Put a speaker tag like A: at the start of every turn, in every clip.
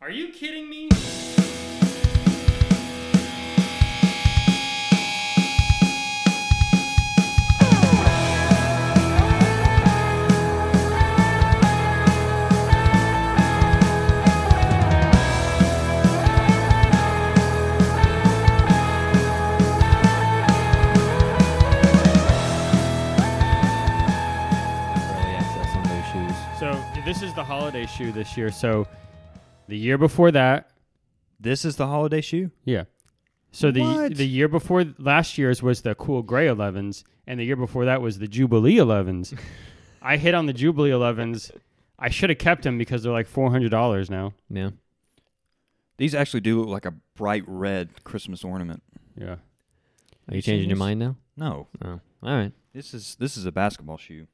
A: Are you kidding me?
B: early access on those shoes.
A: So this is the holiday shoe this year. So the year before that,
B: This is the holiday shoe.
A: yeah. So the
B: What?
A: the year before last year's was the cool gray 11s, and the year before that was the Jubilee 11s. I hit on the Jubilee 11s. I should have kept them because they're like four hundred dollars now.
B: Yeah.
C: These actually do look like a bright red Christmas ornament.
A: Yeah.
B: Are you changing your
A: Shoes?
B: mind now?
C: No,
B: Oh, all right.
C: this is this is a basketball shoe.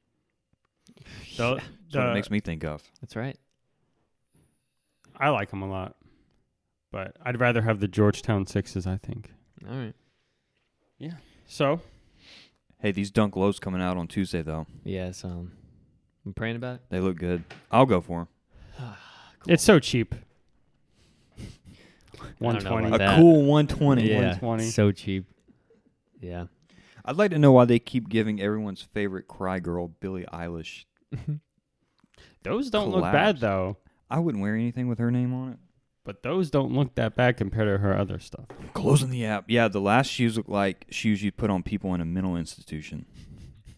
A: So
C: That's what it makes me think of.
B: That's right.
A: I like them a lot, but I'd rather have the Georgetown sixes. I think.
B: All right.
A: So
C: Hey, these Dunk Lows coming out on Tuesday though.
B: Yeah. So um, I'm praying about it.
C: They look good. I'll go for
A: it's so cheap.
B: know
A: One twenty.
C: them.
B: Like that.
C: a cool 120.
B: yeah.
A: 120.
B: So cheap. Yeah.
C: I'd like to know why they keep giving everyone's favorite cry girl Billie Eilish.
A: Those don't look
C: Collabs.
A: bad though.
C: I wouldn't wear anything with her name on it.
A: But those don't look that bad compared to her other stuff.
C: Closing the app. Yeah, the last shoes look like shoes you put on people in a mental institution.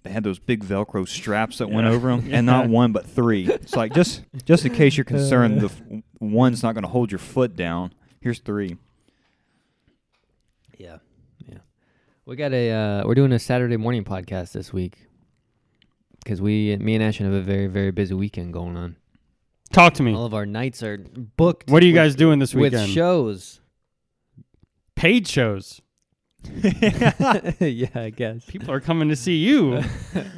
C: They had those big Velcro straps that went
A: Yeah.
C: over them, and not
A: Yeah.
C: one but three. It's like just just in case you're concerned, the f- one's not going to hold your foot down. Here's three.
B: Yeah. Yeah. We got a. Uh, we're doing a Saturday morning podcast this week because we, me and Ashton, have a very, very busy weekend going on.
A: Talk to me.
B: All of our nights are booked.
A: What are you
B: with-
A: guys doing this
B: with
A: weekend?
B: shows?
A: Paid shows.
B: yeah, I guess.
A: People are coming to see you.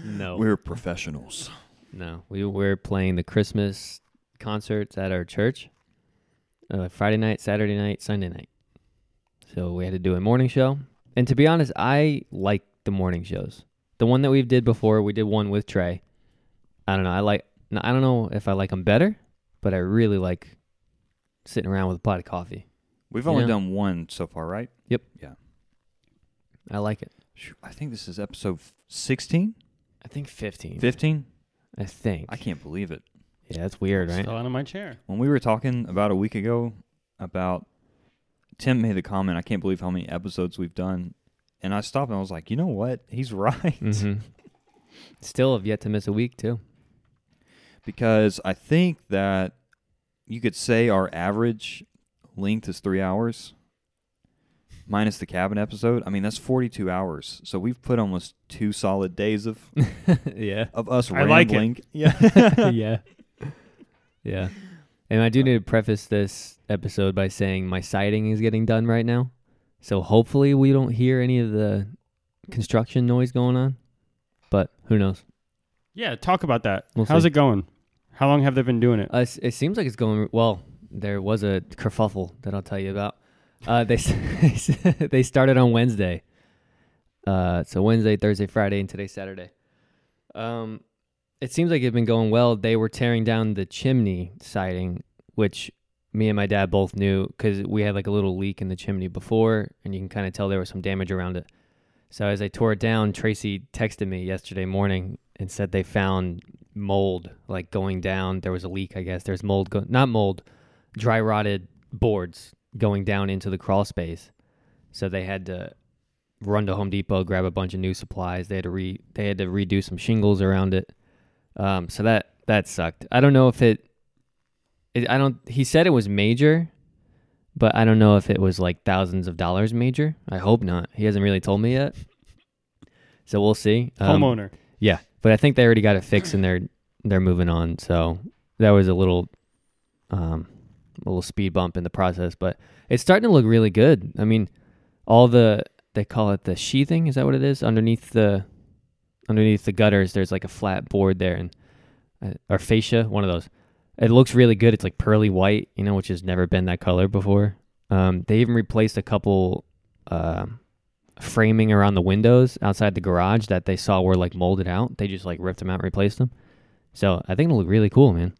B: No.
C: We're professionals.
B: No, we were playing the Christmas concerts at our church. Uh, Friday night, Saturday night, Sunday night. So we had to do a morning show. And to be honest, I like the morning shows. The one that we did before, we did one with Trey. I don't know. I like. n- I don't know if I like them better, but I really like sitting around with a pot of coffee.
C: We've
B: You
C: only
B: know?
C: done one so far, right?
B: I like it.
C: Shoot, I think this is episode 16,
B: I think fifteen.
C: 15.
B: I think.
C: I can't believe it.
B: Yeah, that's weird, right?
A: Still out of my chair.
C: When we were talking about a week ago about Tim made the comment, I can't believe how many episodes we've done. And I stopped and I was like, you know what? He's right.
B: Mhm. Still have yet to miss a week too.
C: Because I think that you could say our average length is three hours minus the cabin episode. I mean, that's 42 hours. So we've put almost two solid days of,
B: yeah.
C: of us
A: I like it.
C: rambling. Yeah.
B: yeah. Yeah. And I do need to preface this episode by saying my siding is getting done right now. So hopefully we don't hear any of the construction noise going on. But who knows?
A: Yeah, talk about that.
B: We'll
A: How's
B: see.
A: it going? How long have they been doing it?
B: Uh, it's- it seems like it's going well. There was a kerfuffle that I'll tell you about. Uh, they s- they started on Wednesday. Uh, so Wednesday, Thursday, Friday, and today Saturday. Um, it seems like it's been going well. They were tearing down the chimney siding, which me and my dad both knew because we had like a little leak in the chimney before, and you can kind of tell there was some damage around it. So as I tore it down, Tracy texted me yesterday morning and said they found mold like going down. There was a leak, I guess. There's mold, go- not mold, dry rotted boards going down into the crawl space. So they had to run to Home Depot, grab a bunch of new supplies. They had to re they had to redo some shingles around it. Um, so that that sucked. I don't know if it, it. I don't. He said it was major, but I don't know if it was like thousands of dollars major. I hope not. He hasn't really told me yet. So we'll see. Um,
A: Homeowner.
B: yeah, but I think they already got it fixed and they're they're moving on. So that was a little um a little speed bump in the process, but it's starting to look really good. I mean, all the they call it the sheathing, is that what it is? Underneath the underneath the gutters there's like a flat board there and uh, or fascia, one of those. It looks really good. It's like pearly white, you know, which has never been that color before. Um, they even replaced a couple um framing around the windows outside the garage that they saw were like molded out. They just like ripped them out, and replaced them. So I think it'll look really cool, man.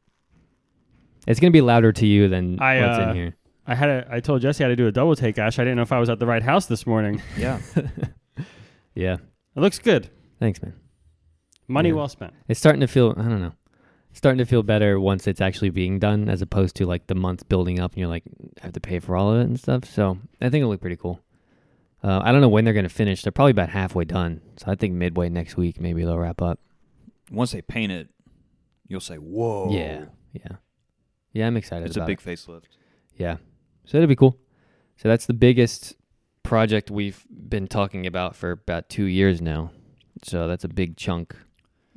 B: It's gonna be louder to you than
A: I,
B: what's
A: uh,
B: in here.
A: I had a, I told Jesse I had to do a double take, Ash. I didn't know if I was at the right house this morning.
C: Yeah.
B: Yeah.
A: It looks good.
B: Thanks, man.
A: Money
B: Yeah.
A: well spent.
B: It's starting to feel I don't know. It's starting to feel better once it's actually being done as opposed to like the months building up and you're like I have to pay for all of it and stuff. So I think it'll look pretty cool. Uh, I don't know when they're gonna finish. They're probably about halfway done. So I think midway next week maybe they'll wrap up.
C: Once they paint it, you'll say, "Whoa!"
B: Yeah. Yeah. Yeah, I'm excited
C: Oh. It's a
B: about
C: big
B: it.
C: facelift.
B: Yeah. So that'll be cool. So that's the biggest project we've been talking about for about two years now. So that's a big chunk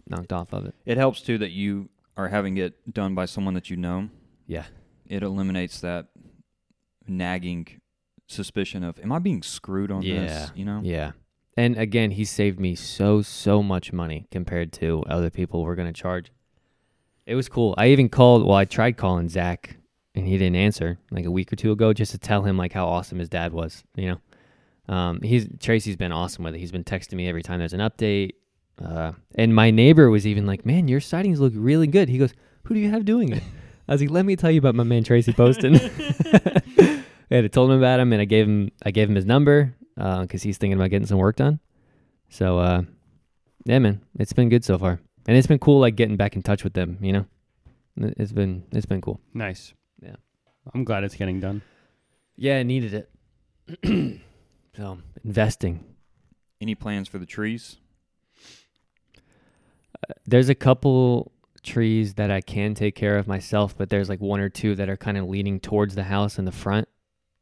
B: knocked off of it.
C: It helps too that you are having it done by someone that you know.
B: Yeah.
C: It eliminates that nagging suspicion of, "Am I being screwed on this?"
B: Yeah.
C: You know.
B: Yeah. And again, he saved me so, so much money compared to other people were going to charge. It was cool. I even called, well, I tried calling Zach and he didn't answer like a week or two ago just to tell him like how awesome his dad was, you know? Um, he's Tracy's been awesome with it. He's been texting me every time there's an update. Uh, and my neighbor was even like, man, your sightings look really good. He goes, who do you have doing it? I was like, let me tell you about my man, Tracy Poston. and I told him about him, and I gave him I gave him his number because uh, he's thinking about getting some work done. So uh, yeah, man, it's been good so far, and it's been cool like getting back in touch with them. You know, It- it's been it's been cool.
A: Nice.
B: Yeah.
A: I'm glad it's getting done.
B: Yeah, I needed it. so investing.
C: Any plans for the trees?
B: There's a couple trees that I can take care of myself, but there's like one or two that are kind of leaning towards the house in the front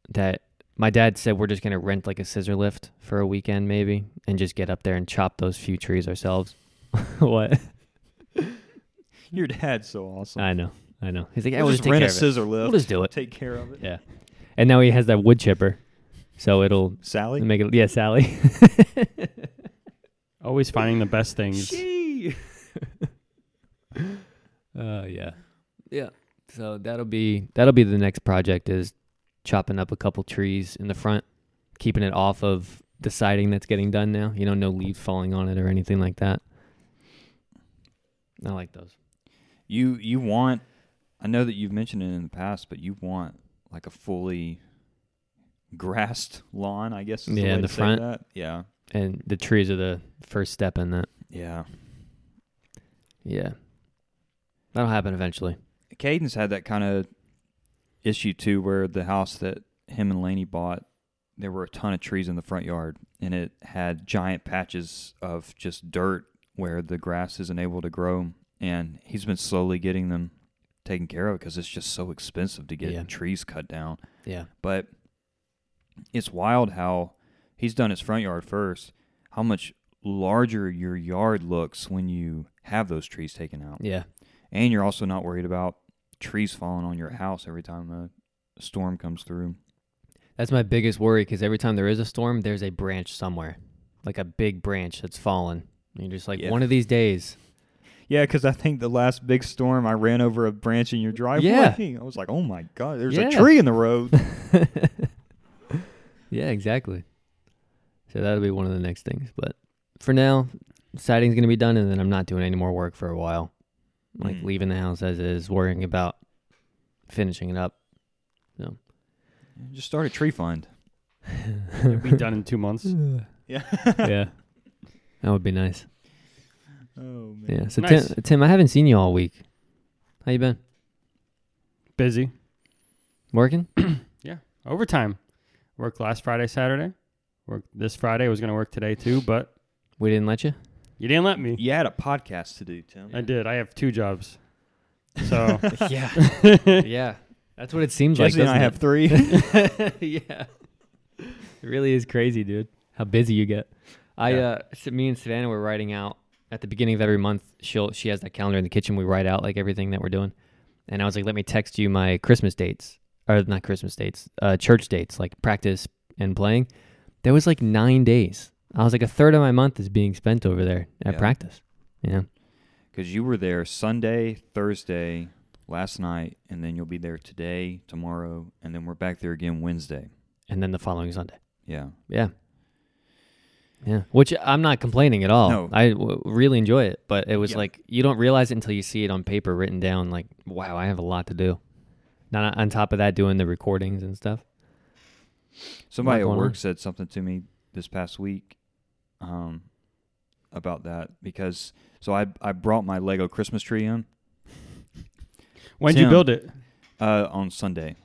B: that my dad said we're just going to rent like a scissor lift for a weekend maybe and just get up there and chop those few trees ourselves. what?
C: Your dad's so awesome.
B: I know. I know. He's like, I
C: We'll
B: will just
C: just
B: take
C: rent
B: care
C: a
B: of it.
C: scissor
B: We'll
C: lift.
B: just do it.
C: Take care of it.
B: Yeah. And now he has that wood chipper. So it'll
C: Sally.
B: make it yeah, Sally.
A: Always finding the best things.
B: She. uh yeah. Yeah. So that'll be that'll be the next project is chopping up a couple trees in the front, keeping it off of the siding that's getting done now. You know, no leaves falling on it or anything like that. I like those.
C: You you want I know that you've mentioned it in the past, but you want like a fully grassed lawn, I guess is the
B: Yeah,
C: way
B: in
C: to
B: the
C: say
B: front.
C: that. Yeah.
B: And the trees are the first step in that.
C: Yeah.
B: Yeah. That'll happen eventually.
C: Caden's had that kind of issue too where the house that him and Laney bought, there were a ton of trees in the front yard and it had giant patches of just dirt where the grass isn't able to grow and he's been slowly getting them taken care of because it's just so expensive to get
B: Yeah.
C: trees cut down.
B: Yeah.
C: But it's wild how he's done his front yard first, how much larger your yard looks when you have those trees taken out.
B: Yeah.
C: And you're also not worried about trees falling on your house every time a storm comes through.
B: That's my biggest worry because every time there is a storm, there's a branch somewhere, like a big branch that's fallen. And you're just like,
C: Yeah.
B: one of these days.
C: Yeah, because I think the last big storm, I ran over a branch in your driveway.
B: Yeah.
C: I was like, oh my God, there's
B: Yeah.
C: a tree in the road.
B: yeah, exactly. So that'll be one of the next things. But for now, siding's going to be done, and then I'm not doing any more work for a while. Like
C: Mm.
B: leaving the house as is, worrying about finishing it up.
C: Just start a tree fund.
A: It'll be done in two months.
C: Yeah.
B: yeah. That would be nice.
C: Oh, man.
B: Yeah. So
A: Nice.
B: Tim, Tim, I haven't seen you all week. How you been?
A: Busy.
B: Working?
A: Overtime. Worked last Friday, Saturday. Worked this Friday. I was going to work today too, but
B: We didn't let you.
A: you didn't let me.
C: You had a podcast to do, Tim.
A: I did. I have two jobs. So
B: yeah. yeah. That's what it seems
C: Jesse and I
B: like.
C: have three.
B: have. yeah. It really is crazy, dude. How busy you get. I
C: Yeah.
B: uh, so me and Savannah were writing out at the beginning of every month. She'll she has that calendar in the kitchen. We write out like everything that we're doing. And I was like, let me text you my Christmas dates or not Christmas dates, uh, church dates, like practice and playing. There was like nine days. I was like, a third of my month is being spent over there at
C: Yeah.
B: practice. Yeah.
C: because you were there Sunday, Thursday, last night, and then you'll be there today, tomorrow, and then we're back there again Wednesday.
B: And then the following Sunday.
C: Yeah,
B: Yeah. Yeah, which I'm not complaining at all.
C: No.
B: I w- really enjoy it, but it was
C: Yeah.
B: like you don't realize it until you see it on paper written down. Like, wow, I have a lot to do. Not on- on top of that, doing the recordings and stuff.
C: Somebody at
B: going
C: work
B: on?
C: said something to me this past week um, about that because so I I brought my Lego Christmas tree in
A: When'd you
C: Tim.
A: build it?
C: uh, on Sunday,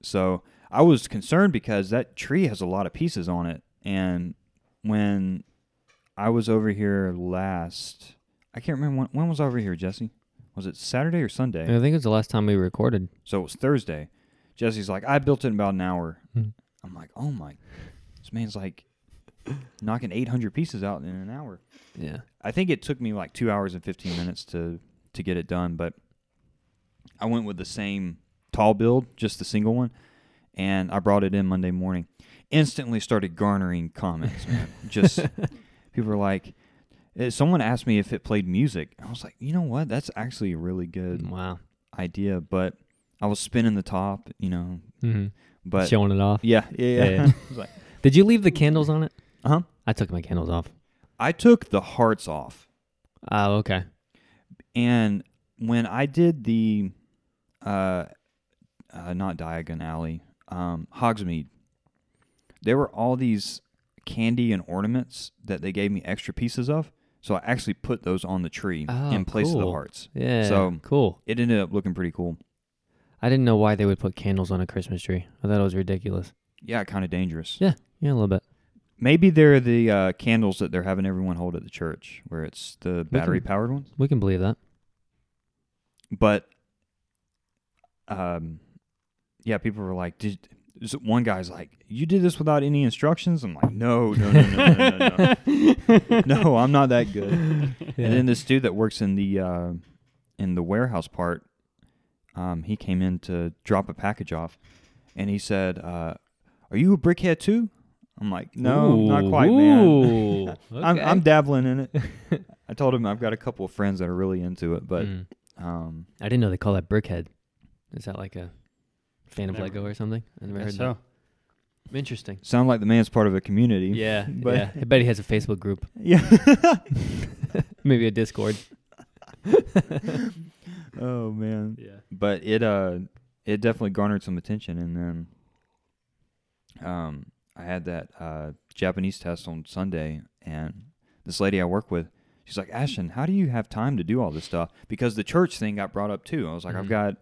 C: so I was concerned because that tree has a lot of pieces on it, and when I was over here last, I can't remember when, when was I over here, Jesse. Was it Saturday or Sunday?
B: And I think it was the last time we recorded.
C: So it was Thursday. Jesse's like, I built it in about an hour.
B: Hmm.
C: I'm like, oh my, this man's like knocking 800 pieces out in an hour.
B: Yeah.
C: I think it took me like two hours and 15 minutes to to get it done, but I went with the same tall build, just the single one, and I brought it in Monday morning. Instantly started garnering comments, man. just people were like, eh, someone asked me if it played music. I was like, you know what? That's actually a really good
B: Mm, Wow.
C: idea, but I was spinning the top, you know.
B: hmm
C: Mm-hmm. But
B: Showing it off.
C: yeah, yeah, yeah.
B: Yeah, yeah.
C: I was like,
B: Did you leave the candles on it?
C: uh-huh.
B: I took my candles off.
C: I took the hearts off,
B: Oh, okay.
C: and when I did the, uh, uh not Diagon Alley, um, Hogsmeade, there were all these candy and ornaments that they gave me extra pieces of. So I actually put those on the tree
B: Oh,
C: in place of the
B: cool.
C: hearts.
B: Yeah.
C: So-
B: cool.
C: It ended up looking pretty cool.
B: I didn't know why they would put candles on a Christmas tree. I thought it was ridiculous.
C: Yeah, kind of dangerous.
B: Yeah, a little bit.
C: Maybe they're the uh, candles that they're having everyone hold at the church, where it's the battery powered ones.
B: We can believe that.
C: But, um, yeah, people were like, "Did so one guy's like, you did this without any instructions?" I'm like, "No, no, no, no, no, no, no, no I'm not that good." And then this dude that works in the uh, in the warehouse part, um, he came in to drop a package off, and he said, uh, "Are you a brickhead too?" I'm like, "No, not quite, man."
B: Ooh.
C: I'm,
B: okay.
C: I'm dabbling in it. I told him I've got a couple of friends that are really into it, but
B: Mm.
C: um,
B: I didn't know they call that brickhead. Is that like a fan of
A: Never-
B: Lego or something? I never heard
A: Guess so.
B: that. Interesting.
C: sound like the man's part of a community.
B: Yeah,
C: But-
B: yeah. I bet he has a Facebook group,
C: Yeah.
B: maybe a Discord.
C: oh man.
A: Yeah.
C: But it uh, it definitely garnered some attention, and then um, I had that uh Japanese test on Sunday, and this lady I work with. She's like, Ashton, how do you have time to do all this stuff? Because the church thing got brought up too. I was like, I've
B: Mhm.
C: got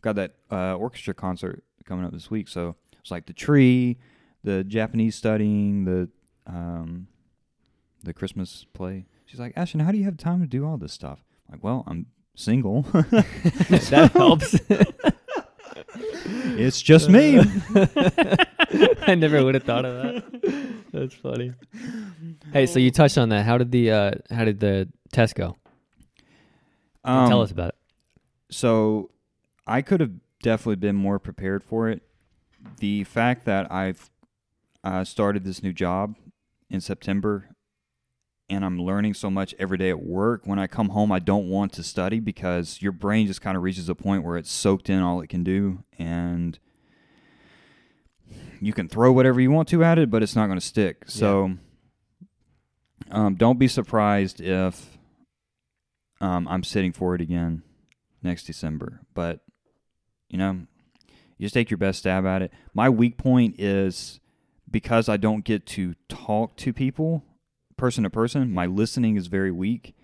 C: got that uh, orchestra concert coming up this week. So it's like the tree, the Japanese studying, the um, the Christmas play. She's like, Ashton, how do you have time to do all this stuff? I'm like, well, I'm single.
B: that helps.
C: it's just me.
B: I never would have thought of that. That's funny. Hey, so you touched on that. How did the uh, how did the test go?
C: Um,
B: Tell us about it.
C: So I could have definitely been more prepared for it. The fact that I've uh, started this new job in September and I'm learning so much every day at work, when I come home, I don't want to study because your brain just kind of reaches a point where it's soaked in all it can do. And you can throw whatever you want to at it, but it's not going to stick. So um, don't be surprised if um, I'm sitting for it again next December. But you know, you just take your best stab at it. My weak point is because I don't get to talk to people person to person, my listening is very weak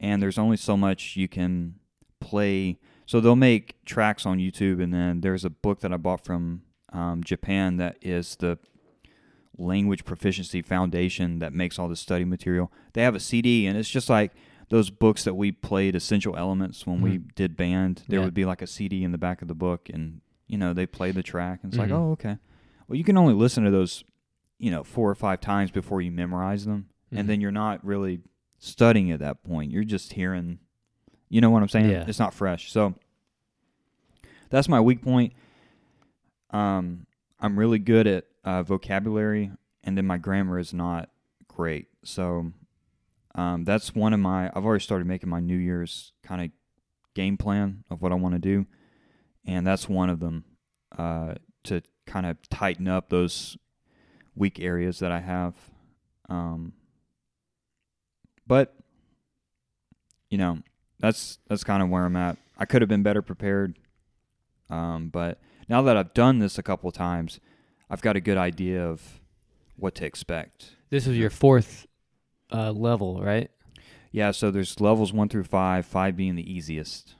C: and there's only so much you can play. So they'll make tracks on YouTube and then there's a book that I bought from um, Japan that is the language proficiency foundation that makes all the study material. They have a CD and it's just like those books that we played essential elements when we did band. There
B: Yeah.
C: would be like a CD in the back of the book and you know, they play the track and it's
B: Mhm.
C: like, "Oh, okay." Well, you can only listen to those, you know, four or five times before you memorize them
B: Hmm. Mm-hmm.
C: and then you're not really studying at that point. You're just hearing, you know what I'm saying?
B: Yeah.
C: It's not fresh. So that's my weak point. Um, I'm really good at uh, vocabulary, and then my grammar is not great. So um, that's one of my. I've already started making my New Year's kind of game plan of what I want to do, and that's one of them uh, to kind of tighten up those weak areas that I have. Um, but you know, that's that's kind of where I'm at. I could have been better prepared. Um, but now that I've done this a couple of times, I've got a good idea of what to expect.
B: This was your fourth uh, level, right?
C: Yeah, so there's levels one through five, five being the easiest,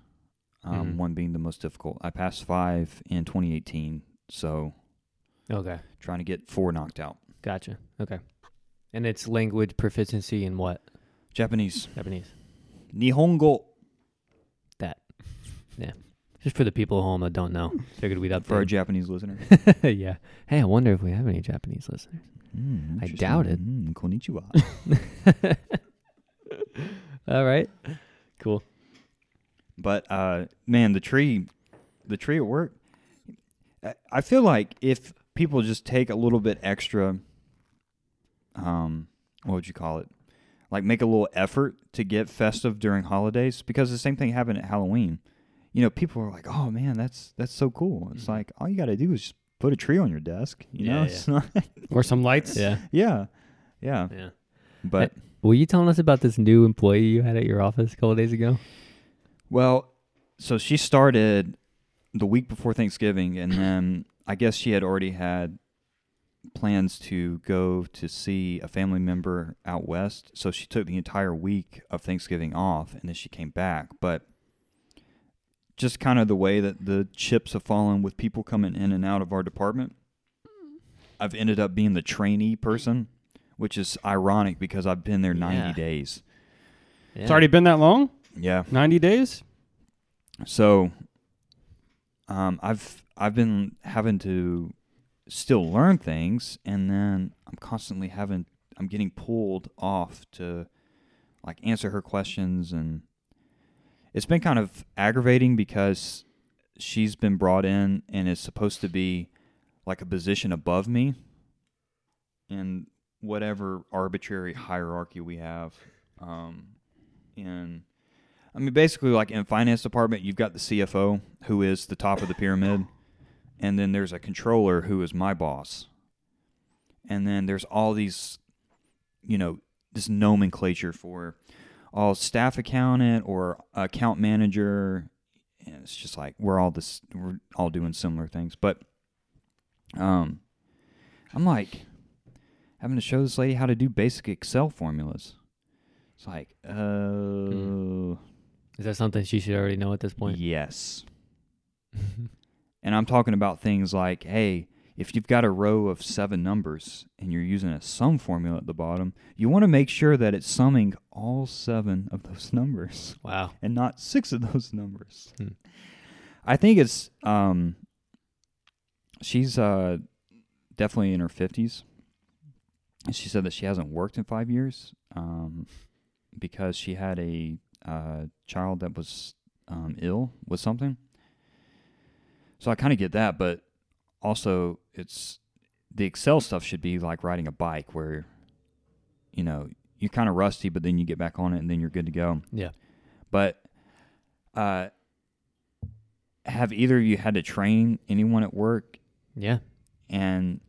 C: um,
B: Mhm.
C: one being the most difficult. I passed five in 2018, so
B: Okay.
C: trying to get four knocked out.
B: Gotcha. Okay. And it's language proficiency in what?
C: Japanese,
B: Japanese.
C: Nihongo.
B: Just for the people at home that don't know. Figured we'd
C: for our
B: update.
C: Japanese listener.
B: yeah. Hey, I wonder if we have any Japanese listeners.
C: Mm,
B: Hmm, I
C: interesting.
B: doubt it.
C: Mm, konnichiwa.
B: All right. Cool.
C: but uh, man, the tree, the tree at work. I- I feel like if people just take a little bit extra, um, what would you call it? Like make a little effort to get festive during holidays because the same thing happened at Halloween. You know, people are like, "Oh man, that's that's so cool." It's
B: Mhm.
C: like all you got to do is just put a tree on your desk. You know,
B: Yeah,
C: it's not.
A: or some lights.
B: Yeah.
C: yeah, yeah.
B: Yeah.
C: But
B: Were you telling us about this new employee you had at your office a couple days ago?
C: Well, so she started the week before Thanksgiving, and then I guess she had already had plans to go to see a family member out west. So she took the entire week of Thanksgiving off, and then she came back. But just kind of the way that the chips have fallen with people coming in and out of our department, I've ended up being the trainee person, which is ironic because I've been there 90
B: Yeah.
C: days.
A: It's already been that long?
C: Yeah.
A: 90 days?
C: So, um, I've I've been having to still learn things, and then I'm constantly having I'm getting pulled off to like answer her questions, and it's been kind of aggravating because she's been brought in and is supposed to be like a position above me in whatever arbitrary hierarchy we have um, in I mean, basically, like in finance department, you've got the CFO who is the top of the pyramid, and then there's a controller who is my boss, and then there's all these, you know, this nomenclature for all staff accountant or account manager. And it's just like we're all this, we're all doing similar things, but um, I'm like having to show this lady how to do basic Excel formulas. It's like, oh. uh.
B: Is that something she should already know at this point?
C: Yes. And I'm talking about things like, hey, if you've got a row of seven numbers and you're using a sum formula at the bottom, you want to make sure that it's summing all seven of those numbers
B: wow.
C: and not six of those numbers.
B: Hmm.
C: I think it's um she's uh definitely in her 50s. And She said that she hasn't worked in 5 years um because she had a uh child that was um ill with something. So I kind of get that, but also it's the Excel stuff should be like riding a bike where you know, you're kind of rusty but then you get back on it and then you're good to go.
B: Yeah.
C: But uh, have either of you had to train anyone at work?
B: Yeah.
C: And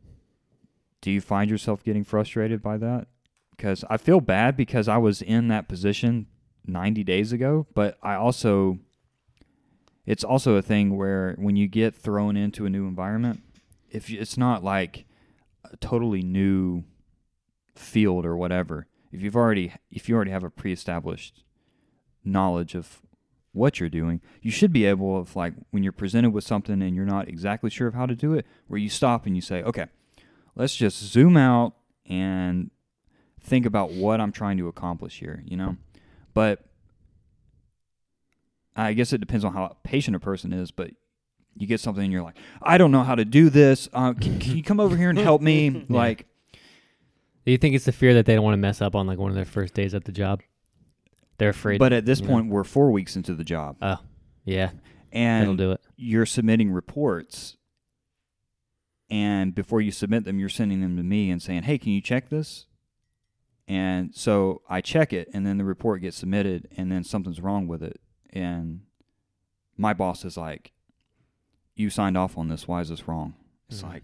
C: do you find yourself getting frustrated by that? Because I feel bad because I was in that position 90 days ago, but I also, it's also a thing where when you get thrown into a new environment, if you, it's not like a totally new field or whatever, if you've already, if you already have a pre-established knowledge of what you're doing, you should be able of like when you're presented with something and you're not exactly sure of how to do it, where you stop and you say, okay, let's just zoom out and think about what I'm trying to accomplish here, you know? But I guess it depends on how patient a person is, but you get something and you're like, I don't know how to do this. Uh, can, can you come over here and help me? Like,
B: Do you think it's the fear that they don't want to mess up on like one of their first days at the job? They're afraid.
C: but at this
B: Yeah.
C: point, we're four weeks into the job
B: oh, yeah, that'll
C: and
B: do it.
C: you're submitting reports and before you submit them you're sending them to me and saying hey can you check this and so i check it and then the report gets submitted and then something's wrong with it and my boss is like you signed off on this why is this wrong it's
B: Mhm.
C: like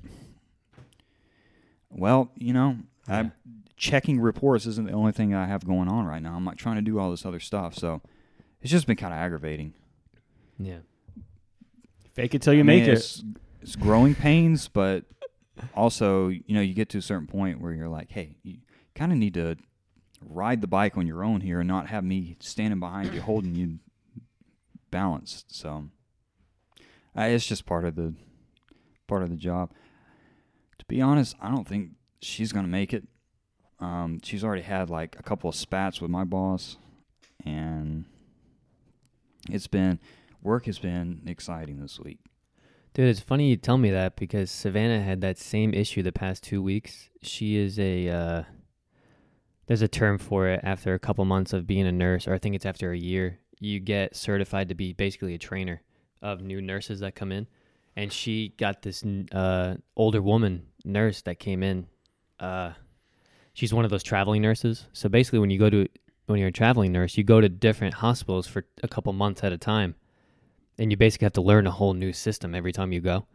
C: well you know
B: Yeah.
C: i'm checking reports isn't the only thing i have going on right now i'm like trying to do all this other stuff so it's just been kind of aggravating
B: Yeah.
A: Fake it till you
C: I
A: make
C: mean,
A: it.
C: It's, it's growing pains, but also, you know, you get to a certain point where you're like, hey, you kind of need to ride the bike on your own here and not have me standing behind you holding you balanced. So I, it's just part of the part of the job. To be honest, I don't think she's gonna make it. Um, she's already had like a couple of spats with my boss, and it's been work has been exciting this week.
B: Dude, it's funny you tell me that because Savannah had that same issue the past two weeks. She is a uh, there's a term for it after a couple months of being a nurse, or I think it's after a year. You get certified to be basically a trainer of new nurses that come in, and she got this n- uh, older woman nurse that came in. Uh, she's one of those traveling nurses. So basically, when you go to when you're a traveling nurse, you go to different hospitals for a couple months at a time and you basically have to learn a whole new system every time you go.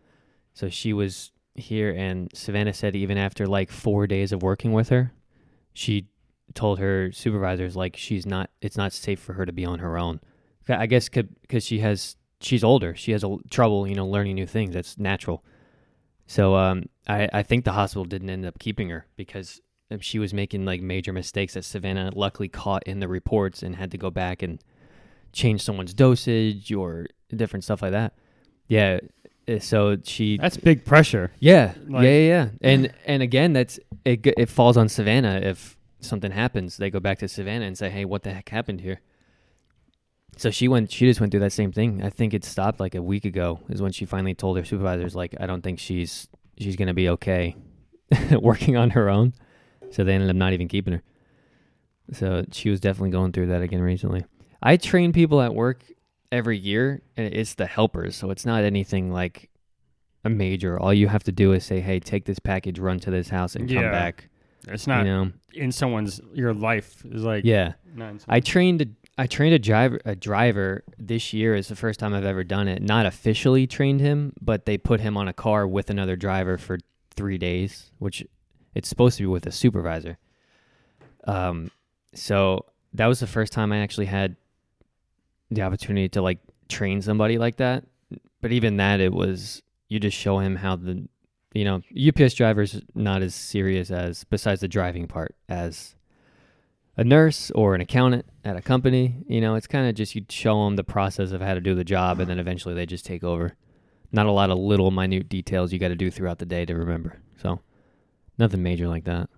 B: So she was here, and Savannah said even after like four days of working with her, she told her supervisors like she's not, it's not safe for her to be on her own. I guess because she has, she's older, she has a, trouble, you know, learning new things. That's natural. So um, I, I think the hospital didn't end up keeping her because um, she was making like major mistakes that Savannah luckily caught in the reports and had to go back and change someone's dosage or different stuff like that. Yeah. eh, So she.
A: That's big pressure.
B: yeah.
A: like-
B: yeah. Yeah. Yeah. And and again, that's it. g- It falls on Savannah if something happens. They go back to Savannah and say, "Hey, what the heck happened here?" So she went. She just went through that same thing. I think it stopped like a week ago. Is when she finally told her supervisors, like, "I don't think she's she's gonna be okay working on her own." So they ended up not even keeping her. So she was definitely going through that again recently. I train people at work every year, and it's the helpers. So it's not anything like a major. All you have to do is say, "Hey, take this package, run to this house, and
A: Yeah.
B: come back."
A: It's not
B: you know,
A: in someone's your life is like
B: yeah.
A: not in
B: I trained a, I trained a driver a driver this year is the first time I've ever done it. Not officially trained him, but they put him on a car with another driver for 3 days, which it's supposed to be with a supervisor. Um so that was the first time I actually had the opportunity to like train somebody like that. But even that it was you just show him how the you know, UPS driver's not as serious as besides the driving part as a nurse or an accountant at a company. You know, it's kind of just you show them the process of how to do the job, and then eventually they just take over. Not a lot of little minute details you got to do throughout the day to remember. So nothing major like that.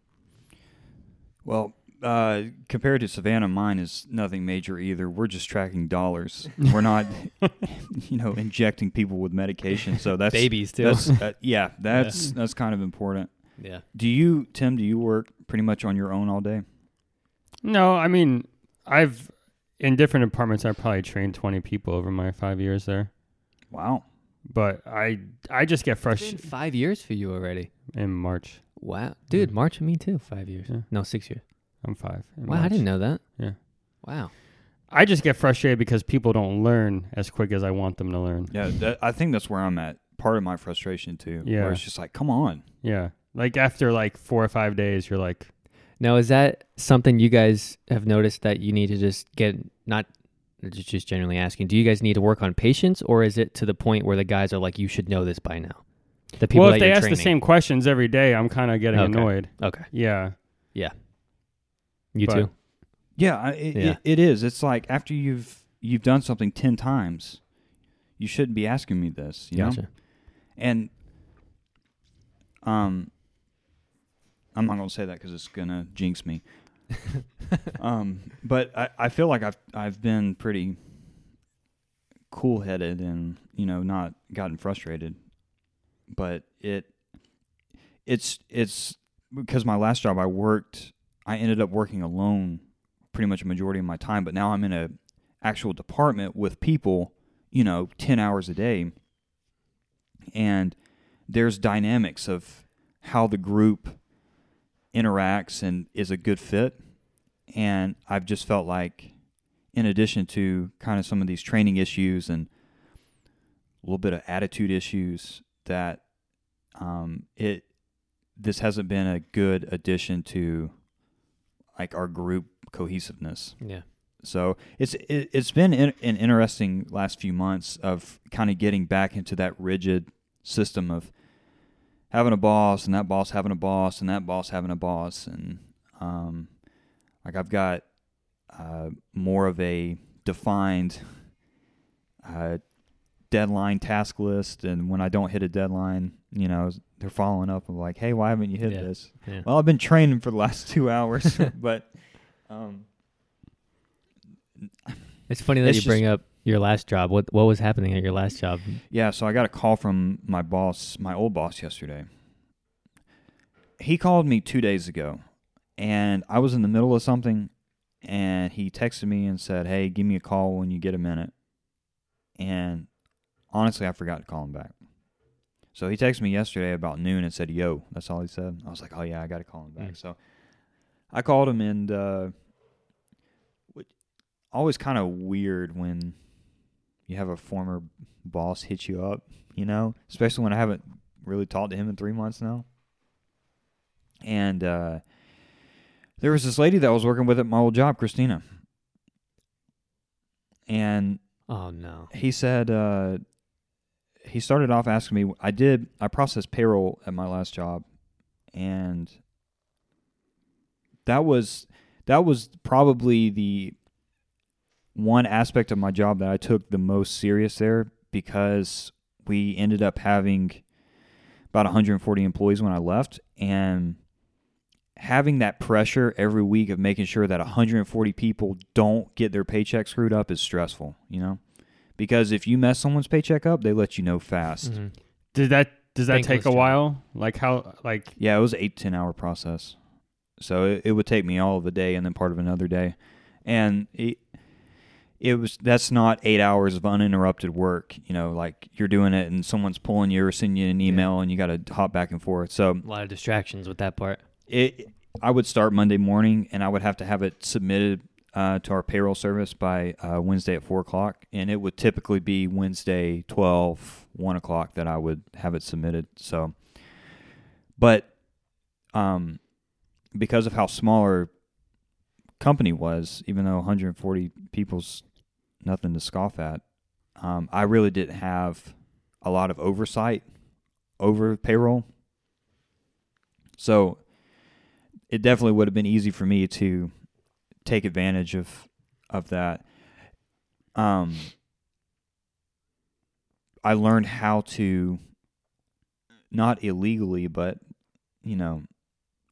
C: Well, uh, compared to Savannah, mine is nothing major either. We're just tracking dollars. We're not, you know, injecting people with medication. So that's
B: Babies too.
C: That's, uh, yeah, that's that's kind of important.
B: yeah.
C: Do you, Tim? Do you work pretty much on your own all day?
A: No, I mean, I've in different departments. I probably trained twenty people over my five years there,
C: Wow.
A: but I I just get
B: It's
A: fresh
B: been five years for you already.
A: in March.
B: Wow, dude, March of me too. Five years.
A: Yeah.
B: No, six years.
A: I'm five. in
B: Wow, I
A: March.
B: didn't know that.
A: Yeah.
B: Wow.
A: I just get frustrated because people don't learn as quick as I want them to learn.
C: Yeah, that, I think that's where I'm at. Part of my frustration too.
A: Yeah.
C: Where it's just like, come on.
A: Yeah, like after like four or five days, you're like,
B: Now, is that something you guys have noticed that you need to just get not just just generally asking? Do you guys need to work on patience, or is it to the point where the guys are like, you should know this by now? The people
A: well,
B: that
A: if they
B: you're
A: ask
B: training.
A: the same questions every day, I'm kind of getting
B: Okay.
A: annoyed.
B: Okay,
A: Yeah,
B: you
A: But-
B: too.
C: Yeah, I- it,
B: Yeah.
C: It, it is. It's like after you've you've done something ten times, you shouldn't be asking me this. You know?
B: Gotcha.
C: And um, I'm not gonna say that because it's gonna jinx me. um, but I, I feel like I've I've been pretty cool headed and you know not gotten frustrated. But it it's it's because my last job I worked I ended up working alone pretty much a majority of my time. But now I'm in a actual department with people, you know, ten hours a day and there's dynamics of how the group interacts and is a good fit and i've just felt like in addition to kind of some of these training issues and a little bit of attitude issues that um, it this hasn't been a good addition to like our group cohesiveness
B: Yeah.
C: So it's it, it's been in, an interesting last few months of kind of getting back into that rigid system of having a boss and that boss having a boss and that boss having a boss and um, like I've got uh, more of a defined uh, deadline task list and when I don't hit a deadline, you know, they're following up and like, hey, why haven't you hit
B: Yeah.
C: this?
B: Yeah.
C: Well, I've been training for the last two hours, but um,
B: It's funny that
C: It's
B: you bring up your last job. What what was happening at your last job?
C: Yeah, so I got a call from my boss, my old boss yesterday. He called me 2 days ago and I was in the middle of something and he texted me and said, "Hey, give me a call when you get a minute." And honestly, I forgot to call him back. So he texted me yesterday about noon and said, "Yo," that's all he said. I was like, "Oh yeah, I got to call him back."
B: Mm.
C: So I called him and uh what- always kind of weird when you have a former boss hit you up, you know, especially when I haven't really talked to him in three months now. And uh, there was this lady that I was working with at my old job, Christina. And
B: Oh no.
C: he said, uh, he started off asking me, I did, I processed payroll at my last job. And that was, that was probably the one aspect of my job that I took the most serious there because we ended up having about 140 employees when I left. And having that pressure every week of making sure that 140 people don't get their paycheck screwed up is stressful, you know? Because if you mess someone's paycheck up, they let you know fast.
B: Mhm.
A: Does that does that
B: Thankless
A: take a
B: job.
A: while? Like how like
C: Yeah, it was an eight ten hour process, so it, it would take me all of a day and then part of another day, and it it was that's not eight hours of uninterrupted work. You know, like you're doing it and someone's pulling you or sending you an email and you got to hop back and forth. So
B: A lot of distractions with that part.
C: it I would start Monday morning and I would have to have it submitted. Uh, to our payroll service by uh, Wednesday at four o'clock, and it would typically be Wednesday 12, 1 o'clock that I would have it submitted. So, but um, because of how small our company was, even though 140 people's nothing to scoff at, um, I really didn't have a lot of oversight over payroll. So it definitely would have been easy for me to take advantage of of that. Um, I learned how to not illegally, but you know,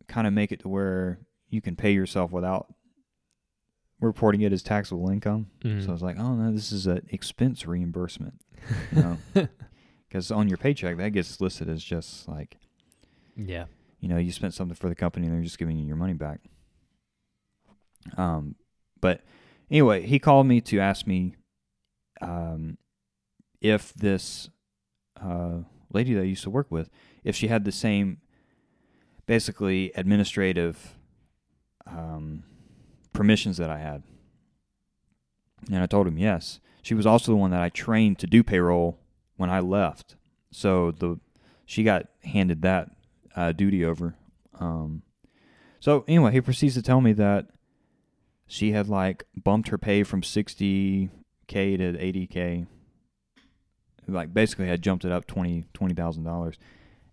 C: kind of make it to where you can pay yourself without reporting it as taxable income.
B: Mm.
C: So
B: Mm-hmm.
C: I was like, oh no, this is an expense reimbursement, you know, because on your paycheck that gets listed as just like
B: yeah.
C: you know you spent something for the company and they're just giving you your money back. Um, but anyway, he called me to ask me, um, if this uh, lady that I used to work with, if she had the same, basically administrative, um, permissions that I had. And I told him yes. She was also the one that I trained to do payroll when I left. So the she got handed that uh, duty over. Um, so anyway, he proceeds to tell me that she had like bumped her pay from 60k to 80k. Like basically had jumped it up 20 $20,000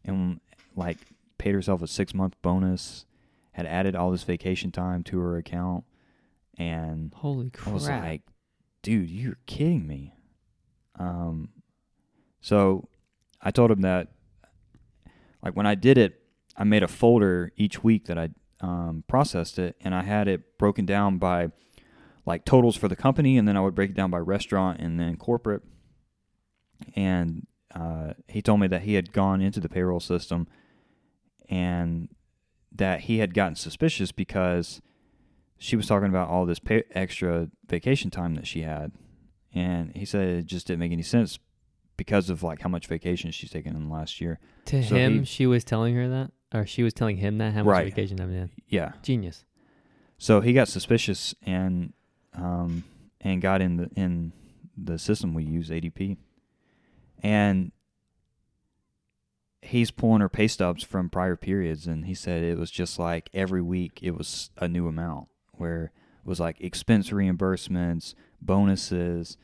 C: and like paid herself a 6 month bonus, had added all this vacation time to her account and
B: Holy
C: I
B: crap.
C: was like, dude, you're kidding me. Um, so I told him that, like, when I did it, I made a folder each week that I um, processed it, and I had it broken down by like totals for the company, and then I would break it down by restaurant and then corporate. And uh, he told me that he had gone into the payroll system and that he had gotten suspicious because she was talking about all this pay- extra vacation time that she had, and he said it just didn't make any sense because of like how much vacation she's taken in the last year.
B: to
C: so
B: him,
C: he-
B: she was telling her that, or she was telling him that how much
C: Right.
B: vacation I'm in.
C: Yeah,
B: Genius.
C: so he got suspicious and um, and got in the in the system we use ADP, and he's pulling her pay stubs from prior periods, and he said it was just like every week it was a new amount where was like expense reimbursements, bonuses.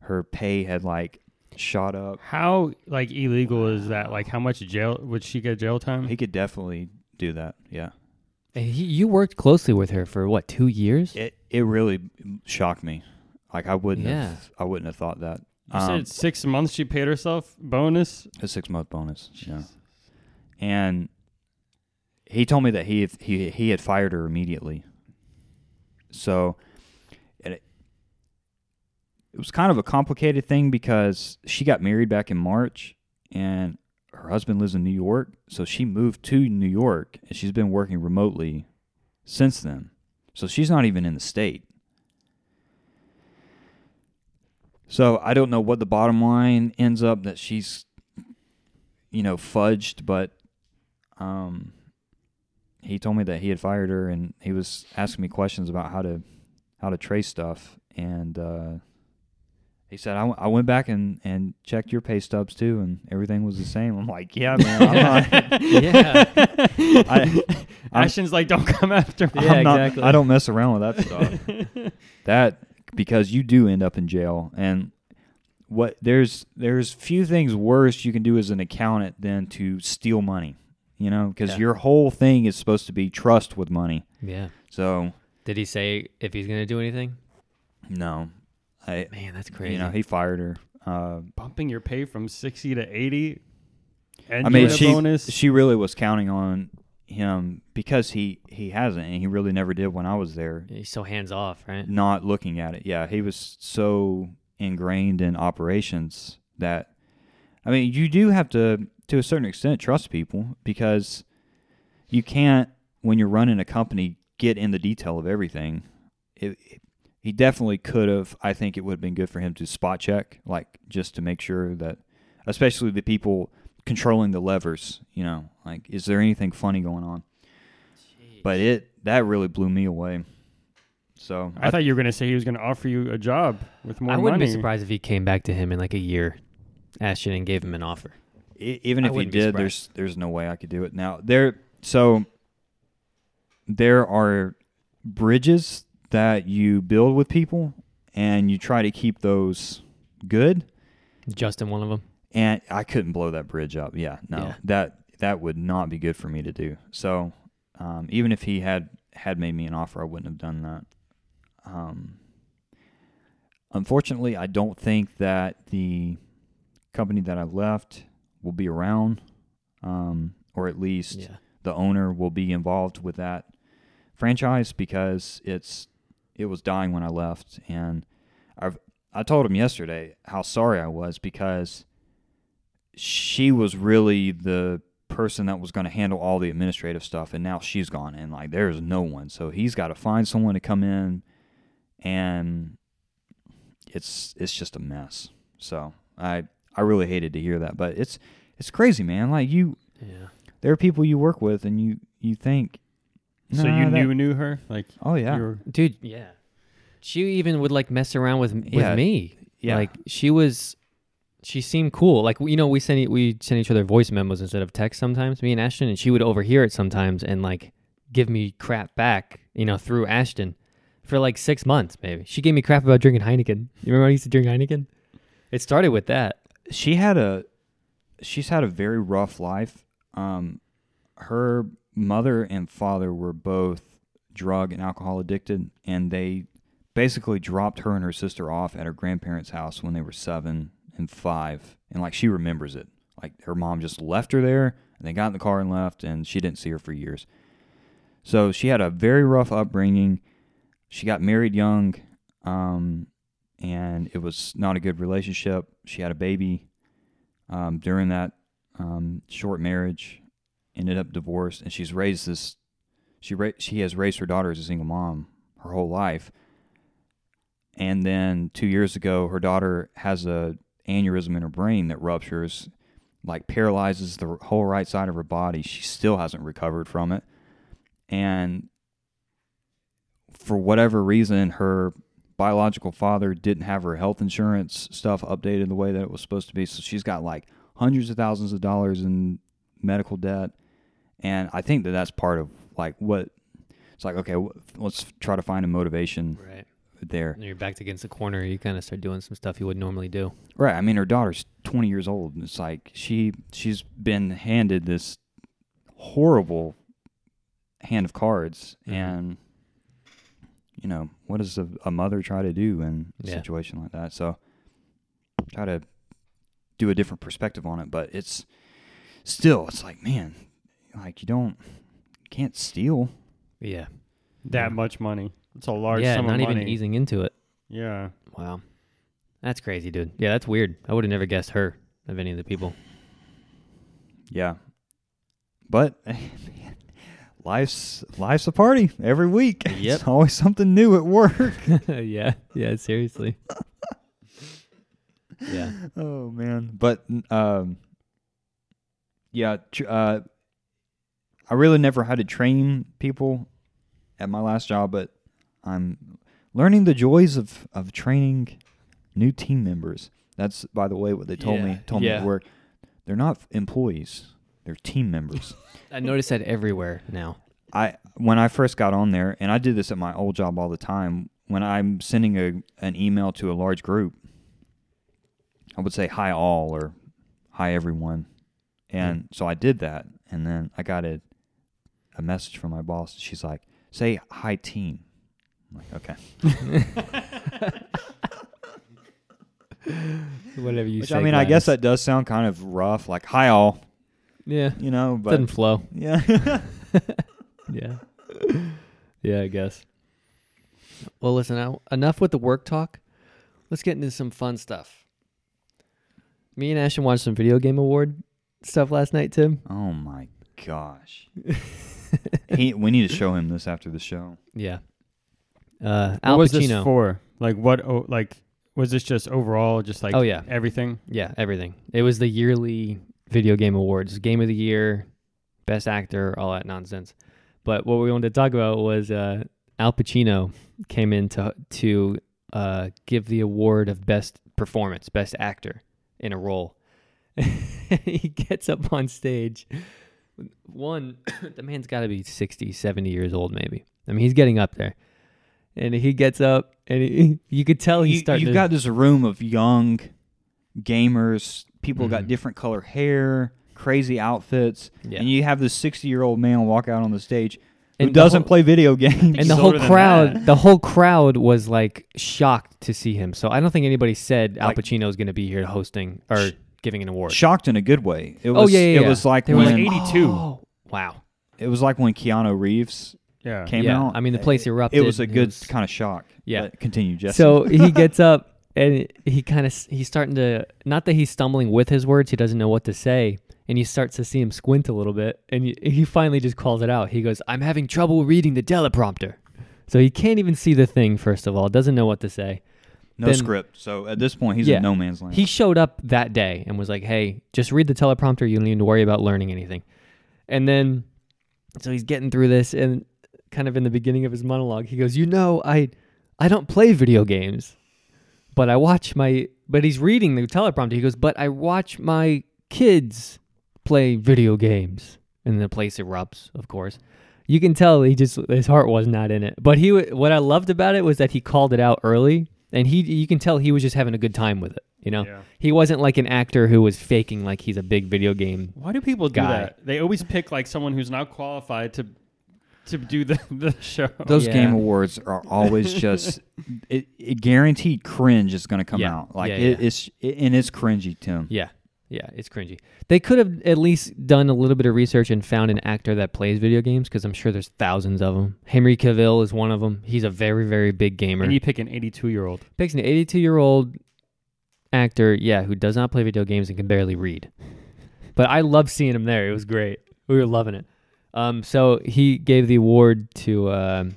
C: Her pay had like shot up.
A: How like illegal is that? Like how much jail would she get jail time?
C: He could definitely do that. Yeah.
B: And he, you worked closely with her for what two years?
C: It it really shocked me. Like I wouldn't
B: Yeah.
C: have I wouldn't have thought that.
A: you
C: Um,
A: said six months she paid herself bonus.
C: a six month bonus. Yeah. And he told me that he had, he he had fired her immediately. So and it, it was kind of a complicated thing because she got married back in March and her husband lives in New York, so she moved to New York and she's been working remotely since then. So she's not even in the state. So I don't know what the bottom line ends up that she's, you know, fudged, but um, he told me that he had fired her, and he was asking me questions about how to how to trace stuff, and uh, he said I, w- I went back and and checked your pay stubs too, and everything was the same. I'm like, yeah, man, I'm not,
B: yeah,
C: I, I'm-
A: Ashton's like, don't come after me.
B: Yeah,
C: I'm not-
B: exactly.
C: I don't mess around with that stuff. that because you do end up in jail, and what there's there's few things worse you can do as an accountant than to steal money. You know, because
B: Yeah.
C: your whole thing is supposed to be trust with money.
B: yeah.
C: So
B: Did he say if he's gonna do anything?
C: no, I
B: Man, that's crazy.
C: you know he fired her. Uh,
A: Bumping your pay from sixty to eighty. And
C: I mean,
A: you get a
C: she
A: bonus.
C: she really was counting on him because he he hasn't, and he really never did when I was there.
B: he's so hands off, right?
C: not looking at it. Yeah, he was so ingrained in operations that I mean, you do have to to a certain extent trust people because you can't when you're running a company get in the detail of everything. It, it- he definitely could have. I think it would have been good for him to spot check, like just to make sure that, especially the people controlling the levers. You know, like is there anything funny going on? But it that really blew me away. So
A: I thought you were gonna say he was gonna offer you a job with more
B: I wouldn't
A: money.
B: be surprised if he came back to him in like a year, Ashton, and gave him an offer.
C: E- even
B: I
C: if he
B: wouldn't be
C: did,
B: surprised.
C: there's there's no way I could do it now. There, so there are bridges that you build with people, and you try to keep those good.
B: Justin, one of them.
C: And I couldn't blow that bridge up. Yeah, no,
B: Yeah.
C: that that would not be good for me to do. So, um, even if he had had made me an offer, I wouldn't have done that. Um, unfortunately, I don't think that the company that I left will be around, um, or at least
B: Yeah.
C: the owner will be involved with that franchise because it's it was dying when I left, and I've I told him yesterday how sorry I was because she was really the person that was going to handle all the administrative stuff, and now she's gone, and like there's no one, so he's got to find someone to come in, and it's it's just a mess. So I I really hated to hear that, but it's it's crazy, man. Like you
B: Yeah.
C: there are people you work with and you you think
A: So
C: "Nah,
A: you
C: that-
A: knew knew her, like
C: oh yeah
A: you were,
B: Dude, yeah. She even would like mess around with with
C: Yeah.
B: me.
C: yeah
B: Like she was she seemed cool. Like you know, we send e- we send each other voice memos instead of text sometimes, me and Ashton, and she would overhear it sometimes and like give me crap back, you know, through Ashton for like 6 months maybe. She gave me crap about drinking Heineken. You remember I used to drink Heineken? It started with that.
C: she had a she's had a very rough life um her mother and father were both drug and alcohol addicted and they basically dropped her and her sister off at her grandparents house when they were 7 and 5 and like she remembers it like her mom just left her there and they got in the car and left and she didn't see her for years so she had a very rough upbringing she got married young um and it was not a good relationship. She had a baby um, during that um, short marriage, ended up divorced, and she's raised this. She ra- she has raised her daughter as a single mom her whole life, and then two years ago, her daughter has a aneurysm in her brain that ruptures, like paralyzes the whole right side of her body. She still hasn't recovered from it, and for whatever reason, her biological father didn't have her health insurance stuff updated the way that it was supposed to be. So she's got like hundreds of thousands of dollars in medical debt. And I think that that's part of like what It's like okay, w- let's try to find a motivation
B: Right.
C: there.
B: And you're backed against the corner. You kind of start doing some stuff you would normally do.
C: Right. I mean, her daughter's 20 years old, and it's like she she's been handed this horrible hand of cards,
B: Mhm.
C: and you know what does a, a mother try to do in a
B: Yeah.
C: situation like that? So try to do a different perspective on it, but it's still it's like man, like you don't you can't steal.
B: Yeah.
A: that
B: Yeah.
A: much money. It's a large
B: yeah.
A: sum
B: Not
A: of
B: even
A: money.
B: easing into it.
A: Yeah.
B: Wow. That's crazy, dude. Yeah, that's weird. I would have never guessed her of any of the people.
C: Yeah, but. Life's life's a party every week. It's
B: Yep.
C: always something new at work.
B: yeah. Yeah. Seriously. yeah.
C: Oh man, but um, yeah, tr- uh, I really never had to train people at my last job, but I'm learning the joys of of training new team members. That's by the way what they told me
B: Yeah,
C: told me
B: yeah.
C: at work. They're not employees; they're team members.
B: I noticed that everywhere now.
C: I when I first got on there, and I did this at my old job all the time. When I'm sending a an email to a large group, I would say "Hi all" or "Hi everyone," and so I did that. And then I got a a message from my boss. She's like, "Say hi team." I'm like, okay,
B: Whatever you
C: which I mean, I guess that does sound kind of rough, like "Hi all,"
B: yeah
C: you know, but
B: doesn't flow.
C: yeah,
B: Yeah. yeah, I guess. Well, listen, I, enough with the work talk. Let's get into some fun stuff. Me and Ashton watched some video game award stuff last night, Tim.
C: oh my gosh. he, we need to show him this after the show.
B: Yeah. Uh,
A: what
B: Al
A: was this
B: Pacino.
A: for? Like what? Oh, like was this just overall? Just like
B: Oh, yeah.
A: everything.
B: yeah, everything. It was the yearly video game awards, game of the year, best actor, all that nonsense. But what we wanted to talk about was uh, Al Pacino came in to to uh, give the award of best performance, best actor in a role. he gets up on stage. One, the man's got to be 60, 70 years old, maybe. I mean, he's getting up there. And he gets up, and he, you could tell he's
C: you,
B: starting
C: have
B: to.
C: got this room of young gamers people got
B: Mhm.
C: different color hair crazy outfits
B: Yeah.
C: and you have this 60 year old man walk out on the stage who
B: And the
C: doesn't
B: whole-
C: play video games
B: and
A: he's
B: the whole
A: older than
B: crowd
A: that.
B: the whole crowd was like shocked to see him so i don't think anybody said al
C: Like-
B: pacino is going to be here hosting or
C: Sh-
B: giving an award
C: shocked in a good way it
B: Oh,
C: was
B: yeah, yeah,
C: it
B: yeah.
C: was like
B: They were
C: when
A: like 82.
B: Oh, wow
C: it was like when Keanu Reeves
A: Yeah.
C: came
B: Yeah,
C: out
B: I mean, the place
C: It-
B: erupted.
C: it was a
B: It
C: good
B: was-
C: kind of shock
B: Yeah.
C: But continue Jesse
B: so he gets up and he kind of he's starting to not that he's stumbling with his words he doesn't know what to say and he starts to see him squint a little bit and he- he finally just calls it out he goes i'm having trouble reading the teleprompter so he can't even see the thing first of all doesn't know what to say
C: no
B: then-
C: script so at this point he's
B: Yeah.
C: in no man's land
B: He showed up that day and was like, "Hey, just read the teleprompter. You don't need to worry about learning anything." And then, so he's getting through this, and kind of in the beginning of his monologue, he goes, "You know, I, I don't play video games, but I watch my." But he's reading the teleprompter. He goes, "But I watch my kids play video games," and the place erupts. Of course, you can tell he just his heart was not in it. But he, w- what I loved about it was that he called it out early. And he, you can tell he was just having a good time with it, you know.
A: Yeah.
B: He wasn't like an actor who was faking like he's a big video game.
A: Why do people do
B: Guy.
A: that? They always pick like someone who's not qualified to to do the, the show.
C: those
B: Oh, Yeah.
C: game awards are always just it, it guaranteed cringe is going to come
B: Yeah.
C: out like
B: Yeah,
C: it,
B: yeah.
C: it's it, and it's cringy Tim
B: Yeah. Yeah, it's cringy. They could have at least done a little bit of research and found an actor that plays video games because I'm sure there's thousands of them. Henry Cavill is one of them. He's a very, very big gamer.
A: And you pick an 82 year old.
B: picks an 82 year old actor, yeah, who does not play video games and can barely read. But I loved seeing him there. It was great. We were loving it. Um, so he gave the award to um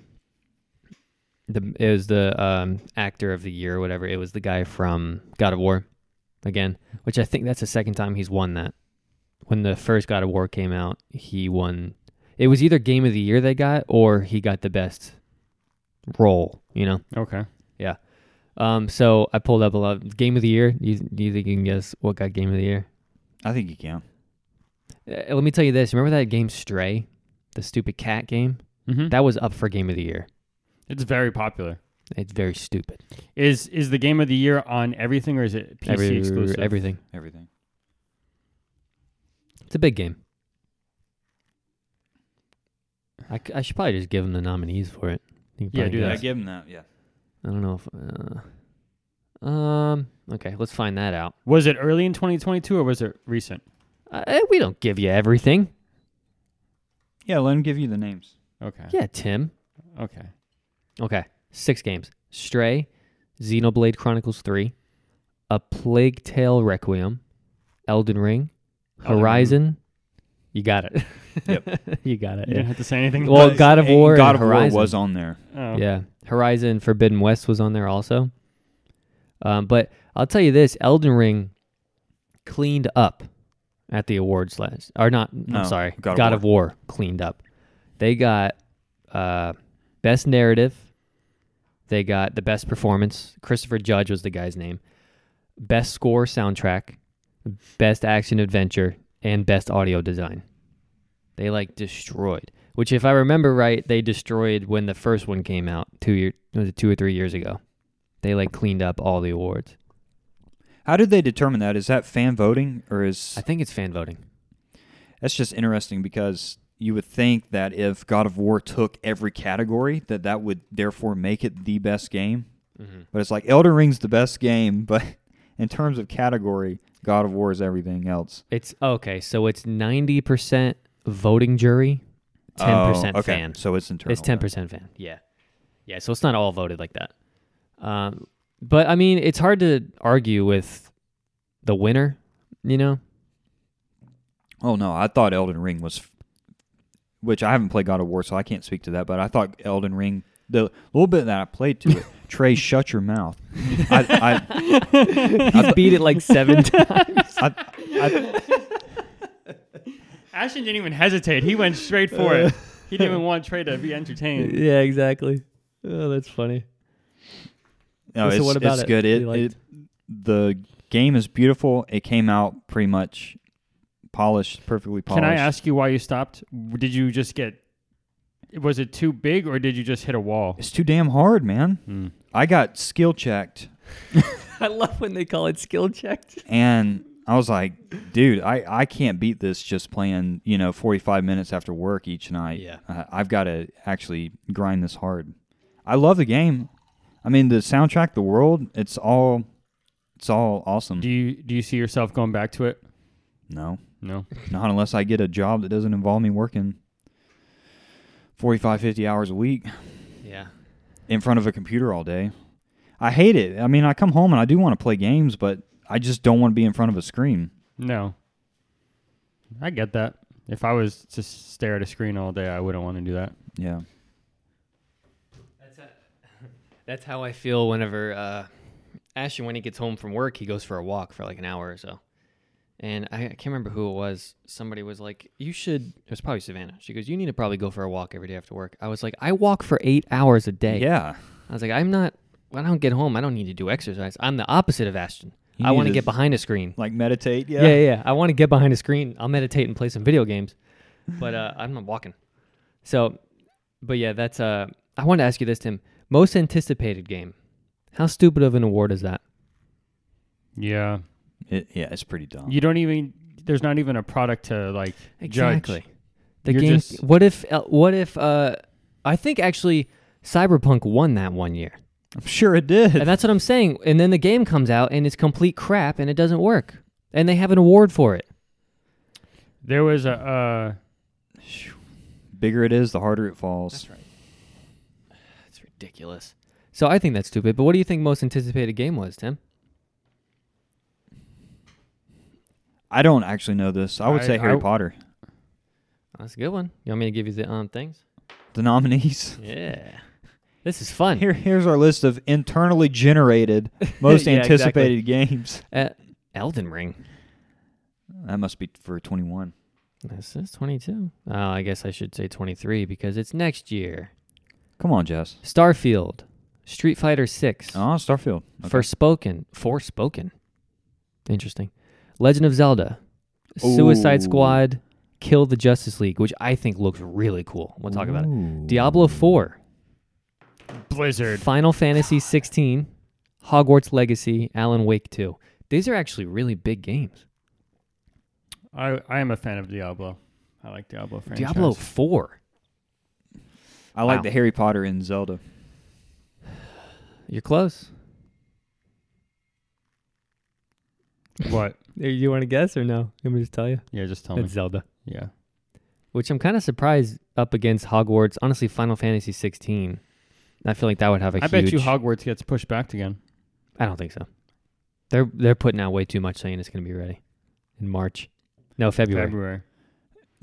B: the it was the um, actor of the year or whatever. It was the guy from God of War again, which I think that's the second time he's won that. When the first God of War came out, he won. It was either Game of the Year they got or he got the best role. You know.
A: Okay.
B: Um, so I pulled up a lot. Game of the year. You, do you think you can guess what got game of the year?
C: I think you can.
B: Uh, let me tell you this. Remember that game Stray, the stupid cat game?
A: Mm-hmm.
B: That was up for game of the year.
A: It's very popular.
B: It's very stupid.
A: Is is the game of the year on everything or is it PC
B: Every-
A: exclusive?
B: Everything.
C: Everything.
B: It's a big game. I, c- I should probably just give them the nominees for it. You can
A: Yeah,
B: probably
A: do
C: Yeah,
A: that.
B: guess.
C: give him that. Yeah.
B: I don't know if. Uh, um. Okay, let's find that out.
A: Was it early in 2022 or was it recent?
B: Uh, eh, we don't give you everything.
C: Yeah, let him give you the names.
A: Okay.
B: Yeah, Tim.
A: Okay.
B: Okay, six games: Stray, Xenoblade Chronicles Three, A Plague Tale Requiem, Elden Ring,
A: Elden Ring.
B: Horizon. You got it. you got it.
A: You didn't have to say anything.
B: Well,
C: Because-
B: God of
C: and
B: War and
C: God of
B: Horizon.
C: War was on there.
A: Oh.
B: Yeah, Horizon Forbidden West was on there also. Um, but I'll tell you this: Elden Ring cleaned up at the awards last, or not?
C: No,
B: I'm sorry,
C: God of
B: of War cleaned up. They got uh, best narrative. They got the best performance. Christopher Judge was the guy's name. Best score soundtrack, best action adventure, and best audio design. They like destroyed. Which, if I remember right, they destroyed when the first one came out two year was it two or three years ago. They like cleaned up all the awards.
C: How did they determine that? Is that fan voting or is
B: I think it's fan voting.
C: that's just interesting because you would think that if God of War took every category, that that would therefore make it the best game.
B: Mm-hmm.
C: But it's like Elden Ring's the best game, but in terms of category, God of War is everything else.
B: It's okay. So it's ninety percent voting jury, ten percent
C: Oh, okay.
B: fan.
C: So it's internal.
B: It's ten percent fan. Yeah, yeah. So it's not all voted like that. Um, but I mean, it's hard to argue with the winner. You know,
C: Oh no, I thought Elden Ring was, f- which I haven't played God of War, so I can't speak to that. But I thought Elden Ring, the little bit that I played to it, Trey, shut your mouth. I, I,
B: he's beat it like seven times.
A: Ashton didn't even hesitate. He went straight for it. He didn't even want Trey to be entertained.
B: yeah, exactly. Oh, that's funny.
C: No,
B: So
C: it's,
B: what about
C: it's
B: it
C: good.
B: that
C: It,
B: you liked?
C: it- the game is beautiful. It came out pretty much polished, perfectly polished.
A: Can I ask you why you stopped? Did you just get? Was it too big or did you just hit a wall?
C: It's too damn hard, man.
B: Hmm.
C: I got skill checked,
B: I love when they call it skill checked.
C: and I was like, dude, I, I can't beat this just playing, you know, 45 minutes after work each night.
B: Yeah.
C: Uh, I've got to actually grind this hard. I love the game. I mean, the soundtrack, the world, it's all, it's all awesome.
A: Do you do you see yourself going back to it?
C: no.
A: No.
C: Not unless I get a job that doesn't involve me working 45, 50 hours a week
B: Yeah.
C: in front of a computer all day. I hate it. I mean, I come home and I do want to play games, but I just don't want to be in front of a screen.
A: No. I get that. If I was to stare at a screen all day, I wouldn't want to do that.
C: Yeah.
B: That's how, that's how I feel whenever uh, Ashton, when he gets home from work, he goes for a walk for like an hour or so. And I, I can't remember who it was. Somebody was like, You should. It was probably Savannah. She goes, You need to probably go for a walk every day after work. I was like, I walk for eight hours a day.
C: Yeah.
B: I was like, I'm not. When I don't get home, I don't need to do exercise. I'm the opposite of Ashton.
C: You
B: I
C: need
B: want to
C: to-
B: get behind a screen.
C: Like meditate.
B: yeah, yeah. yeah. I want to get behind a screen. I'll meditate and play some video games, but uh, I'm not walking. So, but yeah, that's. Uh, I wanted to ask you this, Tim. Most anticipated game. How stupid of an award is that?
A: Yeah.
C: It, yeah, it's pretty dumb.
A: You don't even. There's not even a product to like judge.
B: The
A: You're
B: game.
A: just-
B: What if? Uh, what if? Uh, I think actually, Cyberpunk won that one year,
C: I'm sure it did.
B: and that's what I'm saying. And then the game comes out and it's complete crap, and it doesn't work, and they have an award for it.
A: There was a.
C: Bigger it is, the harder it falls.
B: right. That's ridiculous. So I think that's stupid. But what do you think most anticipated game was, Tim?
C: I don't actually know this. I would
A: I-
C: say Harry
A: I-
C: Potter.
B: That's a good one. You want me to give you the um things?
C: The nominees.
B: Yeah. This is fun.
C: Here, here's our list of internally generated most
B: Yeah, exactly.
C: anticipated games.
B: Uh, Elden Ring.
C: That must be for 21.
B: This is 22. Oh, I guess I should say 23 because it's next year.
C: Come on, Jess.
B: Starfield, Street Fighter 6,
C: Oh, Starfield. Okay.
B: Forspoken, Forspoken. Interesting. Legend of Zelda, Suicide
C: Ooh.
B: Squad, kill the Justice League, which I think looks really cool. We'll talk about it. Diablo 4,
A: uh, Blizzard.
B: Final Fantasy 16, Hogwarts Legacy, Alan Wake 2. These are actually really big games.
A: I, I am a fan of Diablo. I like Diablo franchise.
B: Diablo 4.
C: I like
B: Wow.
C: the Harry Potter and Zelda.
B: You're close.
A: What?
B: You want to guess or no? Let me just tell you.
A: Yeah, just tell me.
B: It's Zelda.
A: Yeah.
B: which I'm kind of surprised up against Hogwarts. Honestly, Final Fantasy 16. I feel like that would have a
A: I
B: huge.
A: bet you Hogwarts gets pushed back again.
B: I don't think so. They're they're putting out way too much, saying it's going to be ready in March. No, February.
A: February.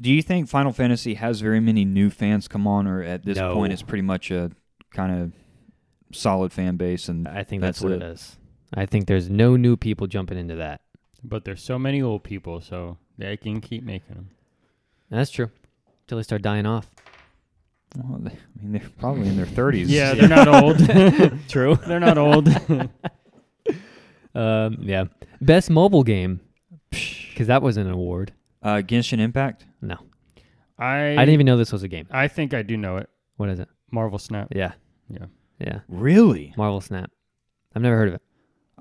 C: Do you think Final Fantasy has very many new fans come on, or at this
B: No.
C: point it's pretty much a kind of solid fan base? And
B: I think that's,
C: That's
B: what it is. I think there's no new people jumping into that.
A: But there's so many old people, so they can keep making them.
B: That's true. Till they start dying off.
C: well, they- I mean, they're probably in their thirties.
A: Yeah, they're not old.
B: True.
A: they're not old.
B: Um, yeah. Best mobile game, because that was an award.
C: Uh, Genshin Impact.
B: No,
A: I
B: I didn't even know this was a game.
A: I think I do know it.
B: What is it?
A: Marvel Snap.
B: Yeah.
A: Yeah.
B: Yeah.
C: Really?
B: Marvel Snap. I've never heard of it.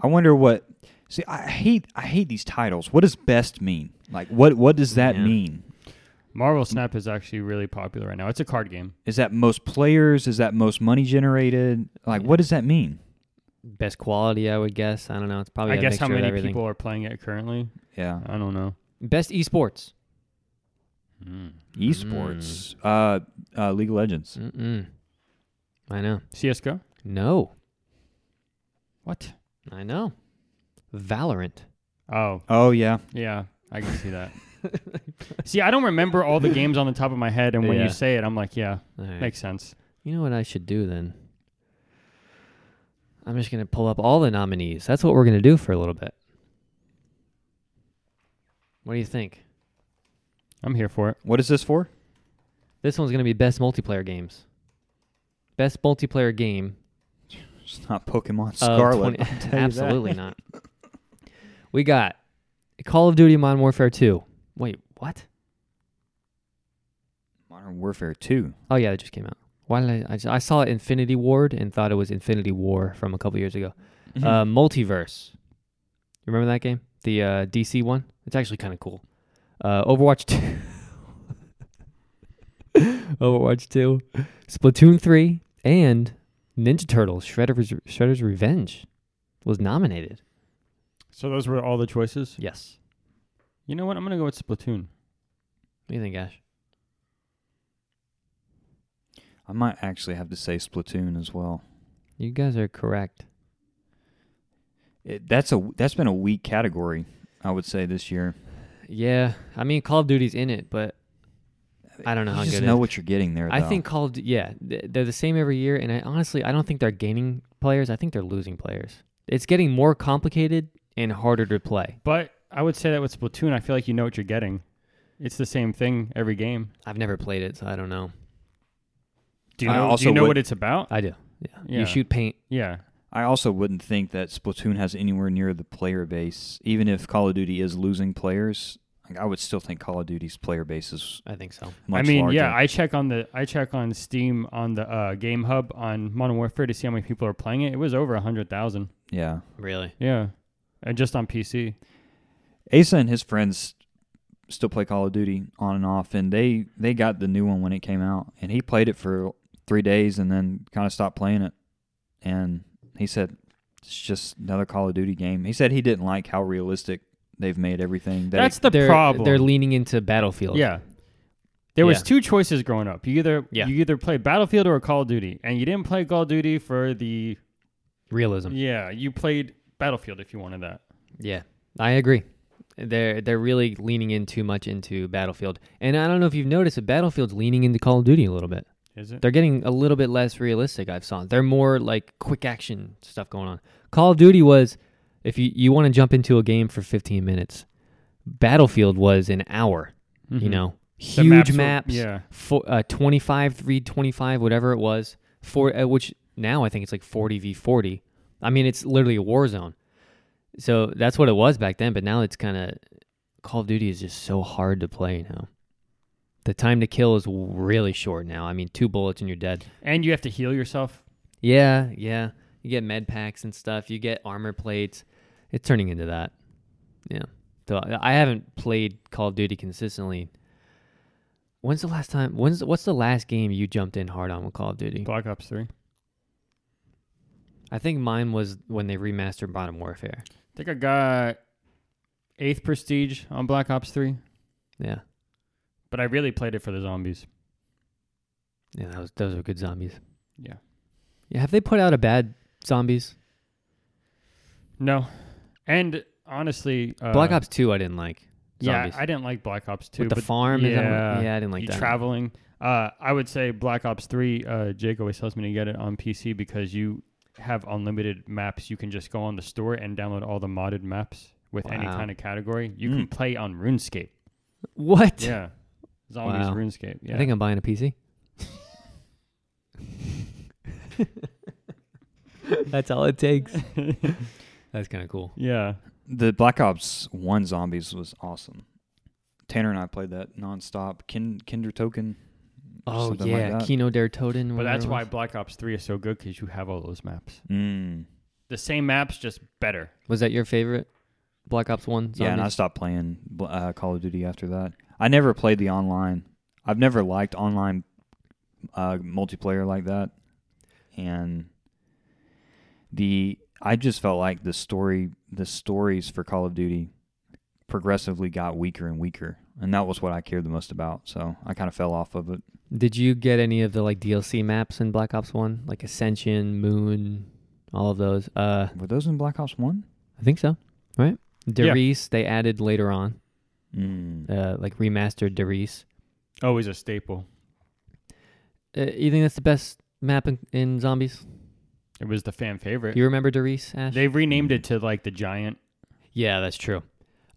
C: I wonder what. See, I hate I hate these titles. What does best mean? Like, what what does that
B: Yeah.
C: mean?
A: Marvel Snap is actually really popular right now. It's a card game.
C: Is that most players? Is that most money generated? Like, what does that mean?
B: best quality, I would guess. I don't know. It's probably
A: I
B: a
A: guess how
B: mixture Oh, of
A: many
B: everything.
A: people are playing it currently.
C: Yeah,
A: I don't know.
B: Best esports. Hmm. Mm.
C: esports, uh, uh, League of Legends.
B: Mm-mm. I know.
A: CS:GO.
B: No,
A: What?
B: I know. Valorant.
A: Oh
C: Oh yeah,
A: yeah, I can see that. see, I don't remember all the games on the top of my head, and when
B: Yeah.
A: you say it, I'm like, yeah,
B: All right.
A: makes sense.
B: You know what I should do then? I'm just gonna pull up all the nominees. That's what we're gonna do for a little bit. What do you think?
A: I'm here for it.
C: what is this for?
B: This one's gonna be best multiplayer games. Best multiplayer game
C: It's not Pokemon
B: of
C: Scarlet.
B: 20
C: I'll tell you that.
B: Uh, absolutely not. We got Call of Duty Modern Warfare 2. Wait, what?
C: Modern Warfare Two.
B: Oh yeah, it just came out. Why did I? I, just- I saw Infinity Ward and thought it was Infinity War from a couple years ago.
C: Mm-hmm.
B: Uh, Multiverse. You remember that game? The uh, DC one. It's actually kind of cool. Uh, Overwatch two. Overwatch two, Splatoon three, and Ninja Turtles: Shredder's Shredder's Revenge was nominated.
A: So those were all the choices.
B: Yes.
A: You know what? I'm gonna go with Splatoon.
B: What do you think, Ash?
C: I might actually have to say Splatoon as well.
B: You guys are correct.
C: It, that's a that's been a weak category, I would say this year.
B: Yeah, I mean Call of Duty's in it, but I don't know
C: You
B: how
C: just
B: good it
C: know
B: is.
C: what you're getting there.
B: I
C: though.
B: think Call of Du- yeah, th- they're the same every year, and I honestly I don't think they're gaining players. I think they're losing players. It's getting more complicated and harder to play.
A: But I would say that with Splatoon, I feel like you know what you're getting. It's the same thing every game.
B: I've never played it, so I don't know.
A: Do you
C: I
A: know, do
C: also
A: you know
C: would-
A: what it's about?
B: I do. Yeah.
A: Yeah.
B: You shoot paint.
A: Yeah.
C: I also wouldn't think that Splatoon has anywhere near the player base. Even if Call of Duty is losing players, like, I would still think Call of Duty's player base is
B: I think so.
C: much
A: I mean,
C: larger.
A: yeah, I check on the I check on Steam on the uh, Game Hub on Modern Warfare to see how many people are playing it. It was over hundred thousand.
C: yeah.
B: Really?
A: Yeah, and just on PC.
C: Asa and his friends still play Call of Duty on and off, and they they got the new one when it came out, and he played it for three days and then kind of stopped playing it, and he said it's just another Call of Duty game. He said he didn't like how realistic they've made everything. That
A: That's the
B: they're,
A: problem.
B: They're leaning into Battlefield.
A: yeah. There was
B: Yeah.
A: two choices growing up. You either
B: Yeah.
A: you either play Battlefield or Call of Duty, and you didn't play Call of Duty for the
B: Realism.
A: yeah. You played Battlefield if you wanted that.
B: Yeah. I agree. They're they're really leaning in too much into Battlefield. And I don't know if you've noticed, but Battlefield's leaning into Call of Duty a little bit.
A: Is it?
B: They're getting a little bit less realistic. I've saw. They're more like quick action stuff going on. Call of Duty was, if you you want to jump into a game for 15 minutes, Battlefield was an hour. You
A: Mhm.
B: know,
A: The
B: huge
A: were-
B: maps,
A: yeah.
B: for, uh, 25 three twenty-five, whatever it was. For uh, which now I think it's like 40 v 40. I mean, it's literally a war zone. So that's what it was back then. But now it's kind of Call of Duty is just so hard to play now. The time to kill is really short now. I mean, two bullets and you're dead.
A: And you have to heal yourself.
B: Yeah, yeah. You get med packs and stuff. You get armor plates. It's turning into that. Yeah. So I- I haven't played Call of Duty consistently. When's the last time? When's what's the last game you jumped in hard on with Call of Duty?
A: Black Ops 3.
B: I think mine was when they remastered Modern Warfare.
A: I think I got 8th Prestige on Black Ops 3,
B: Yeah,
A: but I really played it for the zombies.
B: yeah. That was, those were good zombies.
A: Yeah.
B: Yeah. Have they put out a bad zombies?
A: No. And honestly, uh,
B: Black Ops Two, I didn't like.
A: Yeah,
B: Zombies.
A: I didn't like Black Ops 2.
B: with the
A: but
B: farm. and
A: yeah,
B: that, yeah. I didn't like
A: you
B: that.
A: traveling. Uh, I would say Black Ops 3, uh, Jake always tells me to get it on PC because you have unlimited maps. You can just go on the store and download all the modded maps with any
B: Wow. Hmm.
A: kind of category. You can
C: Mm.
A: play on RuneScape.
B: What?
A: Yeah. Zombies
B: Wow.
A: RuneScape. Yeah.
B: I think I'm buying a PC. That's all it takes. That's kind of cool.
A: yeah.
C: The Black Ops One Zombies was awesome. Tanner and I played that nonstop. Kin- Kinder Token. or
B: Oh
C: something
B: yeah,
C: Like that.
B: Kino Der Toten.
A: But
B: whatever
A: that's
B: it
A: why
B: was.
A: Black Ops 3 is so good because you have all those maps.
C: Mm.
A: The same maps, just better.
B: Was that your favorite Black Ops One?
C: Yeah, and I
B: zombies?
C: stopped playing bl- uh, Call of Duty after that. I never played the online. I've never liked online uh, multiplayer like that, and the I just felt like the story, the stories for Call of Duty, progressively got weaker and weaker, and that was what I cared the most about. So I kind of fell off of it.
B: Did you get any of the like DLC maps in Black Ops One, like Ascension, Moon, all of those? Uh,
C: Were those in Black Ops One?
B: I think so. Right?
A: Yeah.
B: Dereese they added later on,
C: Mm.
B: uh, like remastered Dereese.
A: Always Oh, a staple.
B: Uh, you think that's the best map in, in Zombies?
A: It was the fan favorite.
B: You remember Dereese, Ash?
A: They've renamed it to like the giant.
B: Yeah, that's true.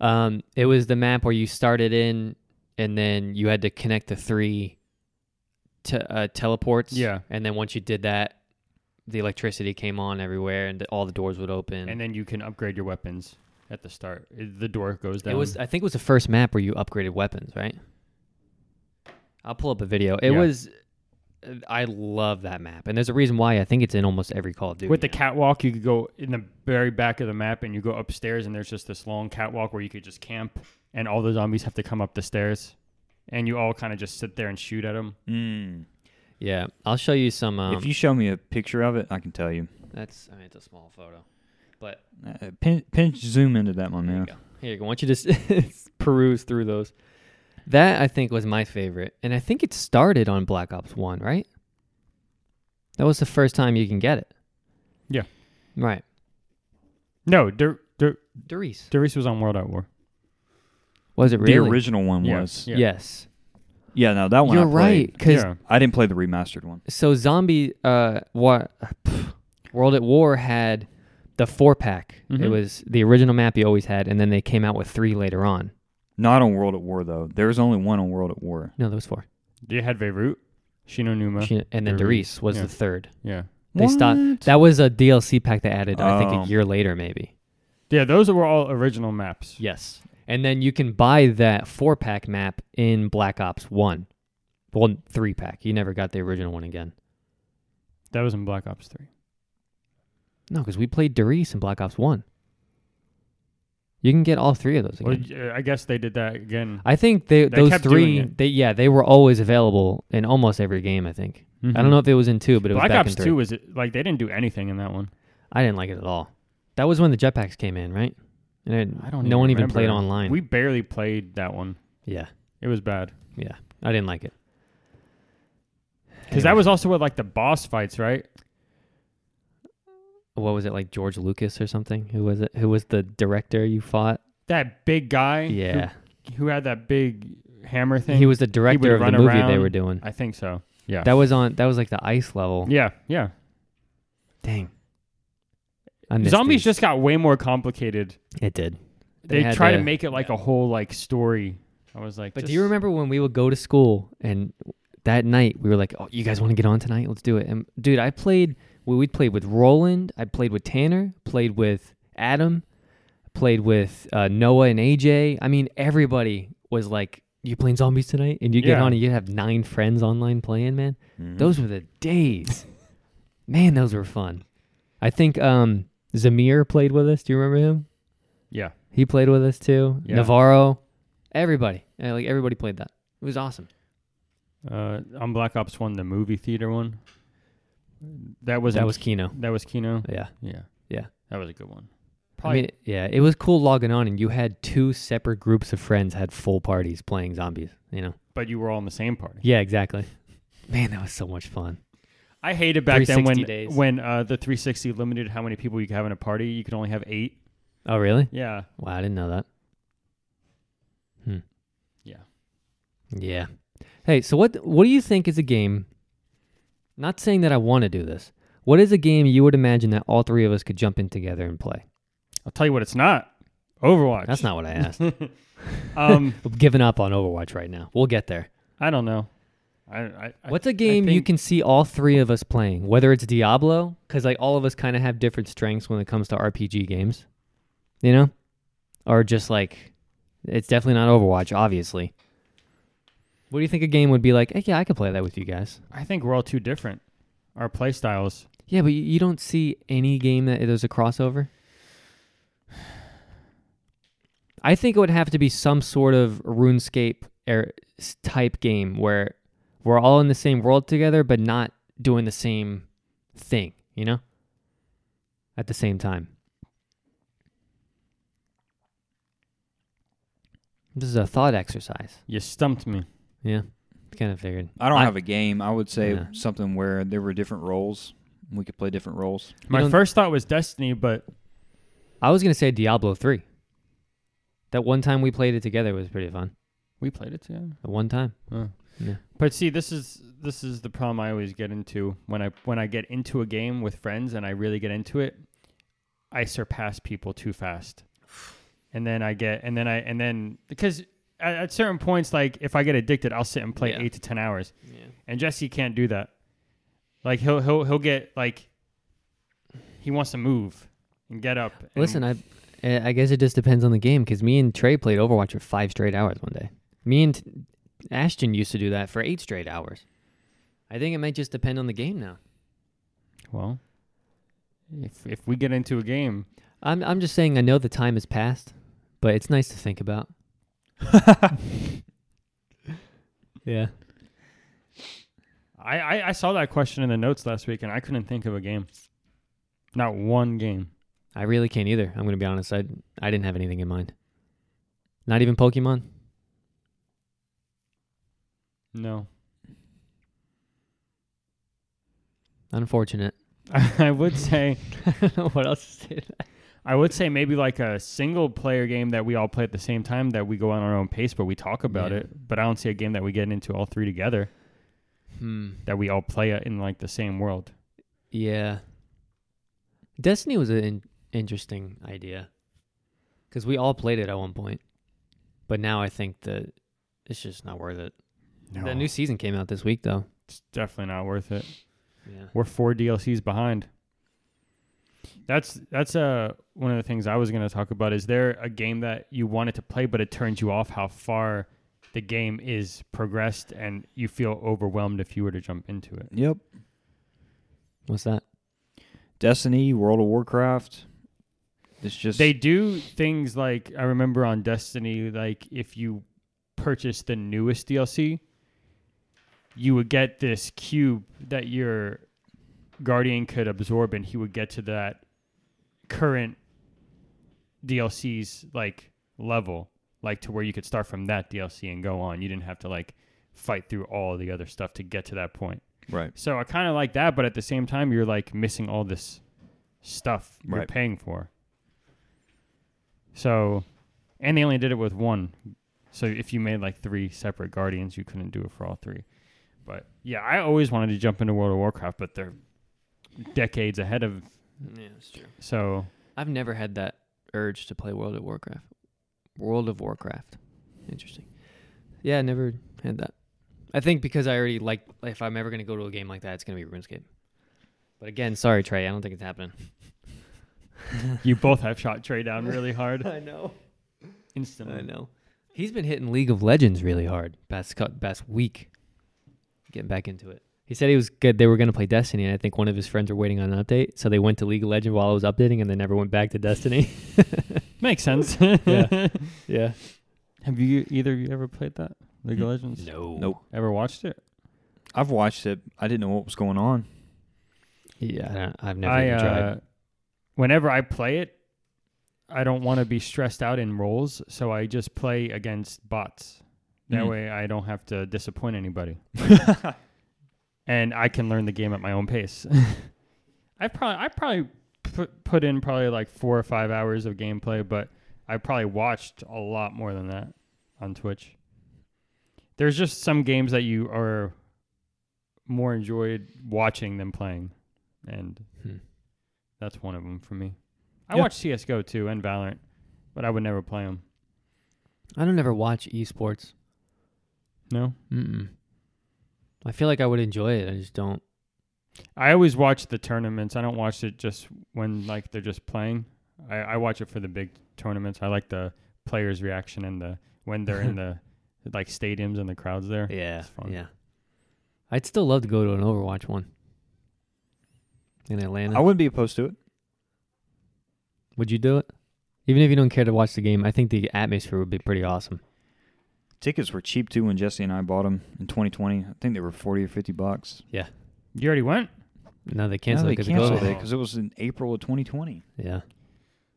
B: Um, it was the map where you started in, and then you had to connect the three te- uh, teleports.
A: Yeah.
B: and then once you did that, the electricity came on everywhere, and all the doors would open.
A: and then you can upgrade your weapons at the start. It- The door goes down.
B: it was, I think, it was the first map where you upgraded weapons, right? I'll pull up a video. It
A: Yeah.
B: was. uh, I love that map, and there's a reason why. I think it's in almost every Call of Duty.
A: with the
B: now.
A: catwalk. You could go in the very back of the map, and you go upstairs, and there's just this long catwalk where you could just camp, and all the zombies have to come up the stairs, and you all kind of just sit there and shoot at them.
C: Mm.
B: yeah, I'll show you some. Um,
C: if you show me a picture of it, I can tell you.
B: that's, I mean, it's a small photo, but
C: Uh, pin, pinch zoom into that one,
B: There you
C: man.
B: go. Here you go. Why don't you just peruse through those? That I think was my favorite, and I think it started on Black Ops One, right? That was the first time you can get it.
A: Yeah.
B: Right.
A: No, Dur- Dur-
B: Doris.
A: Darius was on World at War.
B: Was it
C: The
B: really?
C: original one
A: Yeah,
C: was.
A: yeah.
B: Yes.
C: Yeah, no, that one.
B: You're
C: I played.
B: right. Because
A: yeah,
C: I didn't play the remastered one.
B: so zombie uh war, World at War had the four pack. It
A: Mhm.
B: was the original map you always had, and then they came out with three later on.
C: Not on World at War though. There was only one on World at War.
B: No, there was four.
A: you had Beirut, Shinonuma.
B: She- and then
A: Doris.
B: Doris was
A: Yeah.
B: the third.
A: yeah,
B: They
C: What?
B: stopped. That was a DLC pack they added, I think,
C: Oh.
B: a year later, maybe.
A: yeah. Those were all original maps.
B: Yes. And then you can buy that four pack map in Black Ops 1. Well, three pack. You never got the original one again.
A: That was in Black Ops Three.
B: No, because we played Doris in Black Ops 1. You can get all three of those
A: Well,
B: again.
A: y- uh, I guess they did that again.
B: I think they,
A: They
B: those
A: kept doing
B: three,
A: it.
B: they yeah, they were always available in almost every game, I think. Mm-hmm. I don't know if it was in two, but it was
A: Mm-hmm. Black
B: back
A: Ops
B: in three.
A: Two was like they didn't do anything in that one.
B: I didn't like it at all. That was when the jetpacks came in, right? And I
A: I don't.
B: no one even
A: remember.
B: played online.
A: We barely played that one.
B: yeah,
A: It was bad.
B: I didn't like it.
A: Because that was also with like the boss fights, right?
B: what was it like George Lucas or something? Who was it? Who was the director you fought?
A: That big guy, who-
B: Yeah,
A: who, had that big hammer thing.
B: he was the director of the
A: run
B: movie they
A: around.
B: were doing.
A: I think so. Yeah.
B: That was on. That was like the ice level.
A: yeah, yeah.
B: Dang. I missed
A: Zombies
B: these.
A: just got way more complicated.
B: It did. They
A: They,
B: had
A: try to
B: the-
A: make it like
B: yeah.
A: a whole like story. I was like,
B: But
A: just-
B: do you remember when we would go to school and that night we were like, "Oh, you guys want to get on tonight? Let's do it." And dude, I played. We we played with Roland. I played with Tanner. Played with Adam. Played with uh, Noah and AJ. I mean, everybody was like you playing zombies tonight? And you get
A: Yeah.
B: on and you have nine friends online playing, man.
C: Mhm.
B: Those were the days. man, those were fun. I think um Zamir played with us. Do you remember him?
A: Yeah.
B: He played with us too.
A: Yeah.
B: Navarro. Everybody. Yeah, like everybody played that. It was awesome.
A: Uh, on Black Ops One, the movie theater one. That was
B: that was Kino.
A: that was Kino.
B: Yeah.
A: Yeah.
B: Yeah.
A: That was a good one.
B: I mean, yeah, it was cool logging on and you had two separate groups of friends had full parties playing zombies, you know.
A: but you were all in the same party.
B: Yeah, exactly. Man, that was so much fun.
A: I hated back then when
B: 360 days.
A: when uh, the 360 limited how many people you could have in a party. You could only have eight.
B: Oh, really?
A: Yeah.
B: Wow, I didn't know that. Hmm.
A: Yeah.
B: Yeah. Hey, so what what do you think is a game? Not saying that I want to do this. What is a game you would imagine that all three of us could jump in together and play?
A: I'll tell you what, it's not Overwatch.
B: That's not what I asked.
A: Um,
B: I'm giving up on Overwatch right now. We'll get there.
A: I don't know. I, I, I
B: What's a game you
A: think-
B: can see all three of us playing? Whether it's Diablo, because like all of us kind of have different strengths when it comes to RPG games, you know, or just like it's definitely not Overwatch, obviously. What do you think a game would be like? Hey, yeah, I could play that with you guys.
A: I think we're all too different. Our play styles.
B: Yeah, but you, you don't see any game that there's a crossover. I think it would have to be some sort of RuneScape er, s- type game where we're all in the same world together, but not doing the same thing, you know? At the same time. This is a thought exercise.
A: You stumped me.
B: Yeah. Kind of figured.
C: I don't have a game. I would say
B: Yeah.
C: something where there were different roles. We could play different roles.
A: My
B: don't-
A: first thought was Destiny, but
B: I was going to say Diablo 3. That one time we played it together was pretty fun.
A: we played it together.
B: At one time. Yeah.
A: But see, this is this is the problem I always get into when I when I get into a game with friends and I really get into it, I surpass people too fast, and then I get and then I and then because at, at certain points, like if I get addicted, I'll sit and play
B: Yeah.
A: eight to ten hours,
B: Yeah.
A: and Jesse can't do that. Like he'll he'll he'll get like he wants to move and get up. and-
B: Listen, I eh, I guess it just depends on the game because me and Trey played Overwatch for five straight hours one day. Me and T- Ashton used to do that for eight straight hours. I think it might just depend on the game now.
A: well, if if we get into a game,
B: I'm I'm just saying I know the time has passed, but it's nice to think about. yeah.
A: I, I, I saw that question in the notes last week, and I couldn't think of a game. Not one game.
B: I really can't either. I'm gonna be honest. I I didn't have anything in mind. Not even Pokemon.
A: No.
B: Unfortunate.
A: I would say
B: I don't know what else to say. to that.
A: I would say maybe like a single player game that we all play at the same time that we go on our own pace, but we talk about
B: Yeah.
A: it. But I don't see a game that we get into all three together
B: Hmm.
A: that we all play it in like the same world.
B: Yeah. Destiny was an in- interesting idea because we all played it at one point, but now I think that it's just not worth it.
A: No,
B: The new season came out this week, though.
A: it's definitely not worth it.
B: Yeah.
A: We're four DLCs behind. That's that's uh one of the things I was gonna talk about. Is there a game that you wanted to play but it turns you off how far the game is progressed and you feel overwhelmed if you were to jump into it?
C: Yep.
B: What's that?
C: Destiny, World of Warcraft. It's just
A: They do things like I remember on Destiny, like if you purchase the newest DLC, you would get this cube that your guardian could absorb, and he would get to that current DLC's like level, like to where you could start from that DLC and go on. You didn't have to like fight through all the other stuff to get to that point.
C: right.
A: So I kind of like that, but at the same time, you're like missing all this stuff you're
C: Right.
A: paying for. So, and they only did it with one. So if you made like three separate guardians, you couldn't do it for all three. But yeah, I always wanted to jump into World of Warcraft, but they're decades ahead of.
B: Yeah, that's true.
A: So
B: I've never had that urge to play World of Warcraft. World of Warcraft. Interesting. Yeah, I never had that. I think because I already like if I'm ever gonna go to a game like that, it's gonna be RuneScape. But again, sorry Trey, I don't think it's happening.
A: you both have shot Trey down really hard
B: I know.
A: instantly.
B: know. Um, He's been hitting League of Legends really hard past cou- past week. Getting back into it. He said he was good. They were going to play Destiny, and I think one of his friends were waiting on an update, so they went to League of Legends while I was updating, and they never went back to Destiny.
A: Makes sense.
B: Yeah. yeah.
A: Have you either of you ever played that League of Legends?
B: Hmm? No.
C: Nope.
A: Ever watched it?
C: I've watched it. I didn't know what was going on.
B: Yeah, I don't, I've never
A: I,
B: even tried.
A: uh, whenever I play it, I don't want to be stressed out in roles, so I just play against bots. That
B: Hmm.
C: Mm.
A: way, I don't have to disappoint anybody, and I can learn the game at my own pace. I probably I probably put, put in probably like four or five hours of gameplay, but I probably watched a lot more than that on Twitch. There's just some games that you are more enjoyed watching than playing, and
B: Hmm.
A: that's one of them for me. I
C: Yeah.
A: watch CS:GO too and Valorant, but I would never play them.
B: I don't ever watch esports.
A: No,
B: Mm-mm. I feel like I would enjoy it. I just don't.
A: I always watch the tournaments. I don't watch it just when like they're just playing. I, I watch it for the big tournaments. I like the players' reaction and the when they're in the like stadiums and the crowds there.
B: Yeah.
A: It's fun.
B: Yeah. I'd still love to go to an Overwatch one in Atlanta.
C: I wouldn't be opposed to it.
B: Would you do it? Even if you don't care to watch the game, I think the atmosphere would be pretty awesome.
C: Tickets were cheap too when Jesse and I bought them in 2020. I think they were 40 or 50 bucks.
A: You already went.
B: No, they
C: No,
B: canceled
C: they
B: it 'cause
C: canceled
B: of COVID.
C: it because it was in April of 2020.
B: Yeah,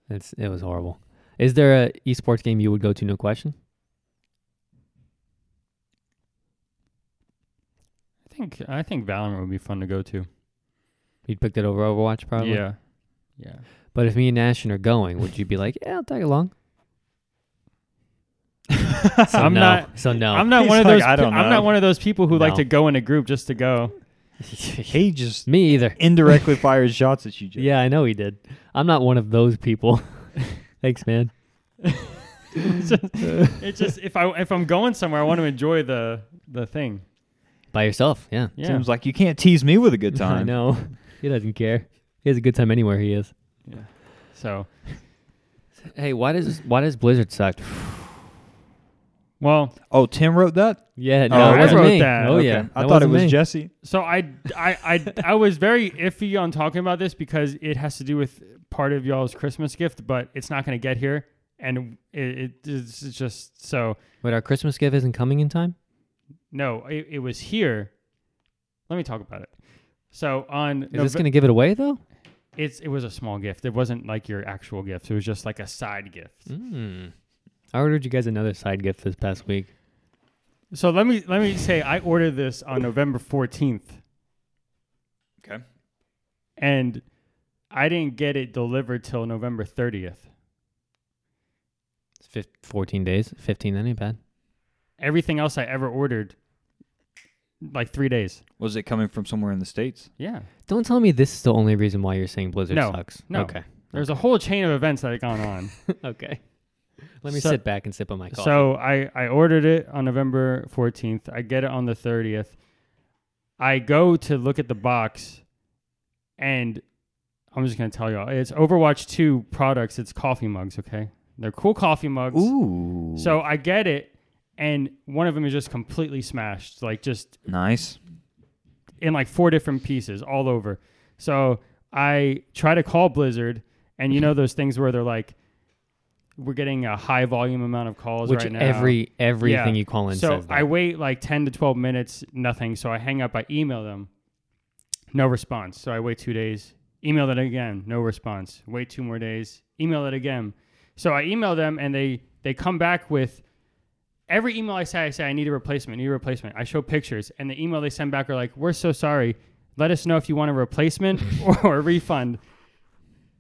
B: it's it was horrible. Is there a esports game you would go to? No question.
A: I think I think Valorant would be fun to go to.
B: You'd pick that over Overwatch probably.
A: Yeah, yeah.
B: But if me and Ashton are going, would you be like, yeah, I'll tag along? so
A: I'm
B: no.
A: not-
B: So no.
A: I'm not
C: He's
A: one of
C: like,
A: those.
C: "I don't
A: pe- I'm
C: know."
A: not one of those people who like
B: No.
A: to go in a group just to go.
C: He just
B: me either.
C: indirectly fires shots at you, Jesse.
B: Yeah, I know he did. I'm not one of those people. Thanks, man.
A: it's just, it's just if I if I'm going somewhere, I want to enjoy the the thing.
B: By yourself, yeah.
A: Yeah.
C: Tim's like, you can't tease me with a good
B: I
C: time.
B: know. He doesn't care. He has a good time anywhere he is.
A: so
B: Hey, why does why does Blizzard suck?
A: well,
C: Oh, Tim wrote that?
B: Yeah,
C: Oh,
B: no, it
C: I
B: wasn't
A: wrote
B: me.
A: that.
B: Oh
C: Okay.
B: yeah,
C: I
B: that
C: thought it
B: wasn't
C: was
B: me.
C: Jesse.
A: so I I I I was very iffy on talking about this because it has to do with part of y'all's Christmas gift, but it's not going to get here, and it, it it's just so
B: Wait, our Christmas gift isn't coming in time.
A: no, it, it was here. Let me talk about it. So on
B: Is this
A: Nove-
B: going to give it away though?
A: it's it was a small gift. It wasn't like your actual gift. It was just like a side gift. Hmm.
B: Mm. I ordered you guys another side gift this past week.
A: So let me let me say I ordered this on November 14th.
C: Okay.
A: And I didn't get it delivered till November 30th.
B: It's fif- 14 days, 15. That ain't bad.
A: Everything else I ever ordered like 3 days.
C: Was it coming from somewhere in the States?
A: Yeah.
B: Don't tell me this is the only reason why you're saying Blizzard
A: No,
B: sucks.
A: no.
B: Okay.
A: There's a whole chain of events that had gone on.
B: okay. Let me
A: So-
B: sit back and sip on my coffee.
A: So I, I ordered it on November 14th. I get it on the 30th. I go to look at the box and I'm just going to tell y'all it's Overwatch 2 products. It's coffee mugs, okay? They're cool coffee mugs.
C: Ooh.
A: So I get it and one of them is just completely smashed, like just
C: nice.
A: in like four different pieces all over. So I try to call Blizzard and you know
B: Mm-hmm.
A: those things where they're like we're getting a high volume amount of calls
B: which
A: right now.
B: every everything
A: Yeah.
B: you call in
A: so
B: says that.
A: I wait like 10 to 12 minutes, nothing. So I hang up, I email them, no response. So I wait two days, email it again, no response. Wait two more days, email it again. So I email them and they they come back with every email I say, I say, I need a replacement, need a replacement. I show pictures and the email they send back are like, we're so sorry. Let us know if you want a replacement or a refund.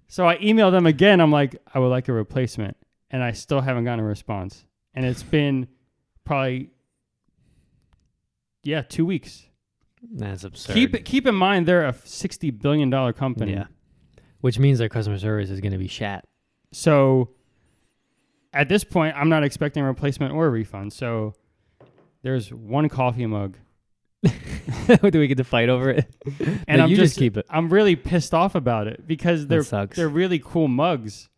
A: So I email them again. I'm like, I would like a replacement. And I still haven't gotten a response. And it's been probably yeah, two weeks.
B: That's absurd.
A: Keep it. Keep in mind they're a sixty billion dollar company.
B: Yeah. Which means their customer service is going to be shat.
A: So at this point, I'm not expecting a replacement or a refund. So there's one coffee mug,
B: Do we get to fight over it?
A: and
B: No,
A: I'm
B: you just keep it.
A: I'm really pissed off about it because
B: That
A: they're
B: sucks.
A: they're really cool mugs,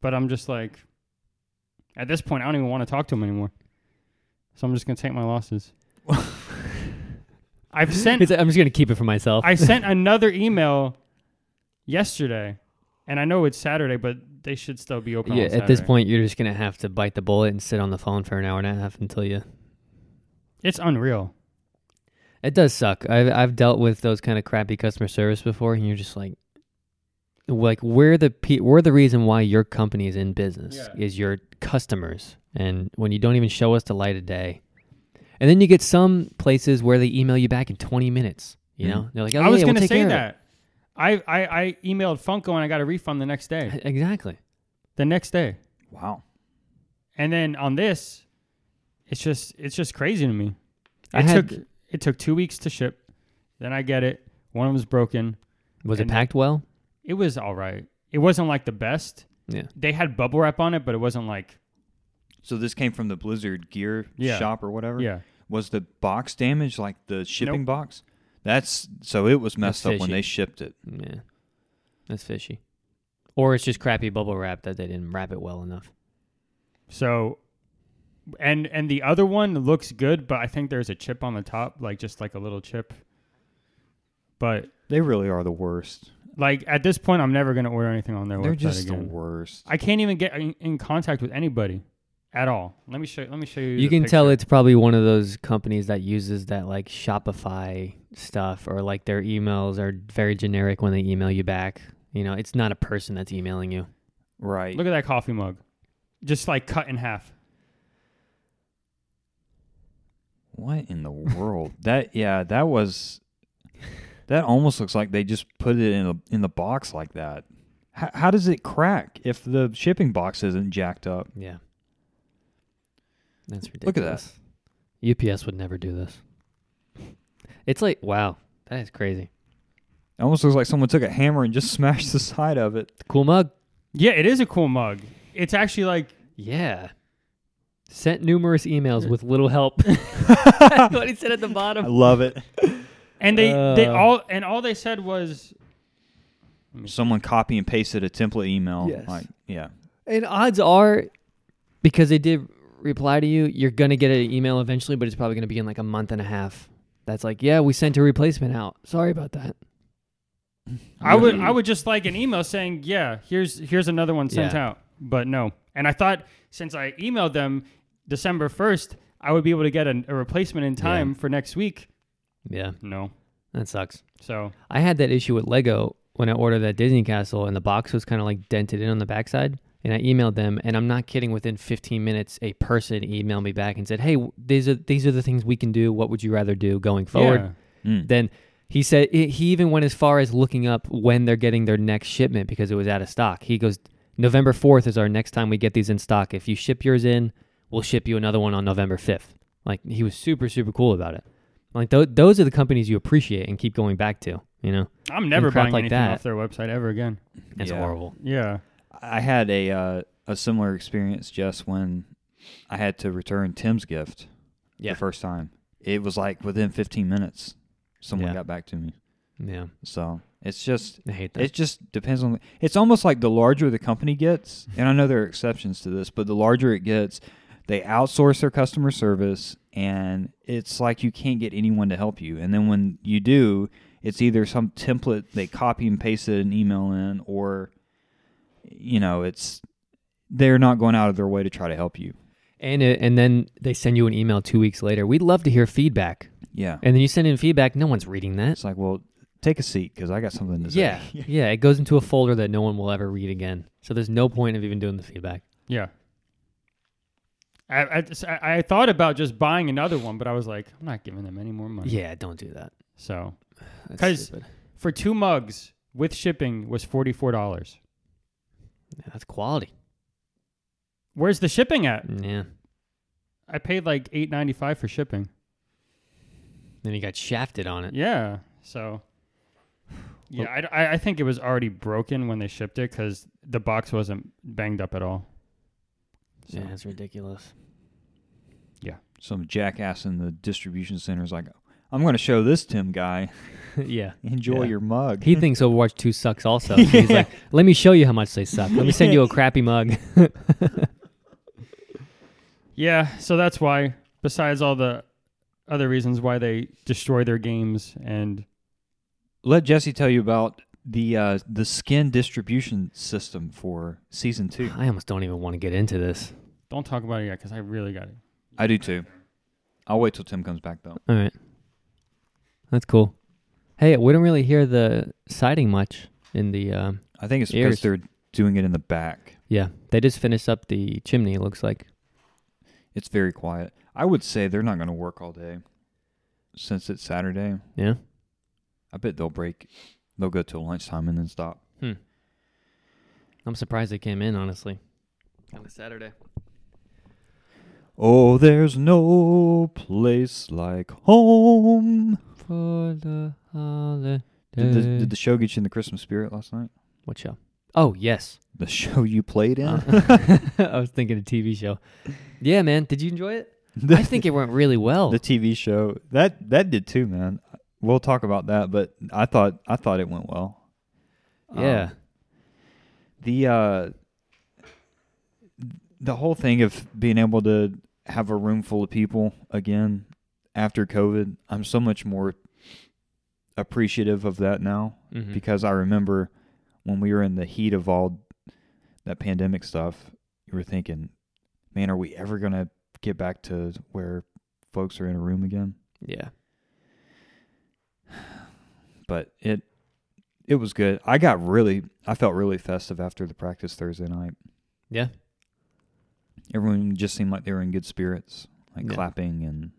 A: but I'm just like, at this point, I don't even want to talk to them anymore. So I'm just gonna take my losses. I've sent
B: He's like, I'm just gonna keep it for myself.
A: I sent another email yesterday, and I know it's Saturday, but they should still be open. on
B: yeah, at this
A: Saturday.
B: point, you're just gonna have to bite the bullet and sit on the phone for an hour and a half until you.
A: it's unreal.
B: It does suck. I've I've dealt with those kind of crappy customer service before, and you're just like, like we're the pe- we're the reason why your company is in business
A: Yeah.
B: is your customers, and when you don't even show us the light of day, and then you get some places where they email you back in 20 minutes. You
C: Mhm.
B: know, they're like, oh,
A: I was
B: yeah,
A: gonna
B: we'll take
A: say
B: care of it."
A: that. I, I I emailed Funko and I got a refund the next day.
B: Exactly.
A: The next day,
C: Wow.
A: and then on this, it's just it's just crazy to me. It
B: I had-
A: took it took two weeks to ship. Then I get it. One of them's broken.
B: Was
A: And-
B: it packed well?
A: It was all right. It wasn't like the best.
B: Yeah.
A: They had bubble wrap on it, but it wasn't like
C: So this came from the Blizzard gear
A: Yeah.
C: shop or whatever.
A: yeah.
C: Was the box damaged, like the shipping box? That's so it was messed
B: That's
C: up when
B: fishy.
C: they shipped it.
B: Yeah. That's fishy. Or it's just crappy bubble wrap that they didn't wrap it well enough.
A: So, and and the other one looks good, but I think there's a chip on the top, like just like a little chip. But
C: They really are the worst.
A: like at this point, I'm never gonna order anything on their
C: They're
A: website
C: just
A: again.
C: the worst.
A: I can't even get in, in contact with anybody at all. Let me show. Let me show you. the
B: You can tell
A: picture.
B: it's probably one of those companies that uses that like Shopify stuff or like their emails are very generic when they email you back. You know, it's not a person that's emailing you.
C: right.
A: Look at that coffee mug, just like cut in half.
C: What in the world? that yeah, that was that almost looks like they just put it in a in the box like that. How, how does it crack if the shipping box isn't jacked up?
B: Yeah. That's
C: Look at
B: ridiculous. Look at that. UPS would never do this. It's like, wow, that is crazy.
C: It almost looks like someone took a hammer and just smashed the side of it.
B: Cool mug.
A: Yeah, it is a cool mug. It's actually like
B: Yeah. Sent numerous emails with little help. That's what he said at the
C: I
B: bottom.
C: love it.
A: and they they
B: Uh.
A: all and all they said was
C: someone copy and pasted a template email.
B: Yes.
C: Like yeah.
B: And odds are, because they did reply to you, you're going to get an email eventually, but it's probably going to be in like a month and a half. That's like, yeah, we sent a replacement out. Sorry about that.
A: I would
B: Mm-hmm.
A: I would just like an email saying, yeah, here's here's another one sent
B: Yeah.
A: out. But no. And I thought since I emailed them December first, I would be able to get a, a replacement in time for next week.
B: Yeah,
A: No.
B: that sucks.
A: So
B: I had that issue with Lego when I ordered that Disney Castle, and the box was kind of like dented in on the backside. And I emailed them, and I'm not kidding. Within 15 minutes, a person emailed me back and said, "Hey, w- these are these are the things we can do. What would you rather do going forward?"
A: yeah.
C: Mm.
B: Then he said i he even went as far as looking up when they're getting their next shipment because it was out of stock. He goes, November 4th is our next time we get these in stock. If you ship yours in, we'll ship you another one on November 5th. Like he was super, super cool about it. Like th- those are the companies you appreciate and keep going back to, you know?
A: I'm never
B: crap
A: buying
B: like
A: anything
B: that.
A: off their website ever again.
B: It's
C: Yeah.
B: horrible.
A: Yeah.
C: I had a uh, a similar experience just when I had to return Tim's gift
B: Yeah.
C: the first time. It was like within 15 minutes, someone
B: Yeah.
C: got back to me.
B: Yeah.
C: So it's just
B: I hate that.
C: it just depends on. It's almost like the larger the company gets, and I know there are exceptions to this, but the larger it gets, they outsource their customer service, and it's like you can't get anyone to help you. And then when you do, it's either some template they copy and pasted an email in, or you know, it's they're not going out of their way to try to help you.
B: and it, and then they send you an email 2 weeks later. We'd love to hear feedback.
C: Yeah,
B: And then you send in feedback, no one's reading that.
C: it's like, well, take a seat because I got something to say.
B: Yeah, yeah. It goes into a folder that no one will ever read again. So there's no point of even doing the feedback.
A: Yeah. I, I, just- I- I thought about just buying another one, but I was like, I'm not giving them any more money.
B: Yeah, don't do that.
A: So
B: That's
A: 'Cause-
B: stupid.
A: for two mugs with shipping was forty four dollars.
B: Yeah, that's quality.
A: Where's the shipping at?
B: Yeah.
A: I paid like eight ninety five for shipping.
B: Then you got shafted on it.
A: Yeah. So, yeah, I, I- I think it was already broken when they shipped it because the box wasn't banged up at all. So,
B: Yeah, that's ridiculous.
C: Some jackass in the distribution center is like, I'm going to show this Tim guy.
B: yeah.
C: Enjoy
B: Yeah.
C: your mug.
B: He thinks Overwatch 2 sucks also. He's like, let me show you how much they suck. Let me send you a crappy mug.
A: yeah, so that's why besides all the other reasons why they destroy their games and
C: Let Jesse tell you about the uh, the skin distribution system for season two.
B: I almost don't even want to get into this.
A: don't talk about it yet because I really got it.
C: I do too. I'll wait till Tim comes back though.
B: All right. That's cool. Hey, we don't really hear the siding much in the. Um,
C: I think it's
B: Ears.
C: because they're doing it in the back.
B: yeah, they just finished up the chimney. It looks like.
C: It's very quiet. I would say they're not going to work all day, since it's Saturday.
B: Yeah.
C: I bet they'll break. They'll go till lunchtime and then stop.
B: I'm surprised they came in. Honestly. On a Saturday.
C: Oh, there's no place like home.
B: For the holiday.
C: Did the, did the show get you in the Christmas spirit last night?
B: what show? Oh yes.
C: The show you played in?
B: Uh, I was thinking a TV show. Yeah, man. Did you enjoy it? I think it went really well.
C: the TV show that that did too, man. We'll talk about that, but I thought I thought it went well.
B: yeah.
C: Um, the uh, the whole thing of being able to have a room full of people again after COVID, I'm so much more appreciative of that now
B: Mhm.
C: because I remember when we were in the heat of all that pandemic stuff, you were thinking, "Man, are we ever gonna get back to where folks are in a room again?"
B: yeah.
C: but it it was good. I got really I felt really festive after the practice Thursday night.
B: Yeah.
C: Everyone just seemed like they were in good spirits, like
B: Yeah.
C: clapping and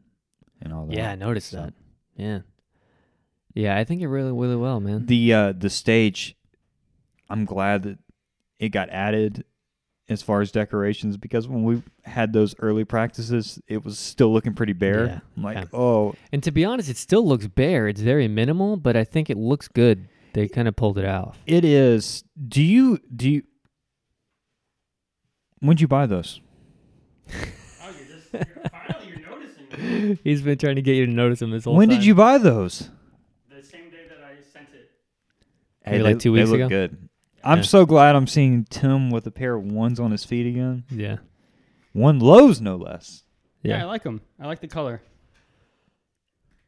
C: and all that.
B: Yeah, I noticed
C: So-
B: that. Yeah. Yeah, I think it really really well, man.
C: The uh the stage I'm glad that it got added as far as decorations because when we had those early practices, it was still looking pretty bare.
B: Yeah.
C: I'm like,
B: Yeah.
C: "Oh,
B: and to be honest, it still looks bare. It's very minimal, but I think it looks good. They kind of pulled it off.
C: it is." Do you do you When'd you buy those?
A: Oh, you're just you're, finally you're noticing me.
B: He's been trying to get you to notice him this whole
C: When
B: time.
C: did you buy those?
A: the same day that I sent it.
B: Maybe like
C: they-
B: two
C: they
B: weeks
C: look
B: ago?
C: Good. I'm
B: Yeah.
C: so glad I'm seeing Tim with a pair of ones on his feet again.
B: Yeah.
C: One lows, no less.
A: Yeah, I
B: Yeah.
A: like them. I like the color.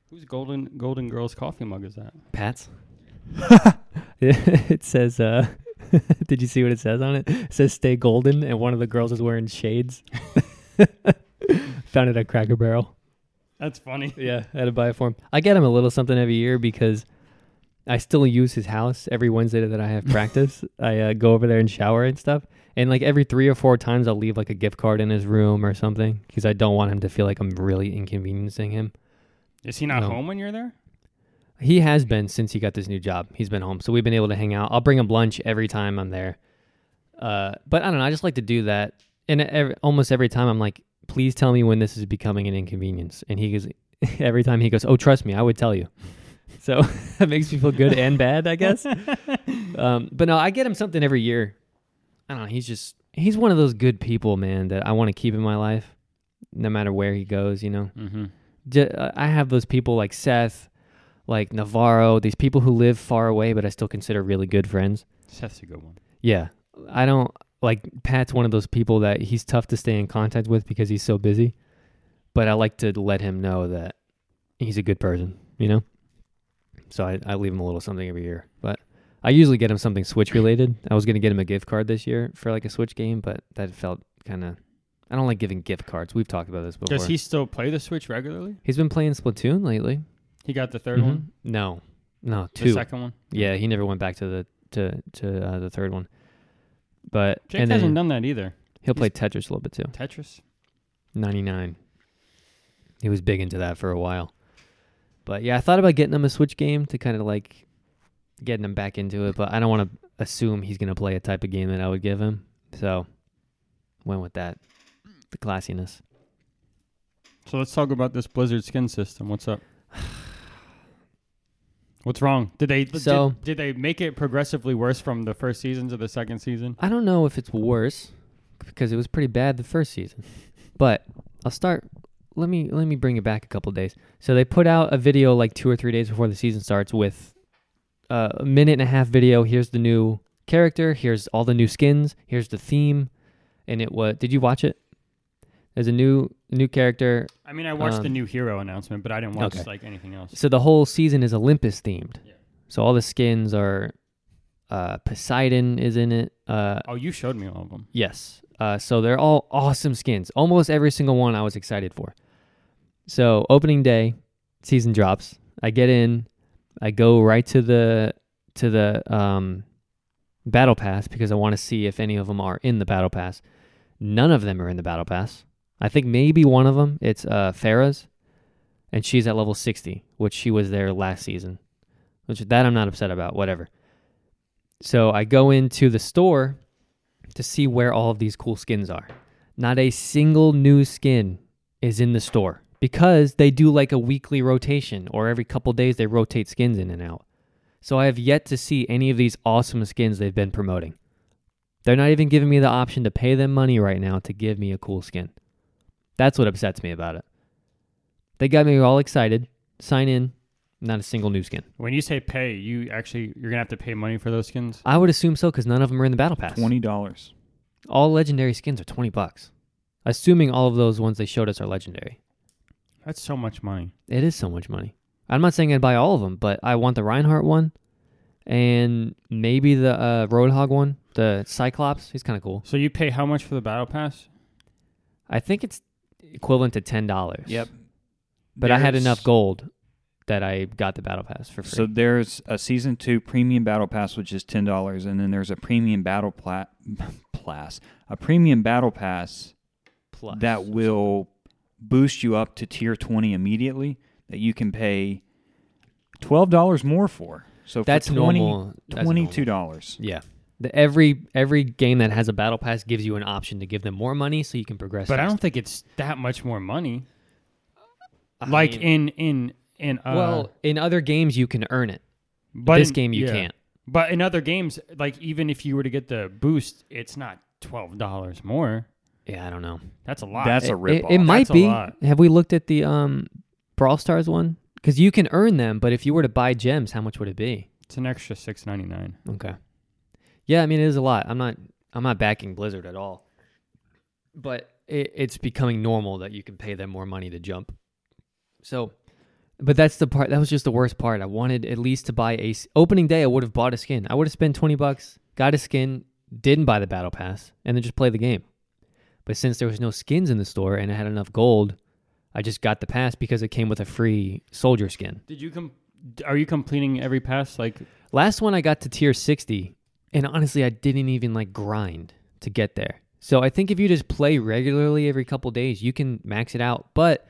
A: Whose golden Golden Girls coffee mug is that?
B: Pats. it says uh Did you see what it says on it? It says stay golden and one of the girls is wearing shades. Found it at Cracker Barrel.
A: That's funny.
B: Yeah, I had to buy it for him. I get him a little something every year because I still use his house every Wednesday that I have practice. I uh, go over there and shower and stuff. And like every three or four times, I'll leave like a gift card in his room or something because I don't want him to feel like I'm really inconveniencing him.
A: Is he not
B: No.
A: home when you're there?
B: He has been since he got this new job. He's been home, so we've been able to hang out. I'll bring him lunch every time I'm there. Uh, but I don't know. I just like to do that, and ev almost every time I'm like, "Please tell me when this is becoming an inconvenience." And he goes, every time he goes, "Oh, trust me, I would tell you." So that makes me feel good and bad, I guess. um, but no, I get him something every year. I don't know. He's just he's one of those good people, man, that I want to keep in my life, no matter where he goes. You know
A: Mm-hmm.
B: ju- uh, I have those people like Seth, like Navarro, these people who live far away but I still consider really good friends.
A: Seth's a good one.
B: Yeah. I don't like Pat's one of those people that he's tough to stay in contact with because he's so busy, but I like to let him know that he's a good person, you know? So I, I leave him a little something every year, but I usually get him something Switch related. I was going to get him a gift card this year for like a Switch game, but that felt kind of. I don't like giving gift cards. We've talked about this before.
A: Does he still play the Switch regularly?
B: he's been playing Splatoon lately.
A: 3rd
B: Mhm.
A: one,
B: No, no,
A: the
B: two.
A: second one.
B: yeah, he never went back to the to to uh, the third one. But
A: Jake
B: and
A: hasn't
B: then
A: done that either.
B: he'll play Tetris a little bit too.
A: Tetris.
B: Ninety nine. He was big into that for a while. But yeah, I thought about getting him a Switch game to kind of like getting him back into it, but I don't want to assume he's gonna play a type of game that I would give him. So went with that. The classiness.
A: So let's talk about this Blizzard skin system. What's up? What's wrong? Did they
B: So-
A: did, did they make it progressively worse from the first season to the second season?
B: I don't know if it's worse because it was pretty bad the first season. But I'll start let me let me bring it back a couple days. So they put out a video like 2 or 3 days before the season starts with uh, a minute and a half video. Here's the new character, here's all the new skins, here's the theme. And it was Did you watch it? There's a new new character.
A: I mean, I watched the
B: Um,
A: new hero announcement, but I didn't watch
B: okay.
A: like anything else.
B: So the whole season is Olympus themed.
A: Yeah.
B: So all the skins are uh, Poseidon is in it. Uh,
A: Oh, you showed me all of them.
B: Yes. Uh, so they're all awesome skins. Almost every single one I was excited for. So opening day, season drops. I get in. I go right to the to the um, battle pass because I want to see if any of them are in the battle pass. None of them are in the battle pass. I think maybe one of them. It's uh, Farah's, and she's at level sixty, which she was there last season. Which that I'm not upset about. Whatever. So I go into the store to see where all of these cool skins are. Not a single new skin is in the store because they do like a weekly rotation or every couple days they rotate skins in and out. So I have yet to see any of these awesome skins they've been promoting. They're not even giving me the option to pay them money right now to give me a cool skin. That's what upsets me about it. They got me all excited, sign in, not a single new skin.
A: When you say pay, you actually you're gonna have to pay money for those skins.
B: I would assume so because none of them are in the battle pass.
C: Twenty dollars.
B: All legendary skins are 20 bucks. Assuming all of those ones they showed us are legendary.
A: That's so much money.
B: It is so much money. I'm not saying I'd buy all of them, but I want the Reinhardt one and maybe the uh, Roadhog one, the Cyclops. He's kind of cool.
A: So you pay how much for the battle pass?
B: I think it's equivalent to $10. But I had
C: There's-
B: enough gold that I got the Battle Pass for free.
C: So there's a season two premium battle pass, which is ten dollars, and then there's a premium battle pla- pass, a premium battle pass
B: Plus.
C: that will boost you up to tier twenty immediately. That you can pay twelve dollars more for. So
B: That's
C: for 20,
B: normal. That's normal.
C: Twenty-two dollars.
B: Yeah. The, every every game that has a battle pass gives you an option to give them more money so you can progress.
A: But I
B: faster.
A: don't think it's that much more money.
B: I
A: like in
B: mean-
A: in in uh,
B: well, in other games you can earn it.
A: but
B: this
A: in-
B: game you
A: yeah.
B: can't.
A: But in other games, like even if you were to get the boost, it's not twelve dollars more.
B: Yeah, I don't know.
A: That's a lot.
C: That's a
B: It-
C: rip
B: It, might
A: That's a
B: be.
A: lot.
B: Have we looked at the um, Brawl Stars one? Because you can earn them, but if you were to buy gems, how much would it be?
A: it's an extra six ninety nine.
B: Okay. Yeah, I mean it is a lot. I'm not. I'm not backing Blizzard at all. But it, it's becoming normal that you can pay them more money to jump. So, but that's the part. That was just the worst part. I wanted at least to buy a s- opening day. I would have bought a skin. I would have spent twenty bucks, got a skin, didn't buy the battle pass, and then just play the game. But since there was no skins in the store and I had enough gold, I just got the pass because it came with a free soldier skin.
A: Did you com- Are you completing every pass? Like
B: Last one I got to tier 60, and honestly, I didn't even like grind to get there. So I think if you just play regularly every couple days, you can max it out. But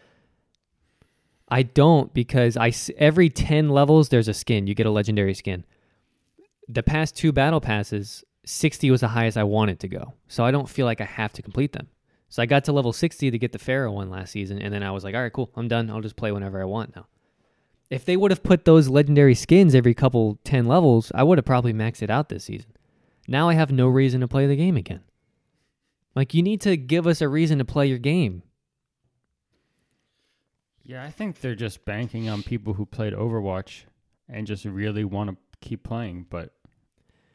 B: I don't because I s- every 10 levels there's a skin, you get a legendary skin. The past two battle passes, 60 was the highest I wanted to go. So I don't feel like I have to complete them. So I got to level 60 to get the Pharaoh one last season and then I was like, "All right, cool. I'm done. I'll just play whenever I want now." If they would have put those legendary skins every couple 10 levels, I would have probably maxed it out this season. Now I have no reason to play the game again. Like, you need to give us a reason to play your game.
A: Yeah, I think they're just banking on people who played Overwatch and just really want to keep playing, but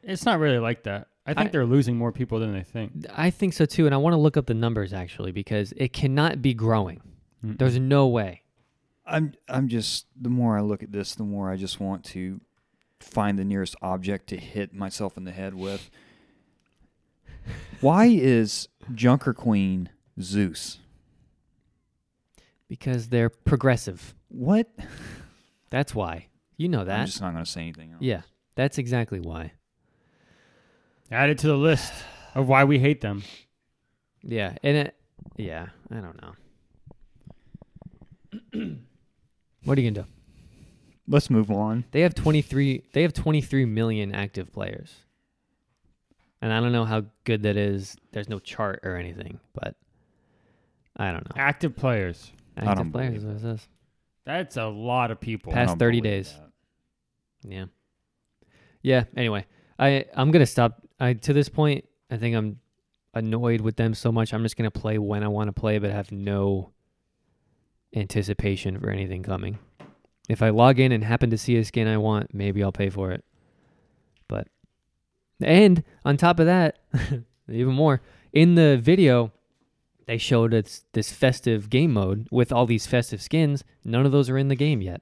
A: it's not really like that. I think
B: I-
A: they're losing more people than they think.
B: I think so too. And I want to look up the numbers actually because it cannot be growing.
A: Mm.
B: There's no way.
C: I'm I'm just the more I look at this, the more I just want to find the nearest object to hit myself in the head with. Why is Junker Queen Zeus?
B: Because they're progressive.
C: What?
B: That's why. You know
C: I'm
B: that.
C: just not going to say anything else.
B: yeah. That's exactly why.
A: Add it to the list of why we hate them.
B: Yeah. And it, yeah, I don't know. what are you going to do?
C: Let's move on.
B: They have 23 they have 23 million active players. And I don't know how good that is. There's no chart or anything, but I don't know.
A: Active players.
B: Active
C: don't
B: players
C: believe
B: is what it says.
A: That's a lot of people.
B: Past
C: I don't
B: 30
C: believe
B: days.
C: that.
B: Yeah. Yeah, anyway, I I'm going to stop I to this point, I think I'm annoyed with them so much. I'm just going to play when I want to play but have no anticipation for anything coming. If I log in and happen to see a skin I want, maybe I'll pay for it. But and on top of that, even more in the video, they showed us this festive game mode with all these festive skins. None of those are in the game yet,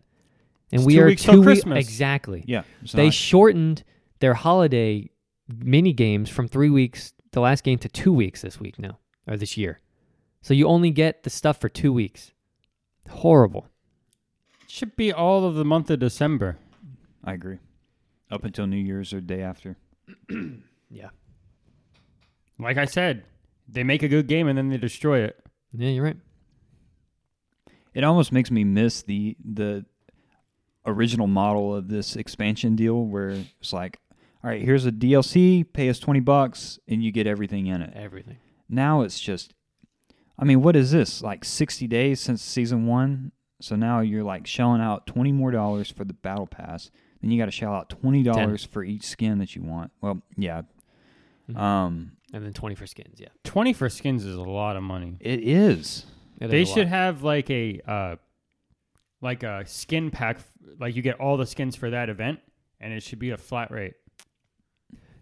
B: and
A: It's
B: we
A: two
B: are
A: weeks till
B: two wee-
A: Christmas.
B: exactly.
C: Yeah, it's
B: They
C: not-
B: shortened their holiday mini games from three weeks, the last game, to two weeks this week now or this year. So you only get the stuff for two weeks. Horrible.
A: Should be all of the month of December.
C: I agree. Up until New Year's or day after.
B: Yeah.
A: Like I said, they make a good game and then they destroy it.
B: Yeah, you're right.
C: It almost makes me miss the the original model of this expansion deal where it's like, all right, here's a DLC, pay us twenty bucks, and you get everything in it.
B: Everything.
C: Now it's just I mean, what is this? Like sixty days since season one? So now you're like shelling out twenty more dollars for the battle pass. Then you gotta shell out twenty dollars for each skin that you want. Well, yeah.
B: Mhm.
C: Um
B: And then twenty for skins. Yeah.
A: Twenty for skins is a lot of money.
C: it is.
B: It
A: they
B: is a
A: should
B: lot.
A: have like a uh, like a skin pack. Like you get all the skins for that event, and it should be a flat rate.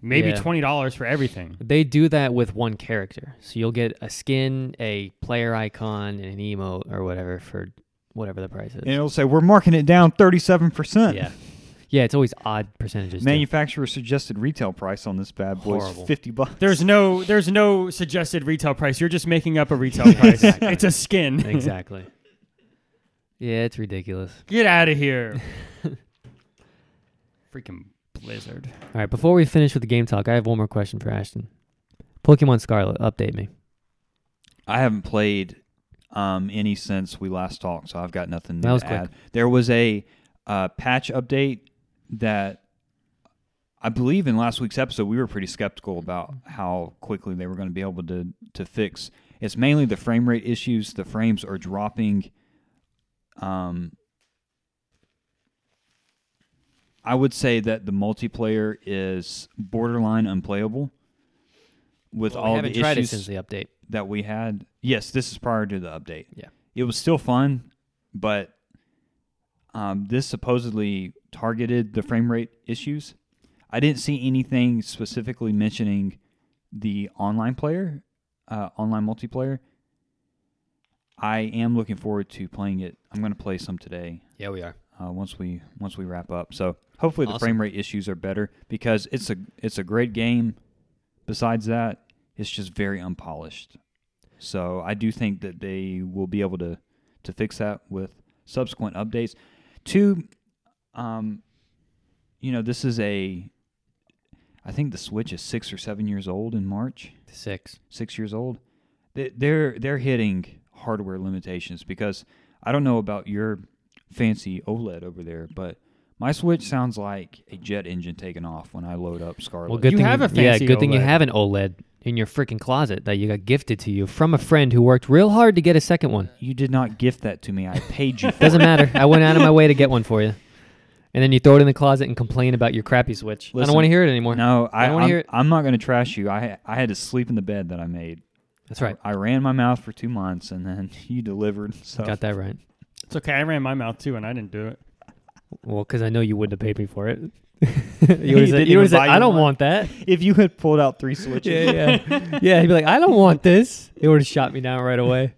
A: Maybe
B: Yeah.
A: twenty dollars for everything.
B: They do that with one character. So you'll get a skin, a player icon, and an emote or whatever for whatever the price is.
C: And it'll say we're marking it down thirty seven percent.
B: yeah. Yeah, it's always odd percentages. too.
C: Manufacturer suggested retail price on this bad boy is
B: Horrible.
C: fifty bucks.
A: There's no there's no suggested retail price. You're just making up a retail price.
B: Exactly.
A: It's a skin.
B: exactly. Yeah, it's ridiculous.
A: Get out of here. Freaking blizzard.
B: All right, before we finish with the game talk, I have one more question for Ashton. Pokemon Scarlet, update me.
C: I haven't played um, any since we last talked, so I've got nothing.
B: That
C: new
B: was
C: to
B: quick.
C: add. There was a uh, patch update that I believe in last week's episode we were pretty skeptical about how quickly they were going to be able to to fix. It's mainly the frame rate issues. The frames are dropping. Um, I would say that the multiplayer is borderline unplayable with
B: Well, we
C: all
B: haven't
C: the
B: tried
C: issues
B: it since the update.
C: that we had. Yes, this is prior to the update.
B: Yeah.
C: It was still fun, but um, this supposedly targeted the frame rate issues. I didn't see anything specifically mentioning the online player, uh, online multiplayer. I am looking forward to playing it. I'm going to play some today
B: Yeah, we are.
C: uh, once we once we wrap up. So hopefully the
B: Awesome.
C: frame rate issues are better because it's a it's a great game. Besides that, it's just very unpolished. So I do think that they will be able to to fix that with subsequent updates. Two, um, you know, this is a I think the Switch is six or seven years old in March
B: Six.
C: six years old, they- they're they're hitting hardware limitations because I don't know about your fancy OLED over there, but my Switch sounds like a jet engine taking off when I load up Scarlet.
B: Well, good
A: You
B: thing
A: have a
B: yeah,
A: fancy
B: good thing you
A: OLED.
B: have an OLED in your freaking closet that you got gifted to you from a friend who worked real hard to get a second one.
C: you did not gift that to me. I paid you. for it.
B: Doesn't matter. I went out of my way to get one for you, and then you throw it in the closet and complain about your crappy Switch. I
C: Listen,
B: don't want to hear it anymore.
C: No,
B: I
C: I,
B: don't wanna
C: I'm,
B: hear it.
C: I'm not going to trash you. I I had to sleep in the bed that I made.
B: That's right.
C: I ran my mouth for two months, and then you delivered. So
B: Got that right.
A: It's okay. I ran my mouth too, and I didn't do it.
B: Well, because I know you wouldn't have paid me for it. you would
C: didn't
B: said, you
C: even
B: would've said
C: buy
B: I
C: you
B: don't
C: one."
B: want that.
C: if you had pulled out three switches,
B: yeah, yeah. yeah, he'd be like, I don't want this. It would have shot me down right away.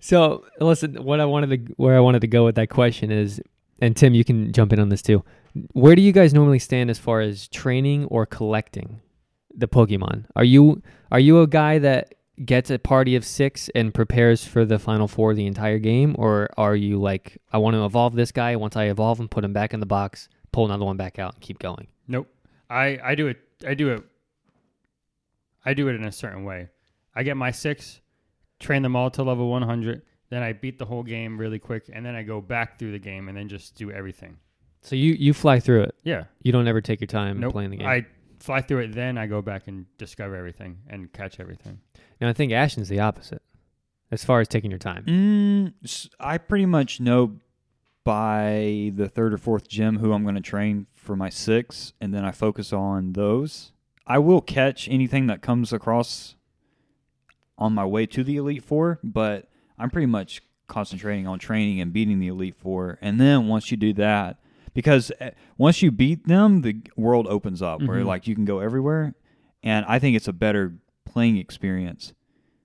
B: So listen, what I wanted to where I wanted to go with that question is and Tim, you can jump in on this too. Where do you guys normally stand as far as training or collecting the Pokemon? Are you are you a guy that gets a party of six and prepares for the final four the entire game, or are you like, I want to evolve this guy, once I evolve him, put him back in the box, pull another one back out, and keep going?
A: Nope. I I do it. I do it. I do it in a certain way. I get my six, train them all to level one hundred. Then I beat the whole game really quick, and then I go back through the game and then just do everything.
B: So you you fly through it.
A: Yeah.
B: You don't ever take your time
A: Nope.
B: playing the game.
A: I fly through it, then I go back and discover everything and catch everything.
B: Now I think Ashton's the opposite, as far as taking your time.
C: Mm, s- I pretty much know by the third or fourth gym who I'm going to train for my six, and then I focus on those. I will catch anything that comes across on my way to the Elite Four, but I'm pretty much concentrating on training and beating the Elite Four. And then once you do that, because eh, once you beat them, the world opens up where
A: Mhm.
C: like you can go everywhere. And I think it's a better playing experience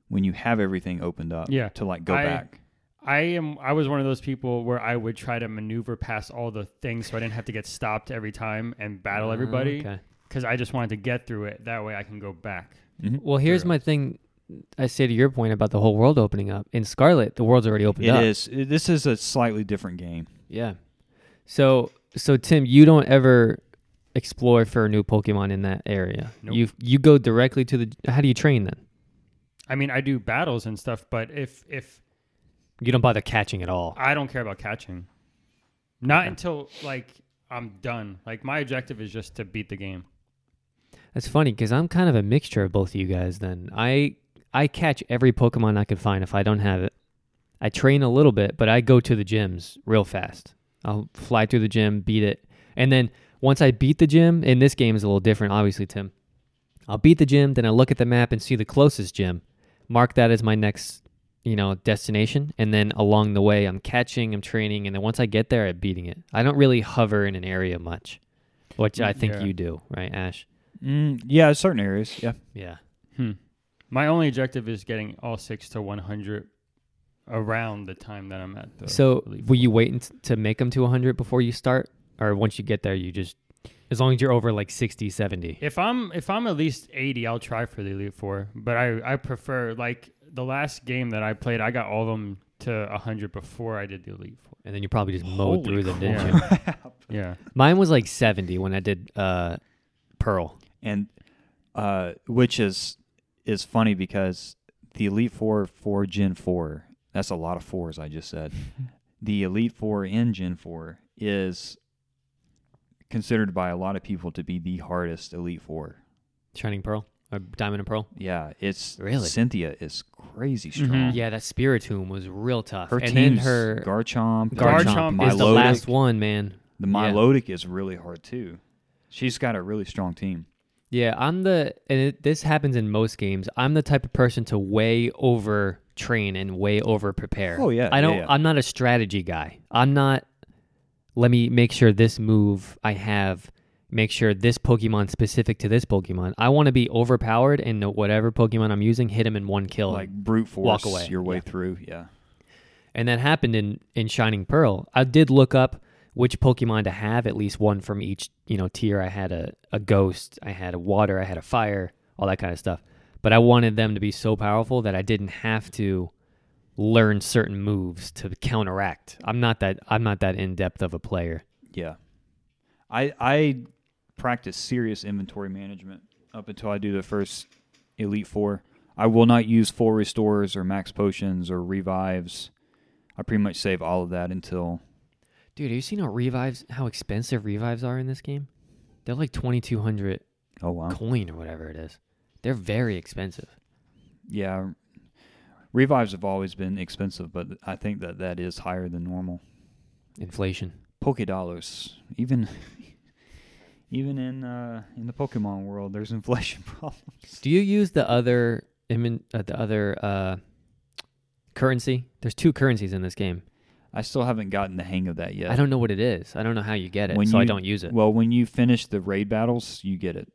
C: when you have everything opened up
A: Yeah.
C: to like go
A: I-
C: back.
A: I am. I was one of those people where I would try to maneuver past all the things, so I didn't have to get stopped every time and battle
B: Uh,
A: everybody.
B: okay.
A: Because I just wanted to get through it. That way, I can go back.
B: Well, here's
A: Sure.
B: my thing. I say to your point about the whole world opening up. In Scarlet, the world's already opened
C: It
B: up.
C: is. it- This is a slightly different game.
B: Yeah. So so Tim, you don't ever explore for a new Pokemon in that area.
A: Nope.
B: You you go directly to the. How do you train then?
A: I mean, I do battles and stuff, but if if
B: You don't bother catching at all.
A: I don't care about catching, not
B: Okay.
A: until like I'm done. Like my objective is just to beat the game.
B: That's funny because I'm kind of a mixture of both of you guys. Then I I catch every Pokemon I can find if I don't have it. I train a little bit, but I go to the gyms real fast. I'll fly through the gym, beat it, and then once I beat the gym, and this game is a little different, obviously, Tim. I'll beat the gym, then I look at the map and see the closest gym, mark that as my next, you know, destination, and then along the way I'm catching, I'm training, and then once I get there, I'm beating it. I don't really hover in an area much, which I think
A: Yeah.
B: you do, right, Ash?
C: Mm, yeah, certain areas. Yeah.
B: Yeah.
A: Hmm. My only objective is getting all six to one hundred around the time that I'm at the.
B: So
A: Elite
B: will you
A: Four.
B: wait unt- to make them to 100 before you start? Or once you get there, you just, as long as you're over like 60, 70.
A: If I'm if I'm at least eighty, I'll try for the elite four. But I I prefer like the last game that I played, I got all of them to hundred before I did the elite four.
B: And then you probably just mowed
C: Holy
B: through them, didn't you?
A: crap. Yeah,
B: Mine was like 70 when I did uh, Pearl.
C: And uh, which is is funny because the Elite Four for Gen Four. That's a lot of fours I just said. the Elite Four in Gen Four is considered by a lot of people to be the hardest Elite Four.
B: Shining Pearl or Diamond and
A: Mm-hmm.
B: Pearl.
C: Yeah, it's
B: Really?
C: Cynthia is crazy strong.
A: Mhm.
B: Yeah, that Spiritomb was real tough.
C: Her
B: and then
C: team's
B: her
C: Garchomp,
A: Garchomp
B: is the
C: Milotic.
B: last one, man.
C: The
B: Yeah.
C: Milotic is really hard too. She's got a really strong team.
B: Yeah, I'm the and it, this happens in most games. I'm the type of person to way over train and way over prepare.
C: Oh, yeah,
B: I
C: yeah,
B: don't.
C: yeah.
B: I'm not a strategy guy. I'm not. Let me make sure this move I have. Make sure this Pokemon specific to this Pokemon. I want to be overpowered and know whatever Pokemon I'm using, hit him in one kill.
C: Like brute force
B: Walk away.
C: your way
B: Yeah.
C: through. Yeah.
B: and that happened in in Shining Pearl. I did look up which Pokemon to have, at least one from each you know tier. I had a a ghost, I had a water, I had a fire, all that kind of stuff. But I wanted them to be so powerful that I didn't have to learn certain moves to counteract. I'm not that I'm not that in depth of a player.
C: Yeah. I I practice serious inventory management up until I do the first Elite Four. I will not use full restores or max potions or revives. I pretty much save all of that until
B: Dude, have you seen how revives how expensive revives are in this game? They're like twenty two hundred
C: oh wow.
B: coin or whatever it is. They're very expensive.
C: Yeah. Revives have always been expensive, but I think that that is higher than normal.
B: Inflation.
C: Poke dollars, even even in uh, in the Pokemon world, there's inflation problems.
B: Do you use the other imin- uh, the other uh, currency? There's two currencies in this game.
C: I still haven't gotten the hang of that yet.
B: I don't know what it is. I don't know how you get it,
C: When
B: so I
C: you-
B: don't use it.
C: Well, when you finish the raid battles, you get it.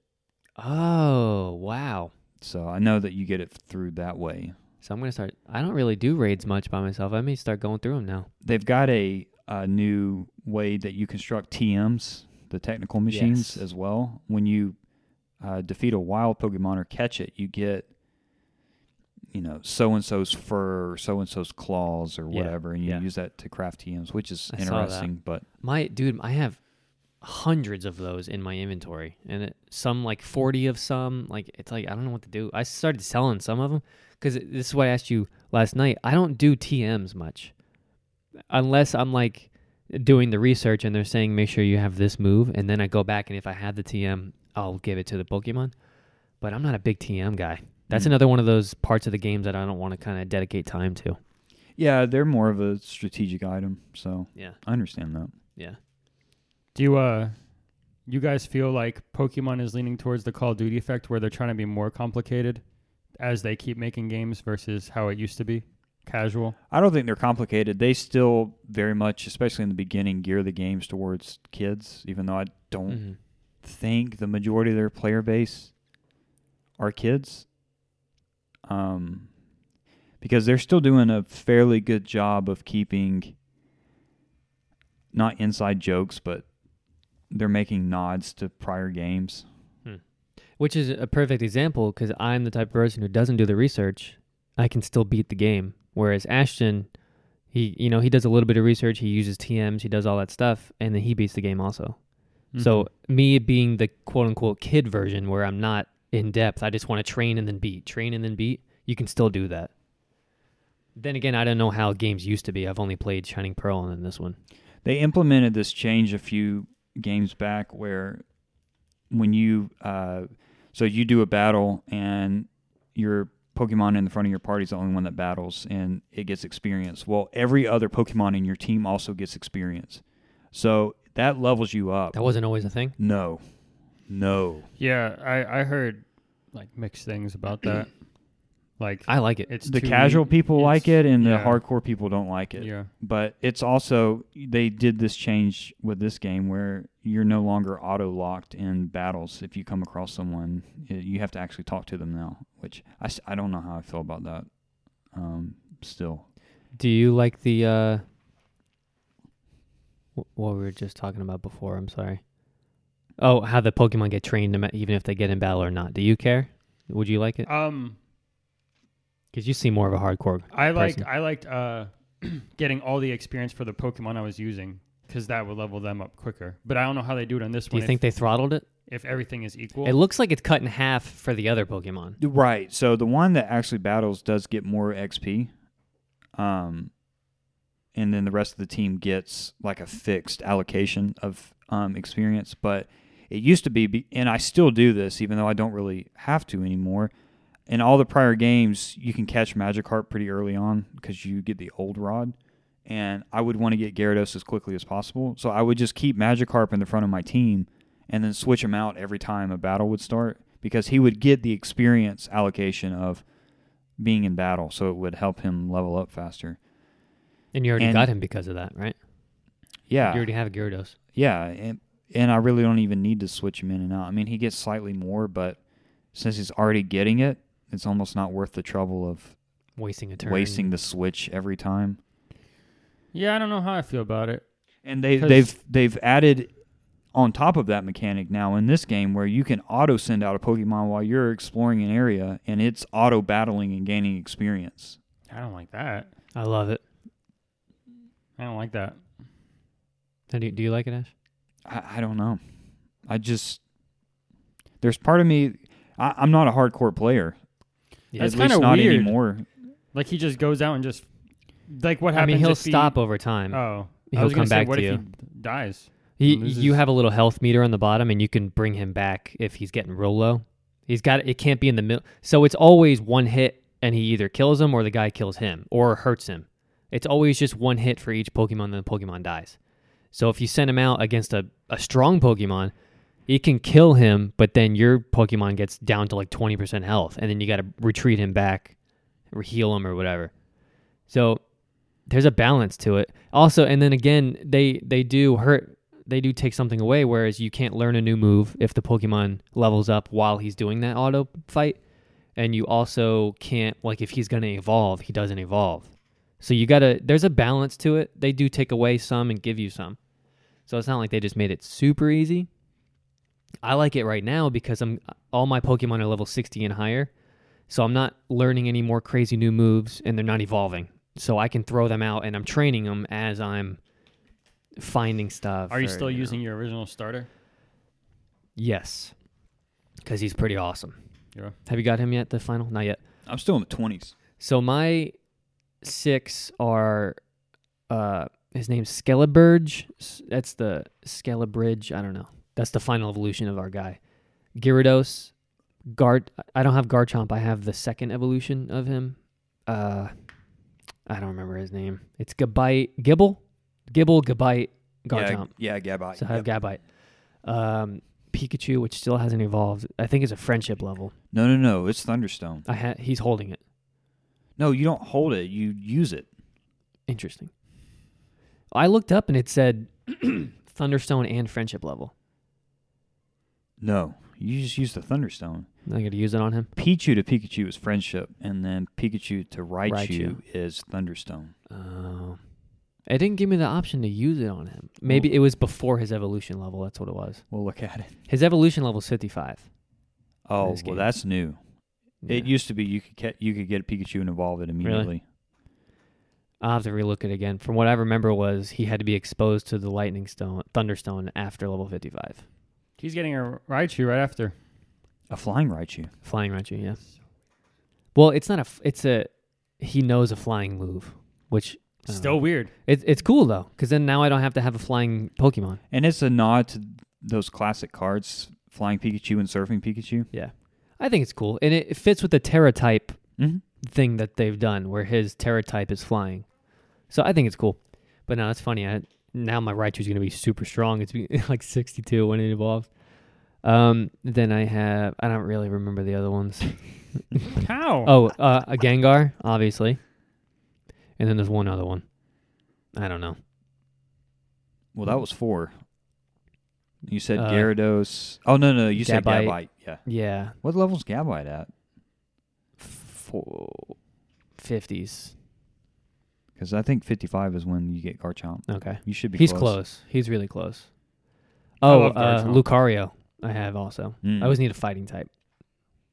B: oh wow!
C: So I know that you get it through that way.
B: So I'm gonna start. I don't really do raids much by myself. I may start going through them now.
C: They've got a, a new way that you construct TMs, the technical machines,
B: Yes.
C: as well. When you uh, defeat a wild Pokemon or catch it, you get, you know, so and so's fur or so and so's claws or
B: Yeah,
C: whatever, and you
B: yeah.
C: use that to craft TMs, which is
B: I saw that.
C: interesting. But
B: My dude, I have hundreds of those in my inventory, and it, some like 40 of some. Like it's like I don't know what to do. I started selling some of them because this is what I asked you last night. I don't do TMs much, unless I'm like doing the research and they're saying make sure you have this move, and then I go back and if I have the TM, I'll give it to the Pokemon. But I'm not a big TM guy. That's
C: Mm.
B: another one of those parts of the games that I don't want to kind of dedicate time to.
C: yeah, they're more of a strategic item, so
B: Yeah,
C: I understand that.
B: yeah.
A: do you, uh, you guys feel like Pokemon is leaning towards the Call of Duty effect, where they're trying to be more complicated as they keep making games versus how it used to be, casual?
C: I don't think they're complicated. They still very much, especially in the beginning, gear the games towards kids, even though I don't
B: Mhm.
C: think the majority of their player base are kids. Um, because they're still doing a fairly good job of keeping not inside jokes, but they're making nods to prior games.
B: Which is a perfect example because I'm the type of person who doesn't do the research. I can still beat the game. Whereas Ashton, he you know he does a little bit of research. He uses TMs. He does all that stuff, and then he beats the game also. So me being the quote unquote kid version where I'm not in depth, I just want to train and then beat, train and then beat. You can still do that. Then again, I don't know how games used to be. I've only played Shining Pearl and then this one.
C: They implemented this change a few games back where when you uh, so you do a battle and your Pokemon in the front of your party is the only one that battles and it gets experience. Well, every other Pokemon in your team also gets experience. So that levels you up.
B: That wasn't always a thing.
C: No. No.
A: Yeah, I I heard like mixed things about that. like
B: I like it.
A: it's
C: the
A: too
C: casual
A: neat.
C: people
A: It's-
C: like it and
A: yeah.
C: the hardcore people don't like it.
A: Yeah.
C: But it's also they did this change with this game where you're no longer auto locked in battles. If you come across someone, y- you have to actually talk to them now. Which I, s- I don't know how I feel about that. Um, still,
B: Do you like the uh wh- what we were just talking about before? I'm sorry. Oh, how the Pokemon get trained no ma- even if they get in battle or not. Do you care? Would you like it?
A: Um
B: Because you seem more of a hardcore.
A: I like
B: person.
A: I liked uh getting all the experience for the Pokemon I was using cuz that would level them up quicker. But I don't know how they do it on this
B: Do
A: one.
B: you think
A: if,
B: they throttled it?
A: if everything is equal?
B: It looks like it's cut in half for the other Pokemon.
C: right? So the one that actually battles does get more XP. Um, and then the rest of the team gets like a fixed allocation of um, experience. But it used to be, be, and I still do this, even though I don't really have to anymore. In all the prior games, you can catch Magikarp pretty early on because you get the old rod. And I would want to get Gyarados as quickly as possible. So I would just keep Magikarp in the front of my team and then switch him out every time a battle would start because he would get the experience allocation of being in battle. So it would help him level up faster.
B: And you already
C: And-
B: got him because of that, right?
C: Yeah.
B: You already have Gyarados.
C: Yeah, and and I really don't even need to switch him in and out. I mean, he gets slightly more, but since he's already getting it, it's almost not worth the trouble of
B: Wasting a turn.
C: wasting the switch every time.
A: yeah, I don't know how I feel about it.
C: And they
A: 'Cause-
C: they've they've added on top of that mechanic now in this game where you can auto send out a Pokemon while you're exploring an area, and it's auto battling and gaining experience.
A: I don't like that.
B: I love it.
A: I don't like that.
B: How Do you, do you like it, Ash?
C: I, I don't know. I just there's part of me. I, I'm not a hardcore player.
B: Yeah.
A: That's
C: At least
A: kinda
C: not
A: weird.
C: anymore.
A: Like he just goes out and just like what
B: I
A: happens
B: mean, he'll
A: if he-
B: stop over time.
A: Oh. I
B: He'll
A: was gonna
B: come
A: say,
B: back
A: what
B: to
A: if
B: you.
A: he dies?
B: He,
A: And Um, this
B: you
A: is-
B: have a little health meter on the bottom, and you can bring him back if he's getting real low. He's got it can't be in the middle, so it's always one hit, and he either kills him or the guy kills him or hurts him. It's always just one hit for each Pokemon, then the Pokemon dies. So if you send him out against a, a strong Pokemon, it can kill him, but then your Pokemon gets down to like twenty percent health, and then you got to retreat him back, or heal him, or whatever. So there's a balance to it. Also, and then again, they they do hurt. They do take something away. Whereas you can't learn a new move if the Pokemon levels up while he's doing that auto fight, and you also can't like if he's gonna evolve, he doesn't evolve. So you gotta. There's a balance to it. They do take away some and give you some. So it's not like they just made it super easy. I like it right now because I'm all my Pokemon are level 60 and higher. So I'm not learning any more crazy new moves and they're not evolving. So I can throw them out and I'm training them as I'm finding stuff.
A: Are
B: or,
A: you still
B: know.
A: using your original starter?
B: Yes. Cuz he's pretty awesome.
A: Yeah.
B: Have you got him yet the final? Not yet.
C: I'm still in the twenties.
B: So my six are uh his name's Skelebridge. S- That's the Skelebridge, I don't know. That's the final evolution of our guy. Gyarados, Guard I don't have Garchomp, I have the second evolution of him. Uh I don't remember his name. It's Gabite Gibble? Gibble, Gabite, Garchomp.
C: Yeah, yeah Gabite.
B: so I have Gabite. Um Pikachu, which still hasn't evolved. I think it's a friendship level.
C: No, no, no. It's Thunderstone.
B: I ha- he's holding it.
C: No, you don't hold it. You use it.
B: Interesting. I looked up and it said Thunderstone and friendship level.
C: No, you just use the Thunderstone.
B: Not gonna use it on him.
C: Pichu to Pikachu is friendship, and then Pikachu to Raichu,
B: Raichu.
C: is Thunderstone.
B: Oh. It didn't give me the option to use it on him. Maybe it was before his evolution level. That's what it was.
C: We'll look at it.
B: His evolution level is 55.
C: Oh, well,
B: This game.
C: that's new. It
B: Yeah.
C: used to be you could get you could get Pikachu and evolve it immediately.
B: I'll have to relook it again. From what I remember was he had to be exposed to the lightning stone, thunderstone after level 55.
A: He's getting a Raichu right after.
C: A flying Raichu.
B: Flying Raichu, yeah. Well, it's not a f- it's a he knows a flying move, which I don't
A: Still
B: know.
A: weird.
B: It's it's cool though cuz then now I don't have to have a flying Pokemon.
C: And it's a nod to those classic cards, Flying Pikachu and Surfing Pikachu.
B: I think it's cool and it, it fits with the Terra type
C: Mm-hmm.
B: thing that they've done where his Terra type is flying. So I think it's cool. But no, that's funny. I, now my Raichu's going to be super strong. It's be- like 62 when it evolves. Um, then I have, I don't really remember the other ones.
A: How?
B: Oh, uh, a Gengar, obviously. And then there's one other one. I don't know.
C: Well, that was four. You said
B: Uh,
C: Gyarados. Oh no no, you said
B: Gabite.
C: Gabite. Yeah.
B: Yeah.
C: What level's Gabite at?
B: Four, 50s.
C: Because I think fifty-five is when you get Garchomp.
B: Okay.
C: You should be.
B: He's
C: close.
B: close. He's really close.
A: I
B: Oh,
A: love
B: uh,
A: Garchomp.
B: Lucario. I have also.
C: Mm.
B: I always need a fighting type.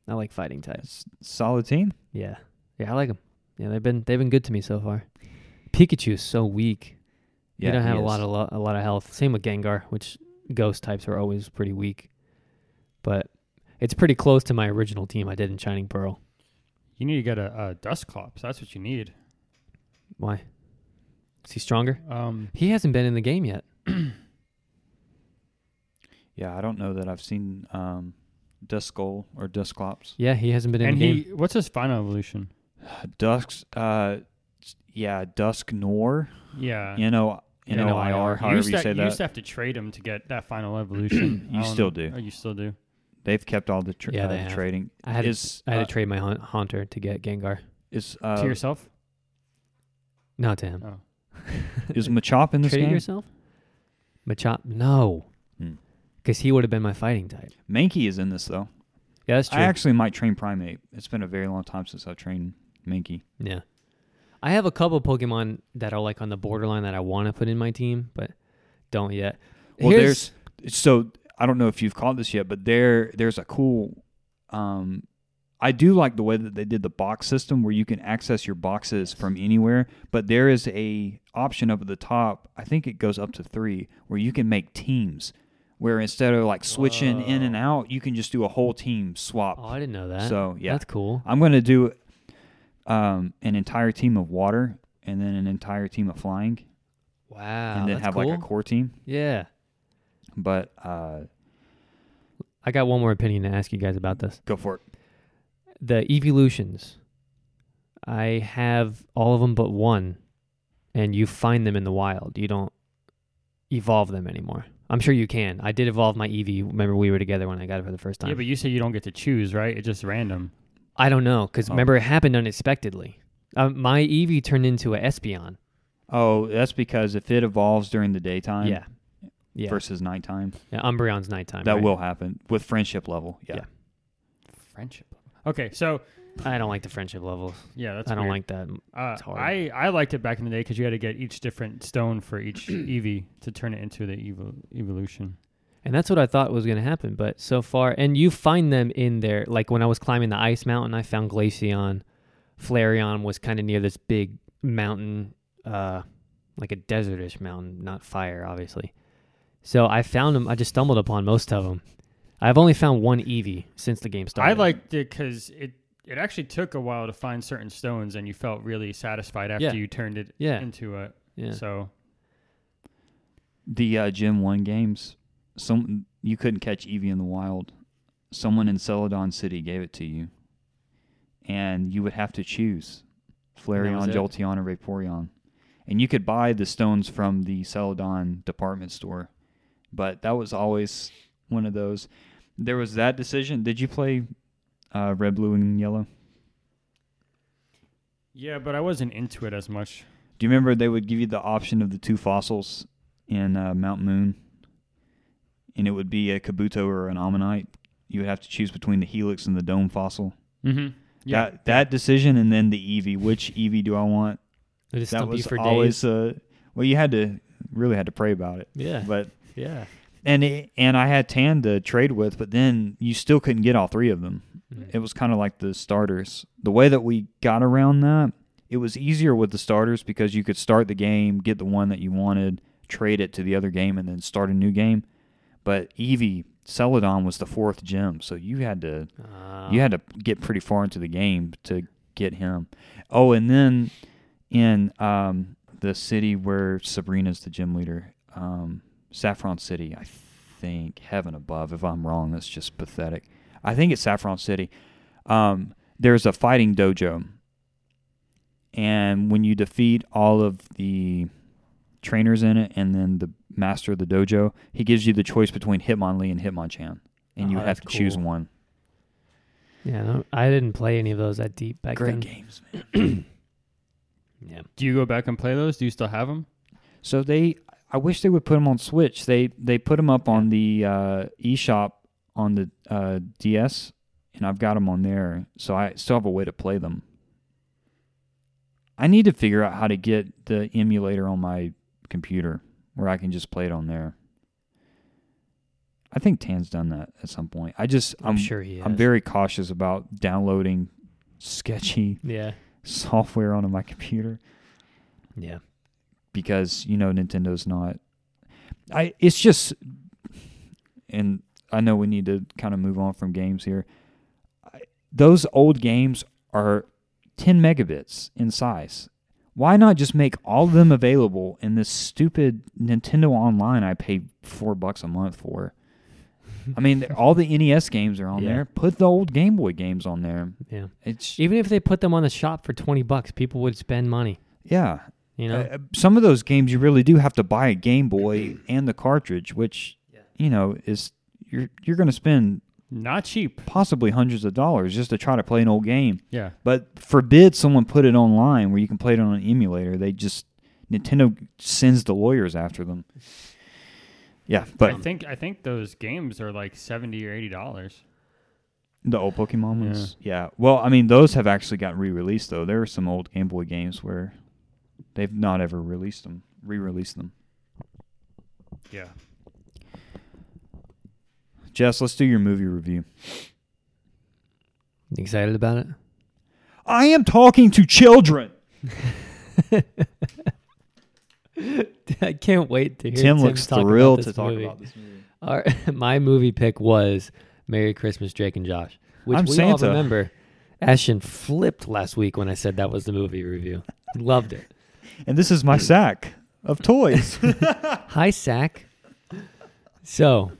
B: I like fighting types.
C: That's solid team.
B: Yeah, yeah, I like them. Yeah, they've been they've been good to me so far. Pikachu is so weak. Yeah, they don't
C: he
B: have a
C: is.
B: lot of lo- a lot of health. Same with Gengar, which ghost types are always pretty weak. But it's pretty close to my original team I did in Shining Pearl.
A: You need to get a, a Dusclops. That's what you need.
B: Why? Is he stronger?
A: Um,
B: He hasn't been in the game yet.
C: Yeah, I don't know that I've seen um, Duskull or Dusclops.
B: Yeah, he hasn't been in
A: and
B: the
A: he,
B: game.
A: what's his final evolution?
C: Dusk. Uh, s- yeah, Dusknor.
B: Uh,
A: Yeah.
C: N o n o i
B: NOIR.
C: r.
A: you
C: However
A: used,
C: you
A: to,
C: say
A: you used
C: that.
A: to have to trade him to get that final evolution.
C: You
A: I don't
C: still
A: know.
C: do.
A: Oh, you still do.
C: They've kept all the, tra-
B: Yeah,
C: uh,
B: they
C: the
B: have.
C: trading.
B: I had to-
C: is
B: I had
C: uh,
B: to trade my Haun- Haunter to get Gengar.
C: is uh,
A: to yourself?
B: Not to him.
A: Oh.
C: is Machop in this
B: Trade
C: game?
B: yourself? Machop? No.
C: Hmm.
B: Because he would have been my fighting type.
C: Mankey is in this though.
B: Yeah, that's true.
C: I actually might train Primate. It's been a very long time since I've trained Mankey.
B: Yeah. I have a couple Pokemon that are like on the borderline that I want to put in my team, but don't yet.
C: Well,
B: Here's-
C: there's so I don't know if you've caught this yet, but there there's a cool. Um, I do like the way that they did the box system where you can access your boxes from anywhere, but there is a option up at the top. I think it goes up to three where you can make teams. Where instead of like switching in and out, you can just do a whole team swap.
B: Oh, I didn't know that.
C: So yeah,
B: That's cool.
C: I'm going to do um, an entire team of water and then an entire team of flying,
B: Wow.
C: and then
B: Ah, that's
C: have
B: cool.
C: like a core team.
B: Yeah.
C: But uh,
B: I got one more opinion to ask you guys about this.
C: go for it.
B: The evolutions. I have all of them but one, and you find them in the wild. You don't evolve them anymore. I'm sure you can. I did evolve my Eevee. Remember, we were together when I got it for the first time.
A: Yeah, but you say you don't get to choose, right? It's just random.
B: I don't know, because
C: Oh.
B: remember, it happened unexpectedly. Um, my Eevee turned into a Espeon.
C: Oh, that's because if it evolves during the daytime
B: yeah. Yeah.
C: versus nighttime,
B: yeah. Umbreon's nighttime.
C: that
B: right?
C: will happen with friendship level. Yeah.
B: Yeah.
A: Friendship. Okay, so
B: I don't like the friendship levels.
A: yeah, that's
B: I don't
A: weird.
B: like that.
A: Uh,
B: It's hard.
A: I I liked it back in the day because you had to get each different stone for each Eevee to turn it into the evil evolution.
B: And that's what I thought was going to happen. But so far, and you find them in there. Like when I was climbing the ice mountain, I found Glaceon. Flareon was kind of near this big mountain, uh, like a desertish mountain, not fire, obviously. So I found them. I just stumbled upon most of them. I've only found one Eevee since the game started.
A: I liked it because it it actually took a while to find certain stones, and you felt really satisfied after
B: Yeah.
A: you turned it
B: Yeah.
A: into a.
B: Yeah.
A: So
C: The uh, Gym 1 games, some you couldn't catch Eevee in the wild. Someone in Celadon City gave it to you. And you would have to choose
B: was
C: Flareon,
B: it?
C: Jolteon, or Vaporeon. And you could buy the stones from the Celadon department store. But that was always one of those. There was that decision. Did you play uh, Red, Blue, and Yellow?
A: yeah, but I wasn't into it as much.
C: Do you remember they would give you the option of the two fossils in uh, Mount Moon, and it would be a Kabuto or an Ammonite, you would have to choose between the helix and the dome fossil.
A: Mm-hmm. Yeah.
C: That, that decision and then the Eevee. Which Eevee do I want?
B: It is
C: that
B: stumpy
C: was
B: for
C: always
B: days.
C: uh well you had to really had to pray about it.
B: Yeah,
C: But
B: yeah.
C: and it, and I had Tan to trade with, but then you still couldn't get all three of them.
B: Mm.
C: It was kind of like the starters. The way that we got around that, it was easier with the starters because you could start the game, get the one that you wanted, trade it to the other game, and then start a new game. But Eevee Celadon was the fourth gem, so you had to
B: Uh,
C: you had to get pretty far into the game to get him. Oh, and then in um, the city where Sabrina's the gym leader, um, Saffron City, I think, heaven above, if I'm wrong, that's just pathetic. I think it's Saffron City. Um, there's a fighting dojo. And when you defeat all of the trainers in it and then the master of the dojo, he gives you the choice between Hitmonlee and Hitmonchan. And you
B: Oh,
C: have
B: that's
C: to choose
B: cool.
C: one.
B: yeah. No, I didn't play any of those that deep back
C: Great
B: then.
C: games, man.
B: Yeah,
A: Do you go back and play those? Do you still have them?
C: So they, I wish they would put them on Switch. They they put them up on the uh, eShop on the uh, DS, and I've got them on there. So I still have a way to play them. I need to figure out how to get the emulator on my computer where I can just play it on there. I think Tan's done that at some point. I just
B: I'm,
C: I'm
B: sure he. Has.
C: I'm very cautious about downloading sketchy
B: Yeah,
C: software onto my computer
B: yeah.
C: because you know Nintendo's not. I it's just, and I know we need to kind of move on from games here. I, those old games are ten megabits in size. Why not just make all of them available in this stupid Nintendo Online? I pay four bucks a month for. I mean, all the NES games are on
B: Yeah.
C: there. Put the old Game Boy games on there.
B: Yeah.
C: It's
B: Even if they put them on the shop for twenty bucks, people would spend money.
C: yeah,
B: You know.
C: Uh, some of those games you really do have to buy a Game Boy and the cartridge, which you know is you're you're going to spend
A: Not cheap.
C: possibly hundreds of dollars just to try to play an old game.
A: Yeah.
C: But forbid someone put it online where you can play it on an emulator. They just Nintendo sends the lawyers after them. Yeah,
A: I
C: but
A: think I think those games are like seventy or eighty dollars.
C: the old Pokemon ones. Yeah. Well, I mean, those have actually gotten re-released though. There are some old Game Boy games where they've not ever released them, re-released them.
A: Yeah.
C: Jess, let's do your movie review.
B: Excited about it?
C: I am talking to children.
B: I can't wait to hear.
C: Tim looks
B: talk about
C: thrilled
B: this
C: to talk
B: movie.
C: about this movie.
B: Our, my movie pick was "Merry Christmas, Drake and Josh," which
C: I'm
B: we
C: Santa.
B: all remember. Ashton flipped last week when I said that was the movie review. Loved it.
C: And this is my sack of toys.
B: Hi, Sack. So,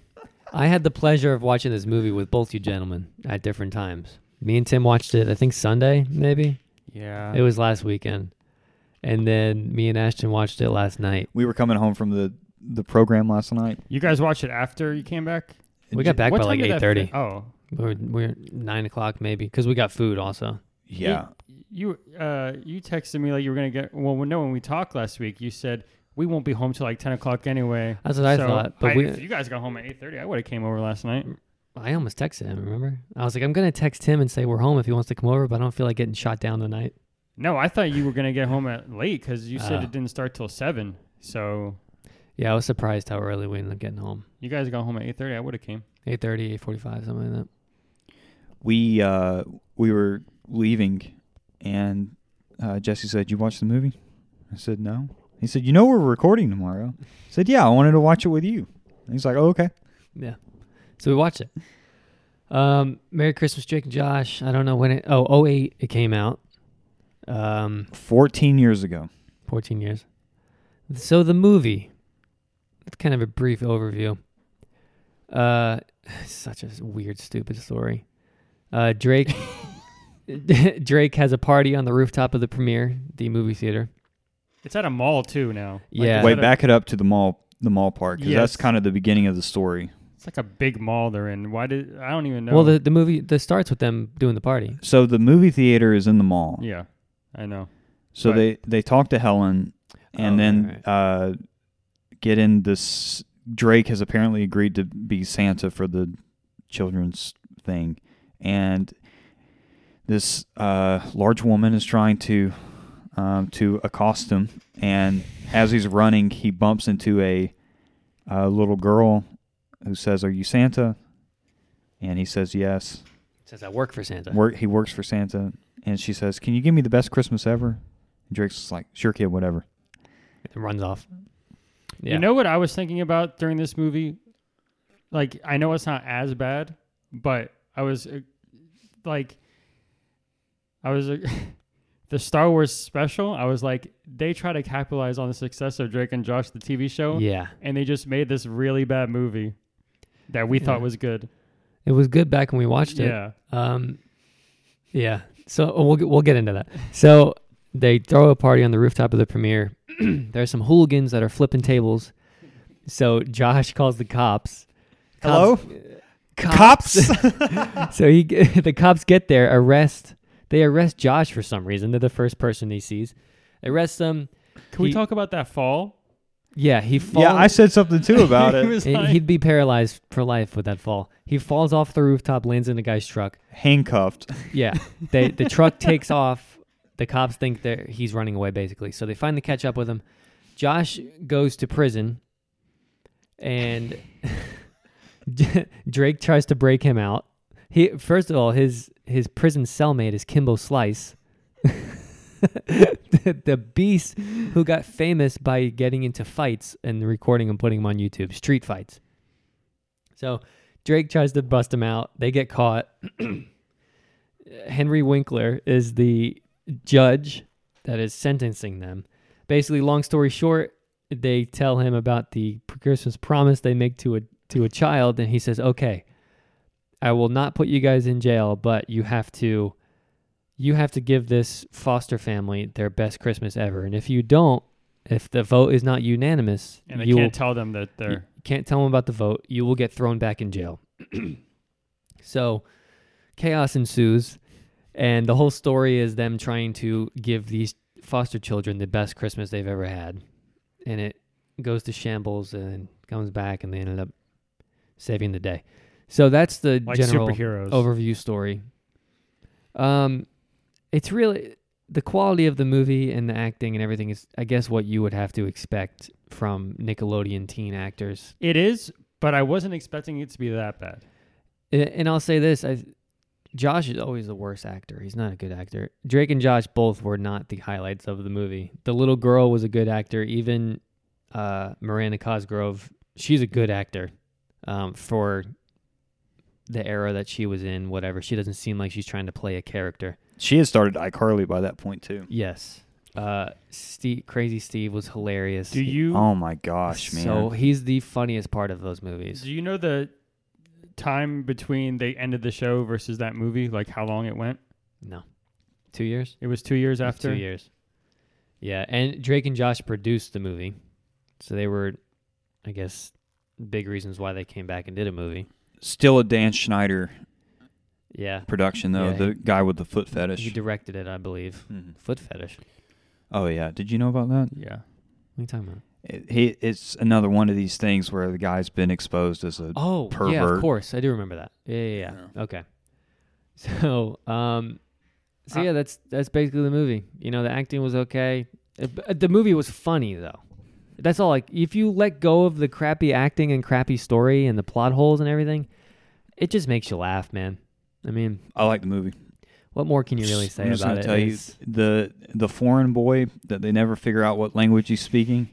B: I had the pleasure of watching this movie with both you gentlemen at different times. Me and Tim watched it, I think Sunday, maybe.
A: Yeah.
B: It was last weekend. And then me and Ashton watched it last night.
C: we were coming home from the, the program last night.
A: you guys watched it after you came back?
B: We got back
A: What
B: by
A: time
B: like
A: did that
B: 8.30.
A: fi- oh,
B: We We're, we we're 9 o'clock maybe because we got food also.
C: Yeah.
A: you uh you texted me like you were gonna get well no when we talked last week you said we won't be home till like ten o'clock anyway.
B: That's what I
A: So,
B: thought, but
A: I-
B: we- Mm.
A: if you guys got home at eight thirty, I would have came over last night.
B: I almost texted him, remember? I was like, I'm going to text him and say we're home if he wants to come over, but I don't feel like getting shot down tonight.
A: No, I thought you were gonna get home at late because you said
B: Oh.
A: it didn't start till seven. So
B: Yeah, I was surprised how early we ended up getting home.
A: you guys got home at eight thirty. I would have came.
B: 8.30, 8.45, something like that.
C: We uh, we were leaving, and uh, Jesse said, "You watched the movie?" I said, "No." He said, "You know we're recording tomorrow." I said, "Yeah, I wanted to watch it with you." And he's like, "Oh, okay."
B: Yeah. So we watched it. Um, Merry Christmas, Jake and Josh. I don't know when it. Oh, 08 it came out. Um,
C: Fourteen years ago.
B: 14 years. So the movie. That's kind of a brief overview. Uh, such a weird, stupid story. Uh, Drake. Drake has a party on the rooftop of the premiere, the movie theater.
A: It's at a mall too now. Like,
B: Yeah.
A: it's
C: Wait,
A: at a-
C: back it up to the mall, the mall part, because
A: Yes.
C: that's kind of the beginning of the story.
A: It's like a big mall they're in. Why did I don't even know?
B: Well, the, the movie that starts with them doing the party.
C: So the movie theater is in the mall.
A: yeah, I know.
C: So
A: Right.
C: they they talk to Helen, and
B: Oh,
C: then
B: right,
C: uh, get in this. Drake has apparently agreed to be Santa for the children's thing, and this uh, large woman is trying to um, to accost him, and as he's running, he bumps into a, a little girl who says, "Are you Santa?" And he says, "Yes."
B: Says I work for Santa.
C: Work, he works for Santa, and she says, "Can you give me the best Christmas ever?" And Drake's just like, "Sure, kid, whatever."
B: And runs off. Yeah.
A: You know what I was thinking about during this movie? Like, I know it's not as bad, but I was uh, like, I was uh, the Star Wars special. I was like, they try to capitalize on the success of Drake and Josh, the TV show,
B: Yeah.
A: and they just made this really bad movie that we thought
B: Yeah.
A: was good.
B: It was good back when we watched it.
A: Yeah.
B: Um, yeah. So oh, we'll get- we'll get into that. So they throw a party on the rooftop of the premiere. There's some hooligans that are flipping tables. So Josh calls the cops. Cops-
C: cops.
B: So he g- the cops get there, arrest. They arrest Josh for some reason. They're the first person he sees. Arrest them.
A: Can we
B: He-
A: talk about that fall?
B: Yeah, he falls.
C: yeah, I said something too about
A: He
C: it.
A: was
B: he-
A: like-
B: He'd be paralyzed for life with that fall. He falls off the rooftop, lands in a guy's truck.
C: Handcuffed.
B: Yeah, they the truck takes off. The cops think that he's running away, basically. So they finally catch up with him. Josh goes to prison, and D- Drake tries to break him out. He first of all, his his prison cellmate is Kimbo Slice, the, the beast who got famous by getting into fights and recording and putting them on YouTube, street fights. So Drake tries to bust him out. They get caught. Henry Winkler is the judge that is sentencing them. Basically, long story short, they tell him about the Christmas promise they make to a to a child, and he says, "Okay, I will not put you guys in jail, but you have to you have to give this foster family their best Christmas ever. And if you don't, if the vote is not unanimous,
A: and I
B: you
A: can't
B: will
A: tell them that they're.
B: you can't tell them about the vote. You will get thrown back in jail. so chaos ensues, and the whole story is them trying to give these foster children the best Christmas they've ever had. And it goes to shambles and comes back, and they ended up saving the day. So that's the
A: Like
B: general
A: superheroes.
B: overview story. Um, it's really the quality of the movie and the acting and everything is, I guess, what you would have to expect from Nickelodeon teen actors.
A: It is, but I wasn't expecting it to be that bad.
B: A- And I'll say this: I, Josh is always the worst actor. He's not a good actor. Drake and Josh both were not the highlights of the movie. The little girl was a good actor. Even uh, Miranda Cosgrove, she's a good actor um, for the era that she was in. Whatever, she doesn't seem like she's trying to play a character.
C: She had started iCarly by that point too.
B: Yes. Uh, Steve, Crazy Steve was hilarious.
A: Do you
C: Oh my gosh, man!
B: So he's the funniest part of those movies.
A: do you know the time between they ended the show versus that movie? Like how long it went?
B: No, two years.
A: It was two years
B: It was
A: after.
B: two years. Yeah, and Drake and Josh produced the movie, so they were, I guess, big reasons why they came back and did a movie.
C: Still a Dan Schneider
B: Yeah,
C: production though.
B: Yeah,
C: the guy with the foot
B: he
C: fetish.
B: directed it, I believe.
C: Mhm.
B: Foot fetish. What
C: Oh yeah, did you know about that?
A: Yeah.
B: Uh-huh. are you talking about?
C: It, he, it's another one of these things where the guy's been exposed as a.
B: Oh, yeah, of
C: pervert.
B: course. I do remember that. Yeah, yeah, yeah. Okay. So, um, so
A: Uh,
B: yeah, that's that's basically the movie. You know, the acting was okay. Uh, b- uh, The movie was funny though. That's all. Like, if you let go of the crappy acting and crappy story and the plot holes and everything, it just makes you laugh, man. I mean,
C: I like the movie.
B: what more can you really say
C: I'm just
B: about
C: gonna
B: it?
C: tell you
B: It's-
C: the the foreign boy that they never figure out what language he's speaking.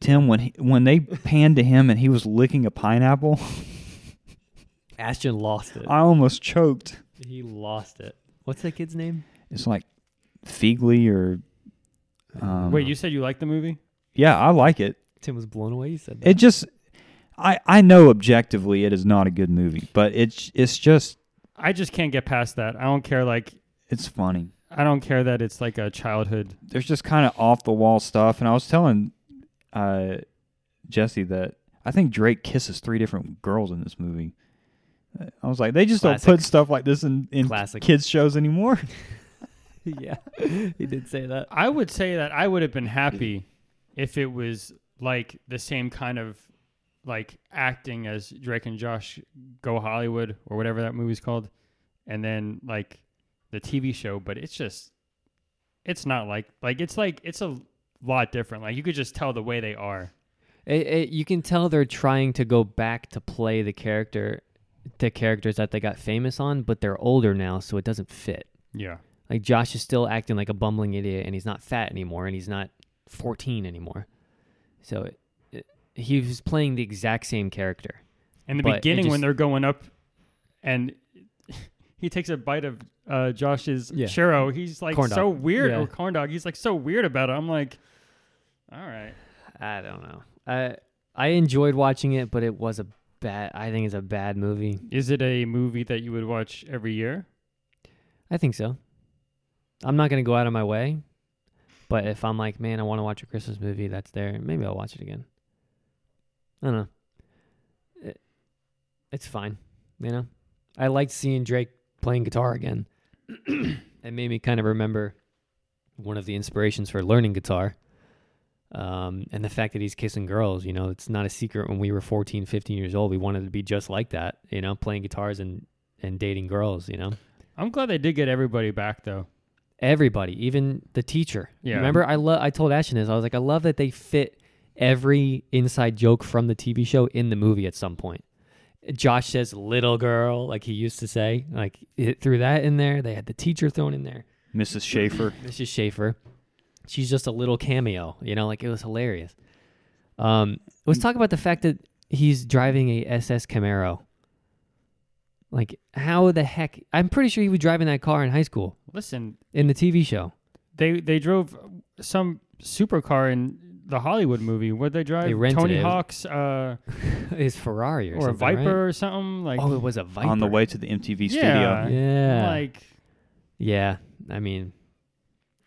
C: Tim, when he, when they panned to him and he was licking a pineapple,
B: Ashton lost it.
C: I almost choked.
B: he lost it. What's that kid's name?
C: It's like Feegly or. Um,
A: Wait, you said you liked the movie?
C: Yeah, I like it.
B: Tim was blown away. You said that.
C: It just, I I know objectively it is not a good movie, but it's it's just
A: I just can't get past that. I don't care like
C: it's funny.
A: I don't care that it's like a childhood.
C: There's just kind of off the wall stuff, and I was telling uh, Jesse that I think Drake kisses three different girls in this movie. Uh, I was like, they just don't
B: Classic.
C: put stuff like this in in
B: Classic.
C: kids shows anymore.
B: yeah, he did say that.
A: I would say that I would have been happy if it was like the same kind of like acting as Drake and Josh Go Hollywood or whatever that movie's called, and then like the TV show. But it's just, it's not like like it's like it's a lot different. Like you could just tell the way they are.
B: It, it, you can tell they're trying to go back to play the character, the characters that they got famous on, but they're older now, so it doesn't fit.
A: Yeah.
B: Like Josh is still acting like a bumbling idiot, and he's not fat anymore, and he's not 14 anymore. So it, it, he was playing the exact same character.
A: In the
B: But it
A: beginning, when
B: just-
A: they're going up, and he takes a bite of uh, Josh's
B: Yeah.
A: churro, he's like
B: Corn
A: so weird
B: Yeah.
A: or corn dog. He's like so weird about it. I'm like, all right,
B: I don't know. I I enjoyed watching it, but it was a bad. I think it's a bad movie.
A: is it a movie that you would watch every year?
B: I think so. I'm not gonna go out of my way, but if I'm like, man, I want to watch a Christmas movie that's there, maybe I'll watch it again. I don't know. It, it's fine, you know. I liked seeing Drake playing guitar again. it made me kind of remember one of the inspirations for learning guitar. Um, and the fact that he's kissing girls, you know, it's not a secret when we were 14, 15 years old, we wanted to be just like that, you know, playing guitars and, and dating girls, you know.
A: I'm glad they did get everybody back though.
B: Everybody, even the teacher.
A: Yeah.
B: Remember, I love. I told Ashton this. I was like, I love that they fit every inside joke from the TV show in the movie at some point. Josh says "little girl" like he used to say. Like it threw that in there. They had the teacher thrown in there.
C: Mrs. Schaefer.
B: Mrs. Schaefer. She's just a little cameo. You know, like it was hilarious. Um, let's talk about the fact that he's driving a SS Camaro. Like, how the heck? I'm pretty sure he was driving that car in high school
A: Listen,
B: in the TV show.
A: they they drove some supercar in the Hollywood movie. What they drive?
B: They rented
A: Tony
B: it.
A: Hawk's uh,
B: His Ferrari or,
A: or a
B: something, right?
A: Viper or something like.
B: Oh, it was a Viper
C: on the way to the MTV
A: Yeah.
C: studio.
B: Yeah,
A: Like
B: yeah. I mean,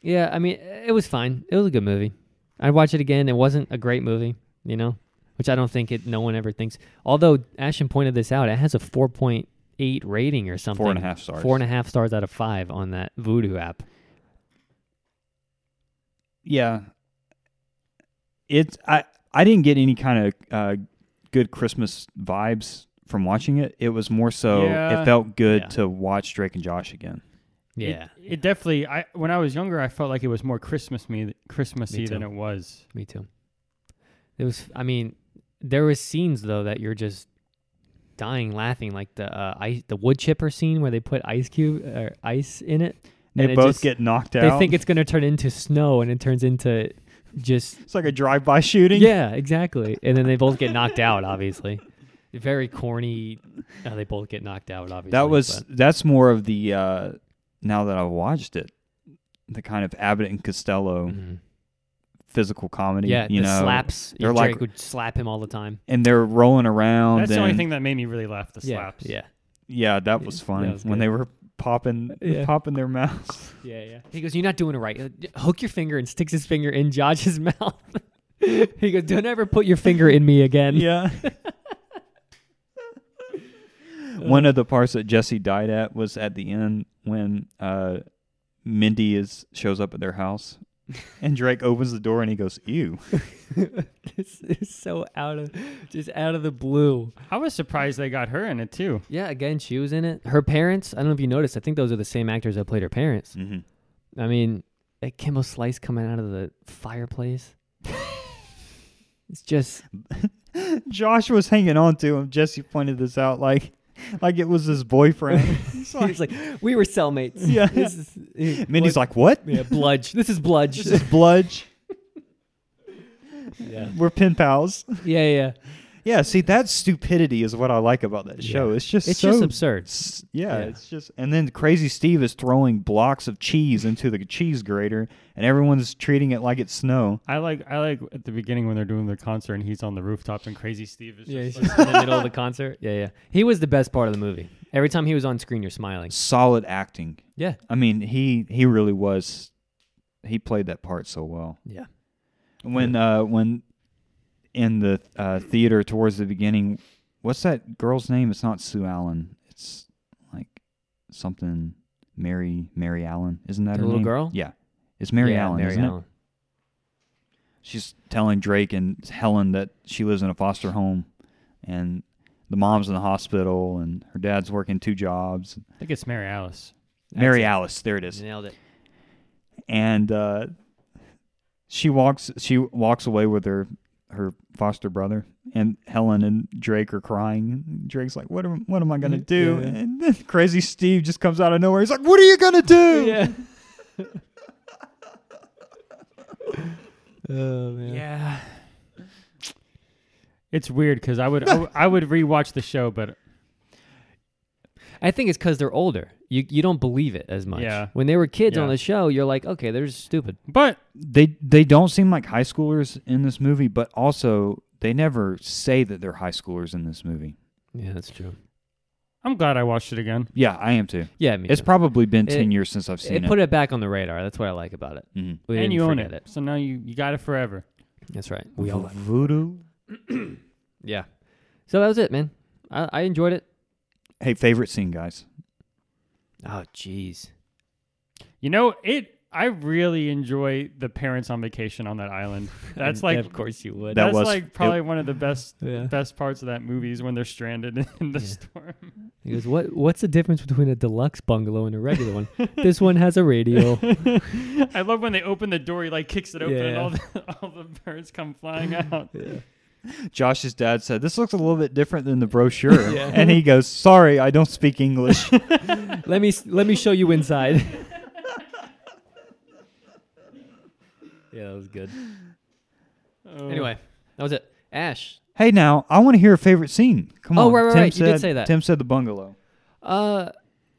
B: yeah. I mean, it was fine. It was a good movie. I'd watch it again. It wasn't a great movie, you know, which I don't think it. No one ever thinks. Although Ashton pointed this out, it has a four point eight rating or something.
C: Four and a half stars.
B: Four and a half stars out of five on that Voodoo app.
C: Yeah. It's I I didn't get any kind of uh, good Christmas vibes from watching it. It was more so
A: Yeah.
C: it felt good
B: Yeah.
C: to watch Drake and Josh again.
A: It-
B: Yeah,
A: It, definitely. I when I was younger, I felt like it was more Christmas me Christmassy
B: Me
A: than
B: too.
A: it was.
B: me too. It was. I mean, there was scenes though that you're just dying laughing, like the uh, ice, the wood chipper scene where they put ice cube or ice in it.
C: They
B: And it
C: both
B: just-
C: get knocked
B: They
C: out.
B: think it's going to turn into snow, and it turns into just
C: it's like a drive-by shooting.
B: yeah, exactly. And then they both get knocked out. Obviously, very corny. Uh, they both get knocked out. Obviously,
C: that was
B: but-
C: that's more of the uh, now that I've watched it, the kind of Abbott and Costello
B: Mhm.
C: physical comedy.
B: yeah.
C: you
B: the
C: know,
B: slaps.
C: they're
B: Drake
C: like-
B: would slap him all the time.
C: and they're rolling around.
A: That's the only
C: and-
A: thing that made me really laugh. The
B: yeah,
A: slaps.
B: Yeah,
C: Yeah, that was
B: Yeah,
C: funny
B: that was
C: when
B: good.
C: they were popping
B: Yeah.
C: popping their mouths.
B: yeah, yeah. He goes, "You're not doing it right." Uh, Hook your finger and sticks his finger in Josh's mouth. he goes, "Don't ever put your finger in me again."
C: yeah. One of the parts that Jesse died at was at the end when uh, Mindy is shows up at their house, and Drake opens the door and he goes, "Ew."
B: this is so out of just out of the blue.
A: I was surprised they got her in it too.
B: Yeah, again, she was in it. Her parents, I don't know if you noticed, I think those are the same actors that played her parents.
C: Mm-hmm.
B: I mean, that Kimbo Slice coming out of the fireplace. it's just,
C: Josh was hanging on to him. Jesse pointed this out like, like it was his boyfriend. It's like-
B: he's like, we were cellmates.
C: Yeah.
B: This is, eh,
C: Mindy's
B: blood-
C: like, "What?
B: yeah, bludge. This is bludge.
C: This is bludge.
B: yeah.
C: We're pen pals."
B: yeah, yeah.
C: Yeah, see, that stupidity is what I like about that show.
B: Yeah.
C: It's just
B: It's
C: so,
B: just absurd.
C: s- Yeah,
B: Yeah.
C: it's just, and then Crazy Steve is throwing blocks of cheese into the cheese grater, and everyone's treating it like it's snow.
A: I like I like at the beginning when they're doing the concert and he's on the rooftop and Crazy Steve is
B: Yeah, he's
A: just
B: just in the middle of the concert. Yeah, yeah. He was the best part of the movie. Every time he was on screen, you're smiling.
C: Solid acting.
B: Yeah.
C: I mean, he he really was. He played that part so well.
B: Yeah.
C: When uh when in the uh, theater towards the beginning, what's that girl's name? It's not Sue Allen. It's like something Mary Mary Allen. Isn't that
B: The
C: her
B: little
C: name?
B: girl?
C: Yeah. It's Mary
B: Yeah,
C: Allen,
B: Mary
C: isn't
B: Allen.
C: it? She's telling Drake and Helen that she lives in a foster home. and the mom's in the hospital, and her dad's working two jobs.
A: I think it's Mary Alice.
C: Mary Alice, there it is.
B: Nailed it.
C: and uh, she walks she walks away with her her foster brother and Helen and Drake are crying. Drake's like, "What am what am I gonna do?"
B: Yeah.
C: And then crazy Steve just comes out of nowhere. He's like, "What are you gonna do?"
B: Yeah.
D: Oh man.
B: Yeah.
A: It's weird because I would I would- I would rewatch the show, but
D: I think it's because they're older.
B: You you don't believe it as much.
A: Yeah.
B: When they were kids
A: Yeah.
B: on the show, you're like, okay, they're just stupid.
A: but
C: They they don't seem like high schoolers in this movie, but also they never say that they're high schoolers in this movie.
B: Yeah, that's true.
A: I'm glad I watched it again.
C: Yeah, I am too.
B: Yeah, me
C: It's
B: too.
C: probably been ten
B: It-
C: years since I've seen
B: it
C: it.
B: put it back on the radar. That's what I like about it.
C: Mhm.
B: We
A: and
B: didn't
A: you own
B: forget
A: it. so now you you got it forever.
B: That's right. We all
C: voodoo.
B: Yeah. So that was it, man. I, I enjoyed it.
C: Hey, favorite scene, guys.
B: Oh, jeez.
A: You know it. I really enjoy the parents on vacation on that island. That's like
B: of course you would.
C: That
A: that's
C: was-
A: like probably one of the best
D: Yeah.
A: best parts of that movie is when they're stranded in the
B: Yeah.
A: storm.
D: He goes, "What? What's the difference between a deluxe bungalow and a regular one? This one has a radio."
A: I love when they open the door. He like kicks it open, and
D: Yeah.
A: all the, all the birds come flying out.
C: Josh's dad said, This looks a little bit different than the brochure.
D: Yeah.
C: And he goes, Sorry, I don't speak English.
D: let me let me show you inside.
B: Yeah, that was good.
A: Oh.
B: Anyway, that was it. Ash.
C: hey, now, I want to hear a favorite scene. Come
B: Oh,
C: on.
B: right, right,
C: Tim
B: right. You
C: Said,
B: did say that.
C: Tim said the bungalow.
B: Uh,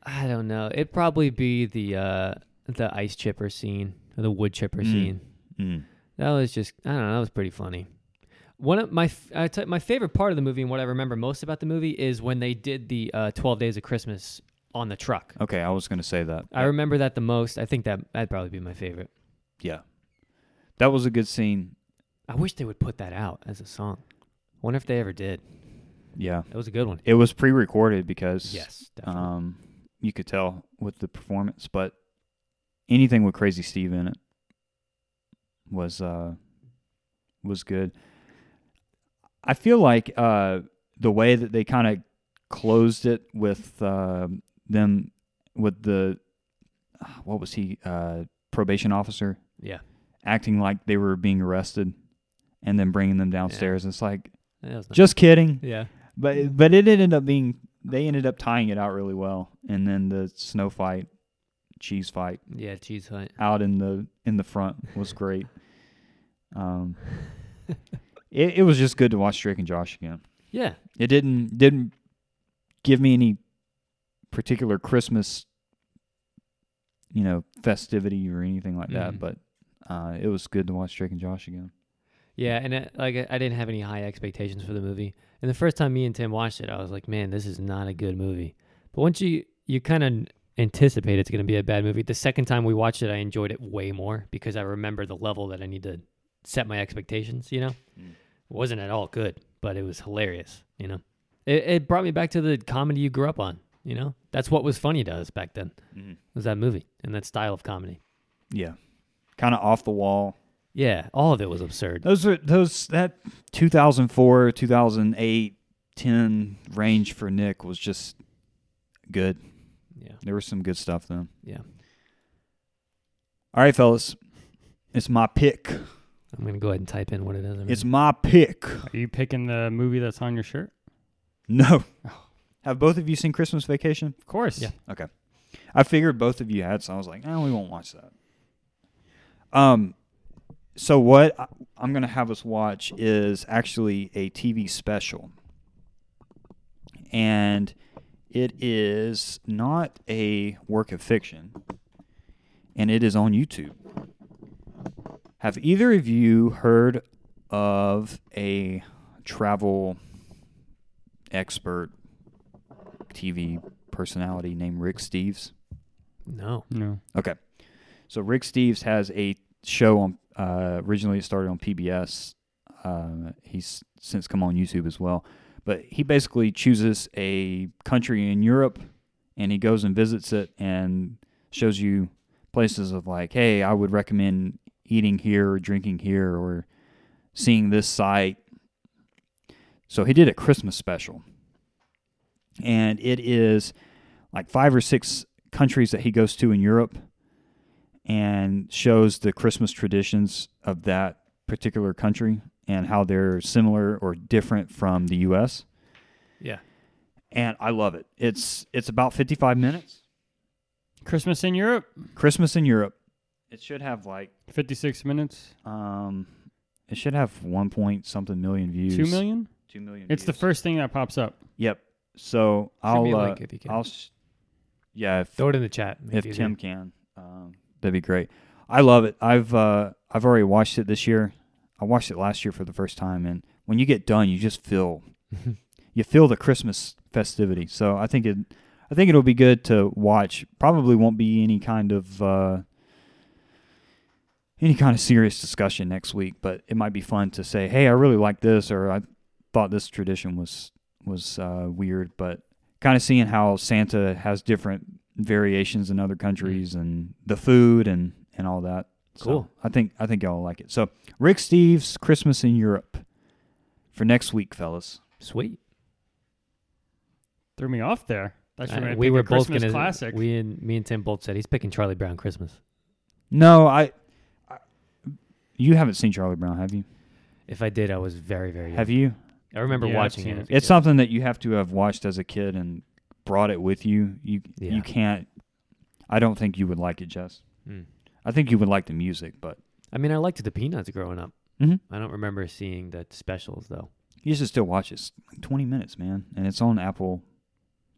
B: I don't know. It'd probably be the uh the ice chipper scene, or the wood chipper
C: Mm.
B: scene.
C: Mm.
B: That was just I don't know. That was pretty funny. One of my f- I t- my favorite part of the movie and what I remember most about the movie is when they did the uh, Twelve Days of Christmas on the truck.
C: Okay, I was going to say that.
B: I remember that the most. I think that that'd probably be my favorite.
C: yeah. That was a good scene.
B: I wish they would put that out as a song. Wonder if they ever did.
C: Yeah.
B: That was a good one.
C: It was pre recorded because
B: Yes, definitely.
C: um, you could tell with the performance, but anything with Crazy Steve in it was uh, was good. I feel like uh, the way that they kind of closed it with uh, them with the what was he uh, probation officer
B: yeah,
C: acting like they were being arrested and then bringing them downstairs. It's like
B: that was nice.
C: just kidding.
D: Yeah. Yeah.
C: But but it ended up being they ended up tying it out really well, and then the snow fight, cheese fight
B: yeah. Cheese Hunt.
C: out in the in the front was great. um, it it was just good to watch Drake and Josh again.
B: Yeah,
C: It didn't didn't give me any particular Christmas, you know, festivity or anything like that.
B: Mhm.
C: But uh, it was good to watch Drake and Josh again.
B: yeah. And it, like I I didn't have any high expectations for the movie. And the first time me and Tim watched it, I was like, man, this is not a good movie. But once you you kind of anticipate it's going to be a bad movie. The second time we watched it, I enjoyed it way more because I remember the level that I need to set my expectations. You know,
C: Mm.
B: it wasn't at all good, but it was hilarious. You know, it it brought me back to the comedy you grew up on. You know, that's what was funny to us back then. was that movie and that style of comedy.
C: Yeah, kind of off the wall.
B: Yeah, all of it was absurd.
C: Those are those that 2004, 2008, 10 range for Nick was just good.
B: Yeah,
C: There was some good stuff then.
B: yeah.
C: All right, fellas. It's my pick.
B: I'm gonna go ahead and type in what it is.
C: It's my pick.
A: Are you picking the movie that's on your shirt?
C: No. Have both of you seen Christmas Vacation?
A: Of course.
B: Yeah.
C: I figured both of you had, so I was like, "No, we won't watch that." Um, so what I- I'm gonna have us watch is actually a TV special, and it is not a work of fiction, and it is on YouTube. Have either of you heard of a travel expert TV personality named Rick Steves?
B: no.
A: No.
C: Okay. So Rick Steves has a show on. Uh, originally, it started on PBS. Uh, he's since come on YouTube as well. But he basically chooses a country in Europe, and he goes and visits it and shows you places of like, hey, I would recommend eating here or drinking here or seeing this site. So he did a Christmas special. And it is like five or six countries that he goes to in Europe and shows the Christmas traditions of that particular country and how they're similar or different from the US.
B: Yeah.
C: And I love it. It's it's about 55 minutes.
A: Christmas in Europe,
C: Christmas in Europe. It should have like
A: 56 minutes,
C: um it should have 1 point something million views.
A: 2 million.
C: 2 million.
A: It's the
C: views.
A: first thing that pops up.
C: Yep. So
B: Send
C: I'll
B: me a
C: uh,
B: link if you can.
C: I'll sh- yeah, if,
B: Throw it in the chat. Make
C: if
B: it easier.
C: Tim can, um, that'd be great. I love it. I've uh, I've already watched it this year. I watched it last year for the first time, and when you get done, you just feel you feel the Christmas festivity. So I think it I think it'll be good to watch. Probably won't be any kind of uh, any kind of serious discussion next week, but it might be fun to say, "Hey, I really like this," or "I thought this tradition was was uh, weird," but kind of seeing how Santa has different variations in other countries and the food and and all that. So
B: Cool.
C: I think I think y'all will like it. So Rick Steves Christmas in Europe for next week, fellas.
B: Sweet.
A: Threw me off there. That's
B: Uh,
A: right.
B: we were both
A: Christmas
B: gonna.
A: classic.
B: We and me and Tim both said he's picking Charlie Brown Christmas.
C: No, I, I you haven't seen Charlie Brown, have you?
B: If I did, I was very very. Young.
C: Have you?
B: I remember
A: Yeah, I've
B: watching
A: seen
B: it.
A: it.
B: as a
C: It's
B: kid.
C: something that you have to have watched as a kid and brought it with you. You
B: Yeah.
C: you can't. I don't think you would like it, Jess.
B: Mm.
C: I think you would like the music, but
B: I mean, I liked the Peanuts growing up.
C: Mhm.
B: I don't remember seeing the specials though.
C: you should still watch it. It's like twenty minutes, man, and it's on Apple,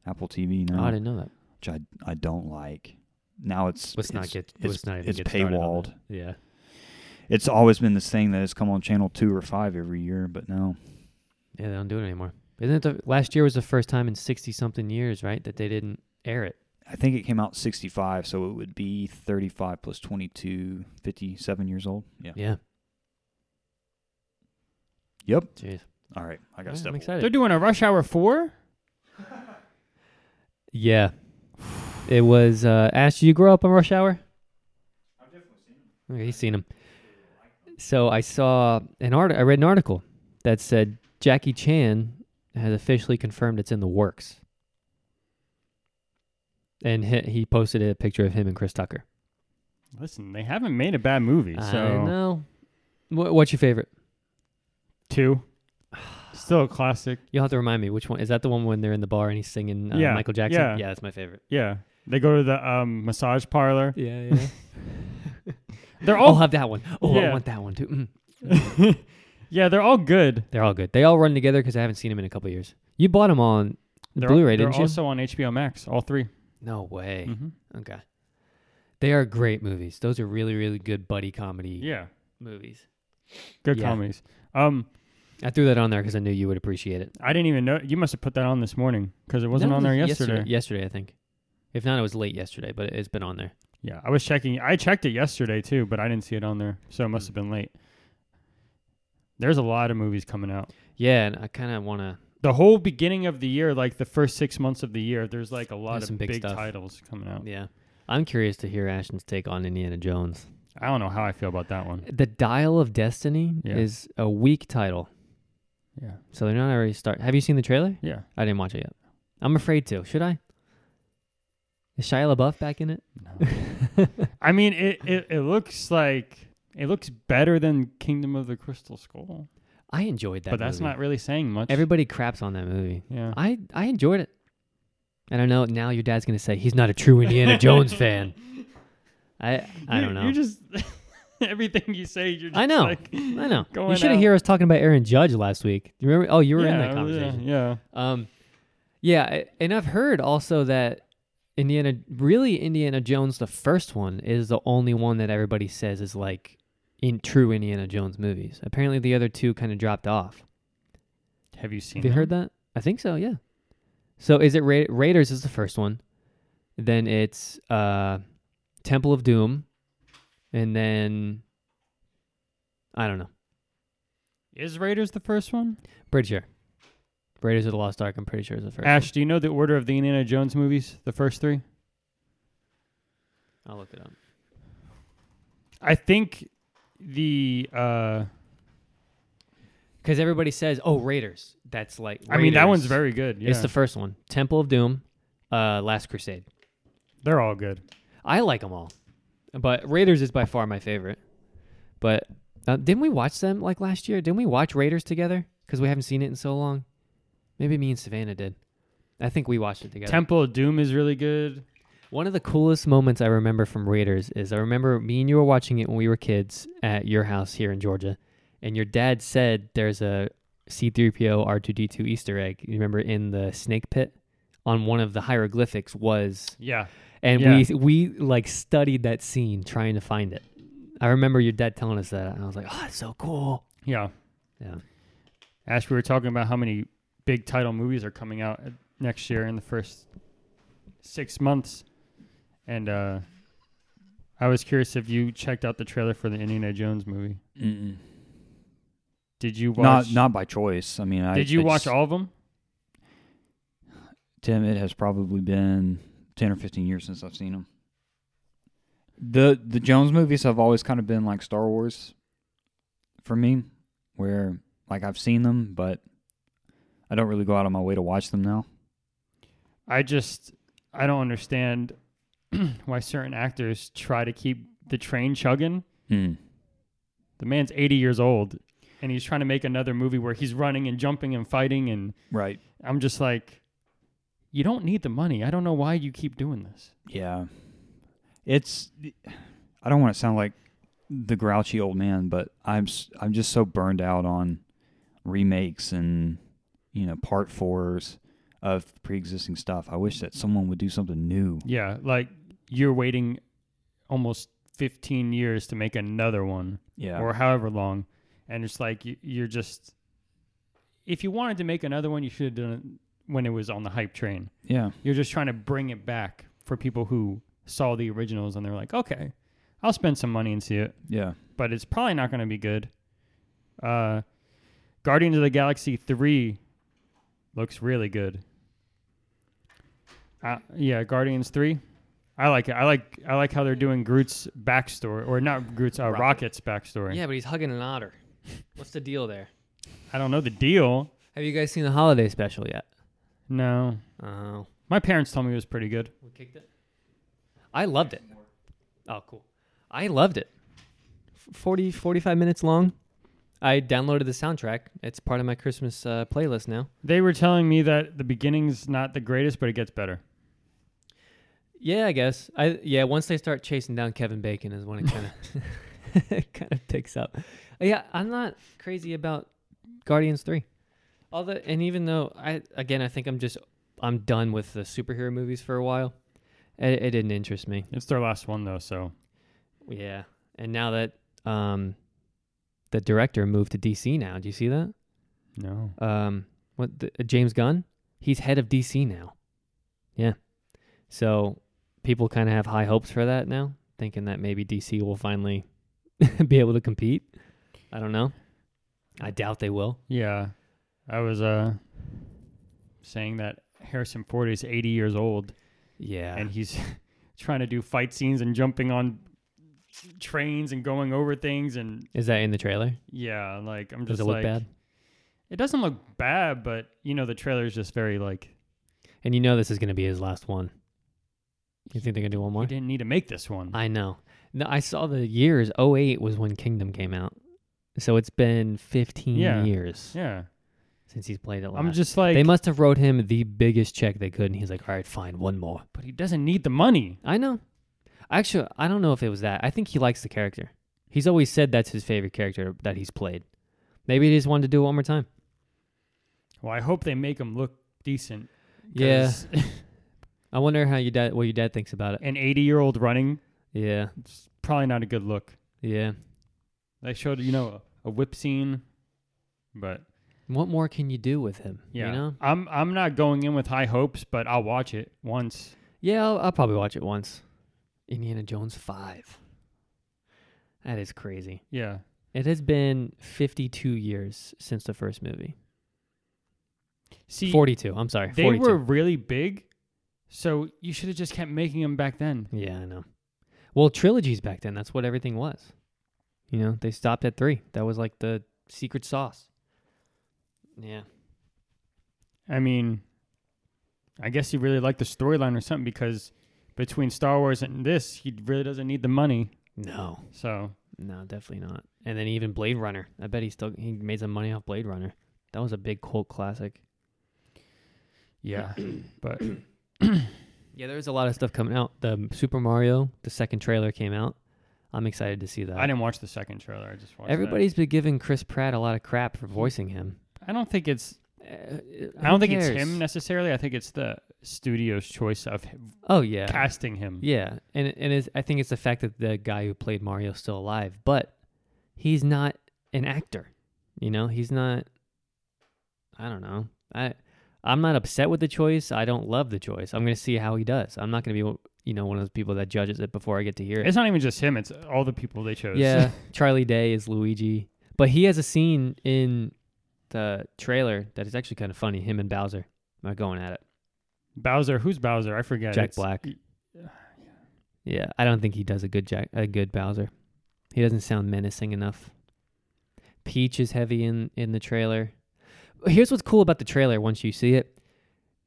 C: Apple TV
B: Oh,
C: now,
B: I didn't know that.
C: which I I don't like. Now it's
B: Let's not
C: it's-
B: get.
C: it's,
B: let's not even
C: it's
B: get started on
C: paywalled.
B: that. Yeah.
C: It's always been this thing that has come on channel two or five every year, but now
B: Yeah, they don't do it anymore. Isn't it? The, last year was the first time in sixty something years, right, that they didn't air it.
C: I think it came out sixty five, so it would be thirty five plus 22, 57 years old. Yeah.
B: Yeah.
C: Yep.
B: Jeez.
C: All right, I
B: Yeah,
C: got to step.
B: I'm
C: away.
B: excited.
A: They're doing a Rush Hour 4?
B: Yeah. It was uh Ash, you grow up on Rush Hour? I've definitely seen him. he's seen him. So I saw an art I read an article that said Jackie Chan has officially confirmed it's in the works. And he, he posted a picture of him and Chris Tucker.
A: Listen, they haven't made a bad movie.
B: I
A: So,
B: know. What, what's your favorite?
A: two. Still a classic.
B: You'll have to remind me which one. Is that the one when they're in the bar and he's singing uh,
A: Yeah,
B: Michael Jackson?
A: yeah.
B: that's my favorite.
A: Yeah. They go to the um, massage parlor.
B: Yeah, yeah.
A: They're
B: I'll
A: all
B: have that one. Oh, I
A: Yeah.
B: want that one too. Mm.
A: Yeah, they're all good.
B: They're all good. They all run together because I haven't seen them in a couple of years. You bought them on
A: They're,
B: Blu-ray,
A: they're
B: didn't you?
A: also on HBO Max, all 3
B: No way.
A: Mm-hmm.
B: Okay. They are great movies. Those are really, really good buddy comedy
A: Yeah.
B: movies.
A: Good
B: Yeah.
A: comedies. Um,
B: I threw that on there because I knew you would appreciate it.
A: I didn't even know. You must have put that on this morning because it wasn't
B: No,
A: on there
B: it was
A: yesterday.
B: yesterday. Yesterday, I think. If not, it was late yesterday, but it's been on there.
A: Yeah, I was checking. I checked it yesterday too, but I didn't see it on there, so it must have been late. There's a lot of movies coming out.
B: Yeah, and I kind of want to.
A: The whole beginning of the year, like the first six months of the year, there's like a lot
B: There's
A: of
B: some big
A: big,
B: stuff.
A: titles coming out.
B: Yeah. I'm curious to hear Ashton's take on Indiana Jones.
A: I don't know how I feel about that one.
B: The Dial of Destiny
A: Yeah.
B: is a weak title,
A: Yeah,
B: so they're not already start. Have you seen the trailer?
A: yeah.
B: I didn't watch it yet. I'm afraid to. Should I? Is Shia LaBeouf back in it?
A: No. I mean, it, it it looks like it looks better than Kingdom of the Crystal Skull,
B: I enjoyed that.
A: but that's
B: movie.
A: not really saying much.
B: Everybody craps on that movie.
A: yeah,
B: I I enjoyed it. And I know now your dad's gonna say he's not a true Indiana Jones fan. I I
A: You-
B: don't know.
A: You just everything you say, you're. Just
B: I know.
A: Like,
B: I know. You
A: going
B: should have
A: out.
B: heard us talking about Aaron Judge last week. You remember? Oh, you were in
A: Yeah,
B: that conversation.
A: Yeah. yeah.
B: Um, yeah, I- and I've heard also that Indiana, really Indiana Jones, the first one is the only one that everybody says is like in true Indiana Jones movies. Apparently, the other two kind of dropped off.
A: Have you seen?
B: Have you heard that? I think so. Yeah. So is it Ra- Raiders is the first one, then it's uh, Temple of Doom, and then I don't know.
A: Is Raiders the first one?
B: Pretty sure. Raiders of the Lost Ark. I'm pretty sure is the first. one.
A: Ash, do you know the order of the Indiana Jones movies? The first three.
B: I'll look it up.
A: I think the uh,
B: because everybody says, "Oh, Raiders." That's like
A: I mean, that
B: Raiders.
A: one's very good. Yeah.
B: It's the first one, Temple of Doom, uh, Last Crusade.
A: They're all good.
B: I like them all, but Raiders is by far my favorite. But uh, didn't we watch them like last year? Didn't we watch Raiders together? Because we haven't seen it in so long. Maybe me and Savannah did. I think we watched it together.
A: Temple of Doom is really good.
B: One of the coolest moments I remember from Raiders is I remember me and you were watching it when we were kids at your house here in Georgia, and your dad said there's a C3PO R2D2 Easter egg. You remember in the snake pit on one of the hieroglyphics was,
A: Yeah.
B: and
A: Yeah.
B: we we like studied that scene trying to find it. I remember your dad telling us that, and I was like, "Oh, that's so cool."
A: Yeah.
B: Yeah.
A: Ash, we were talking about how many big title movies are coming out uh, next year in the first six months. And uh, I was curious if you checked out the trailer for the Indiana Jones movie.
C: Mm-mm.
A: Did you watch?
C: Not not by choice. I mean, I
A: did you
C: I
A: watch
C: just-
A: all of them?
C: Tim, it has probably been ten or fifteen years since I've seen them. the The Jones movies have always kind of been like Star Wars for me, where like I've seen them, but I don't really go out of my way to watch them now.
A: I just I don't understand why certain actors try to keep the train chugging.
C: Hmm.
A: The man's 80 years old and he's trying to make another movie where he's running and jumping and fighting and
C: Right?
A: I'm just like you don't need the money. I don't know why you keep doing this.
C: Yeah. It's. I don't want to sound like the grouchy old man, but I'm s- I'm just so burned out on remakes and you know part fours of pre-existing stuff. I wish that someone would do something new.
A: Yeah, like you're waiting almost 15 years to make another one
C: Yeah.
A: or however long and it's like you, you're just if you wanted to make another one you should have done it when it was on the hype train.
C: yeah.
A: You're just trying to bring it back for people who saw the originals and they're like, okay, I'll spend some money and see it,
C: Yeah.
A: but it's probably not going to be good. Uh, Guardians of the Galaxy 3 looks really good. Uh, yeah, Guardians 3. I like it. I like I like how they're doing Groot's backstory, or not Groot's, uh,
B: Rocket.
A: Rocket's backstory.
B: Yeah, but he's hugging an otter. What's the deal there?
A: I don't know the deal.
B: Have you guys seen the holiday special yet?
A: No,
B: Oh,
A: my parents told me it was pretty good.
B: We kicked it. I loved it. Oh, cool. I loved it. F- 40, 45 minutes long. I downloaded the soundtrack. It's part of my Christmas uh, playlist now.
A: They were telling me that the beginning's not the greatest, but it gets better.
B: Yeah, I guess. I yeah. Once they start chasing down Kevin Bacon, is when it kind of kind of picks up. Yeah, I'm not crazy about Guardians Three. Although, and even though I again, I think I'm just I'm done with the superhero movies for a while. It, it didn't interest me.
A: It's their last one though, so
B: Yeah, and now that um, the director moved to DC now. Do you see that?
A: no.
B: Um, what the, uh, James Gunn? He's head of DC now. Yeah, so people kind of have high hopes for that now, thinking that maybe DC will finally be able to compete. I don't know. I doubt they will.
A: Yeah, I was uh saying that Harrison Ford is 80 years old
B: Yeah,
A: and he's trying to do fight scenes and jumping on trains and going over things and
B: is that in the trailer?
A: yeah, like I'm just
B: Does it look
A: like
B: bad?
A: it doesn't look bad, but you know the trailer is just very like
B: And you know this is going to be his last one. You think they're going to do one
A: we
B: more?
A: didn't need to make this one.
B: I know. No, I saw the years. 08 was when Kingdom came out. So it's been 15
A: Yeah.
B: years
A: yeah,
B: since he's played it last.
A: I'm just like
B: they must have wrote him the biggest check they could, and he's like, all right, fine, one more.
A: but he doesn't need the money.
B: I know. Actually, I don't know if it was that. I think he likes the character. He's always said that's his favorite character that he's played. Maybe he just wanted to do it one more time.
A: Well, I hope they make him look decent.
B: Yeah.
A: 'cause
B: I wonder how your dad, what your dad thinks about it.
A: an 80 year old running,
B: Yeah,
A: it's probably not a good look.
B: yeah.
A: They showed, you know, a whip scene, but
B: What more can you do with him?
A: yeah,
B: You know?
A: I'm I'm not going in with high hopes, but I'll watch it once.
B: Yeah, I'll, I'll probably watch it once. Indiana Jones 5. That is crazy.
A: Yeah,
B: It has been 52 years since the first movie.
A: see,
B: 42, I'm sorry.
A: they
B: 42.
A: were really big, so you should have just kept making them back then.
B: Yeah, I know. Well, trilogies back then, that's what everything was. You know, they stopped at three. That was like the secret sauce. Yeah.
A: I mean, I guess he really liked the storyline or something because between Star Wars and this, he really doesn't need the money.
B: No.
A: So
B: No, definitely not. And then even Blade Runner. I bet he still he made some money off Blade Runner. That was a big cult classic.
A: yeah, but
B: Yeah, there was a lot of stuff coming out. The Super Mario, the second trailer came out. I'm excited to see that.
A: I didn't watch the second trailer. I just watched. that.
B: Everybody's been giving Chris Pratt a lot of crap for voicing him.
A: I don't think it's.
B: Uh, who
A: I don't think it's
B: cares?
A: him necessarily. I think it's the studio's choice of him,
B: Oh yeah.
A: casting him.
B: Yeah, and and it's, I think it's the fact that the guy who played Mario's still alive, but he's not an actor. You know, he's not. I don't know. I I'm not upset with the choice. I don't love the choice. I'm gonna see how he does. I'm not gonna be you know one of those people that judges it before I get to hear it.
A: It's not even just him. It's all the people they chose.
B: Yeah, Charlie Day is Luigi, but he has a scene in the trailer that is actually kind of funny. Him and Bowser are going at it.
A: Bowser. Who's Bowser? I forget.
B: Jack
A: It's-
B: Black. Yeah, I don't think he does a good Jack, a good Bowser. He doesn't sound menacing enough. Peach is heavy in in the trailer. Here's what's cool about the trailer once you see it.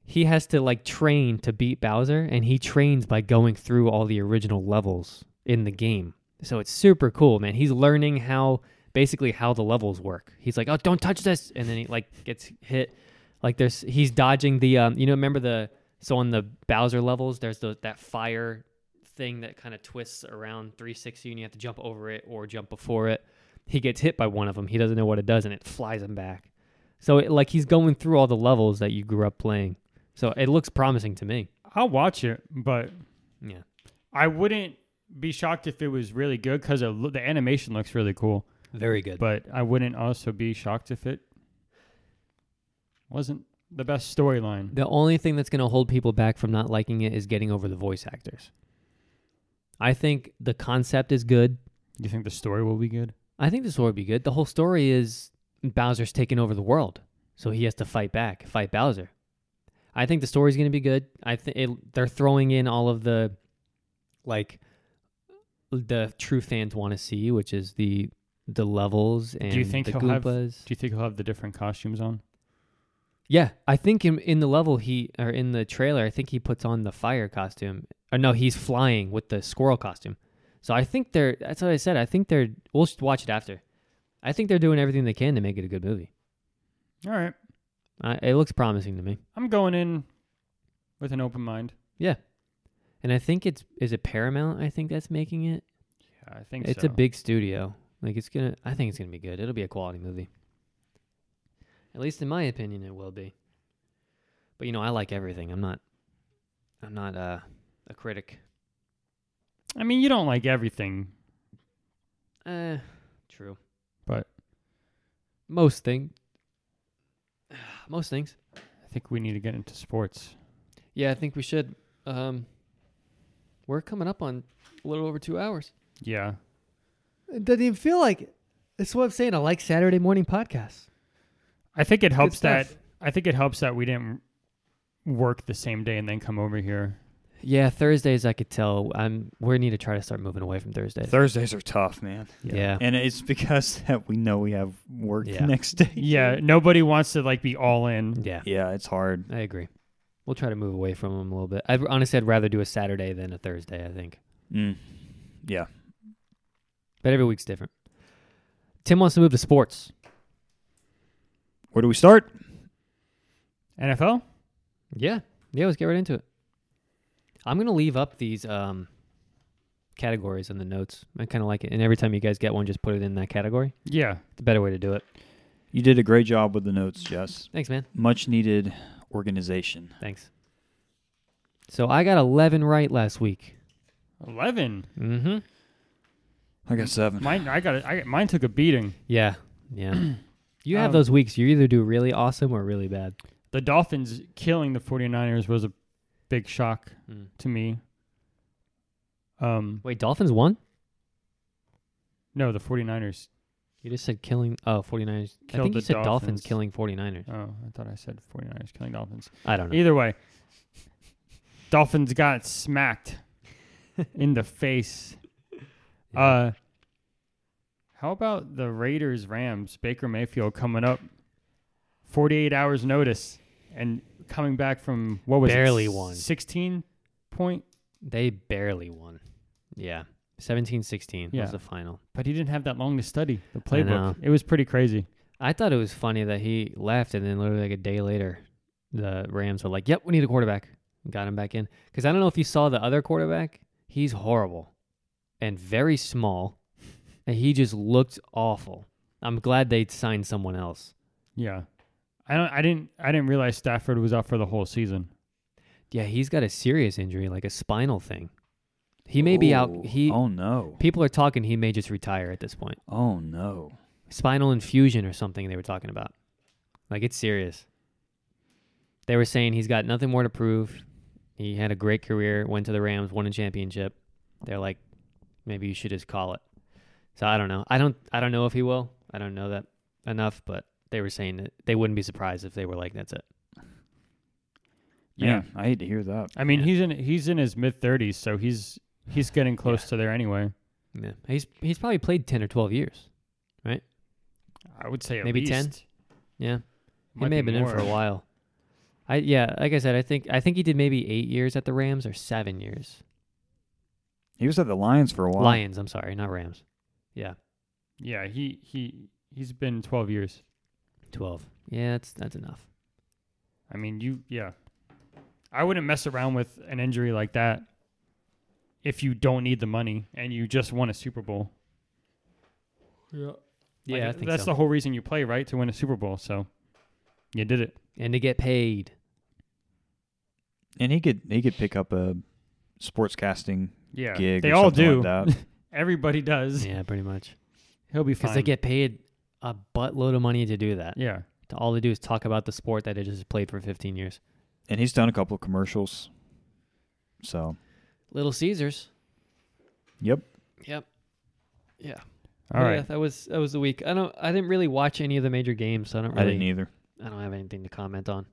B: He has to like train to beat Bowser and he trains by going through all the original levels in the game. So it's super cool, man. He's learning how basically how the levels work. He's like, "Oh, don't touch this." And then he like gets hit like there's he's dodging the um you know remember the so on the Bowser levels there's the that fire thing that kind of twists around 360 and you have to jump over it or jump before it. He gets hit by one of them. He doesn't know what it does and it flies him back. So it, like he's going through all the levels that you grew up playing. So it looks promising to me.
A: I'll watch it, but
B: Yeah.
A: I wouldn't be shocked if it was really good because lo- the animation looks really cool.
B: Very good.
A: But I wouldn't also be shocked if it wasn't the best storyline.
B: The only thing that's going to hold people back from not liking it is getting over the voice actors. I think the concept is good.
A: You think the story will be good?
B: I think this would be good. The whole story is Bowser's taken over the world, so he has to fight back, fight Bowser. I think the story's going to be good. I think they're throwing in all of the like the true fans want to see, which is the the levels and
A: you think
B: the
A: he'll have-
B: Goombas.
A: Do you think he'll have the different costumes on?
B: Yeah, I think in in the level he or in the trailer, I think he puts on the fire costume. Or no, he's flying with the squirrel costume. So I think they're. That's what I said. I think they're. We'll just watch it after. I think they're doing everything they can to make it a good movie.
A: All right.
B: I, it looks promising to me,
A: I'm going in with an open mind.
B: and I think it's is it Paramount. I think that's making it.
A: Yeah, I think
B: It's
A: so.
B: a big studio. Like it's gonna. I think it's gonna be good. It'll be a quality movie. At least in my opinion, it will be. But you know, I like everything. I'm not. I'm not uh, a critic.
A: I mean, you don't like everything.
B: Uh, true.
A: But-
B: most things, most things.
A: I think we need to get into sports.
B: Yeah, I think we should. Um, we're coming up on a little over two hours.
A: Yeah.
D: It doesn't even feel like it.
B: That's what I'm saying. I like Saturday morning podcasts.
A: I think it helps that
D: stuff.
A: I think it helps that we didn't work the same day and then come over here.
B: Yeah, Thursdays. I could tell. I'm. We need to try to start moving away from Thursdays.
C: Thursdays are tough, man.
B: yeah.
C: And it's because that we know we have work
B: Yeah.
C: the next day.
A: Yeah, nobody wants to like be all in.
B: yeah.
C: Yeah, it's hard.
B: I agree. We'll try to move away from them a little bit. I honestly, I'd rather do a Saturday than a Thursday. I think.
C: Mm. Yeah.
B: But every week's different. Tim wants to move to sports.
C: Where do we start?
A: NFL?
B: Yeah. Yeah, let's get right into it. I'm going to leave up these um, categories in the notes. I kind of like it. And every time you guys get one, just put it in that category.
A: Yeah.
B: It's a better way to do it.
C: You did a great job with the notes, Jess.
B: Thanks, man.
C: Much needed organization.
B: Thanks. So I got 11 right last week.
A: 11.
B: Mm hmm.
C: I got seven.
A: Mine I got it. I mine took a beating.
B: Yeah. Yeah. you have
A: Um,
B: those weeks. You either do really awesome or really bad.
A: The Dolphins killing the 49ers was a big shock
B: Mm.
A: to me. Um
B: Wait, Dolphins won?
A: no, the 49ers.
B: You just said killing. Oh, 49ers. I
A: Killed
B: think you
A: the
B: said
A: Dolphins.
B: Dolphins. killing 49ers.
A: Oh, I thought I said 49ers killing Dolphins.
B: I don't know.
A: Either way, Dolphins got smacked in the face.
B: Yeah.
A: Uh how about the Raiders Rams Baker Mayfield coming up 48 hours notice and coming back from what was
B: Barely
A: it,
B: won.
A: 16 point,
B: They barely won. Yeah. 17 16
A: Yeah.
B: was the final.
A: but he didn't have that long to study the
B: I know.
A: playbook. It was pretty crazy.
B: I thought it was funny that he left and then literally like a day later, the Rams were like, yep, we need a quarterback. Got him back in. Because I don't know if you saw the other quarterback. He's horrible and very small. And he just looked awful. I'm glad they signed someone else.
A: Yeah. I don't I didn't I didn't realize Stafford was out for the whole season.
B: Yeah, he's got a serious injury, like a spinal thing. He may be out.
C: Oh,
B: He
C: Oh no.
B: people are talking. He may just retire at this point.
C: Oh no.
B: spinal infusion or something they were talking about. Like it's serious. They were saying he's got nothing more to prove. He had a great career, went to the Rams, won a championship. They're like, maybe you should just call it. So I don't know. I don't I don't know if he will. I don't know that enough, but they were saying that they wouldn't be surprised if they were like, that's it.
C: Yeah, I hate to hear that.
A: I mean,
B: Yeah.
A: he's in he's in his mid 30s, so he's he's getting close to there anyway.
B: Yeah. He's he's probably played ten or twelve years.
A: I would say at
B: Maybe
A: least.
B: 10? Yeah. He
A: Might
B: may have
A: be
B: been in for a
A: more.
B: while. I yeah, like I said, I think I think he did maybe eight years at the Rams or seven years.
C: He was at the Lions for a while.
B: Lions, I'm sorry, not Rams. Yeah,
A: Yeah, he he he's been 12 years.
B: 12. Yeah, that's that's enough.
A: I mean, you yeah. I wouldn't mess around with an injury like that if you don't need the money and you just won a Super Bowl. Like,
B: Yeah, I think
A: that's
B: so.
A: the whole reason you play, right? To win a Super Bowl. So you did it.
B: and to get paid.
C: And he could he could pick up a sportscasting
A: Yeah.
C: gig.
A: they
C: or
A: all
C: something
A: do.
C: Like that.
A: Everybody does.
B: Yeah, pretty much.
A: He'll be fine.
B: Because they get paid a buttload of money to do that.
A: yeah.
B: To- All they do is talk about the sport that they just played for 15 years.
C: and he's done a couple of commercials. So
B: Little Caesars.
C: yep.
B: Yep. Yeah.
A: All right.
B: that was that was the week. I don't. I didn't really watch any of the major games, so I don't really.
C: I didn't either.
B: I don't have anything to comment on.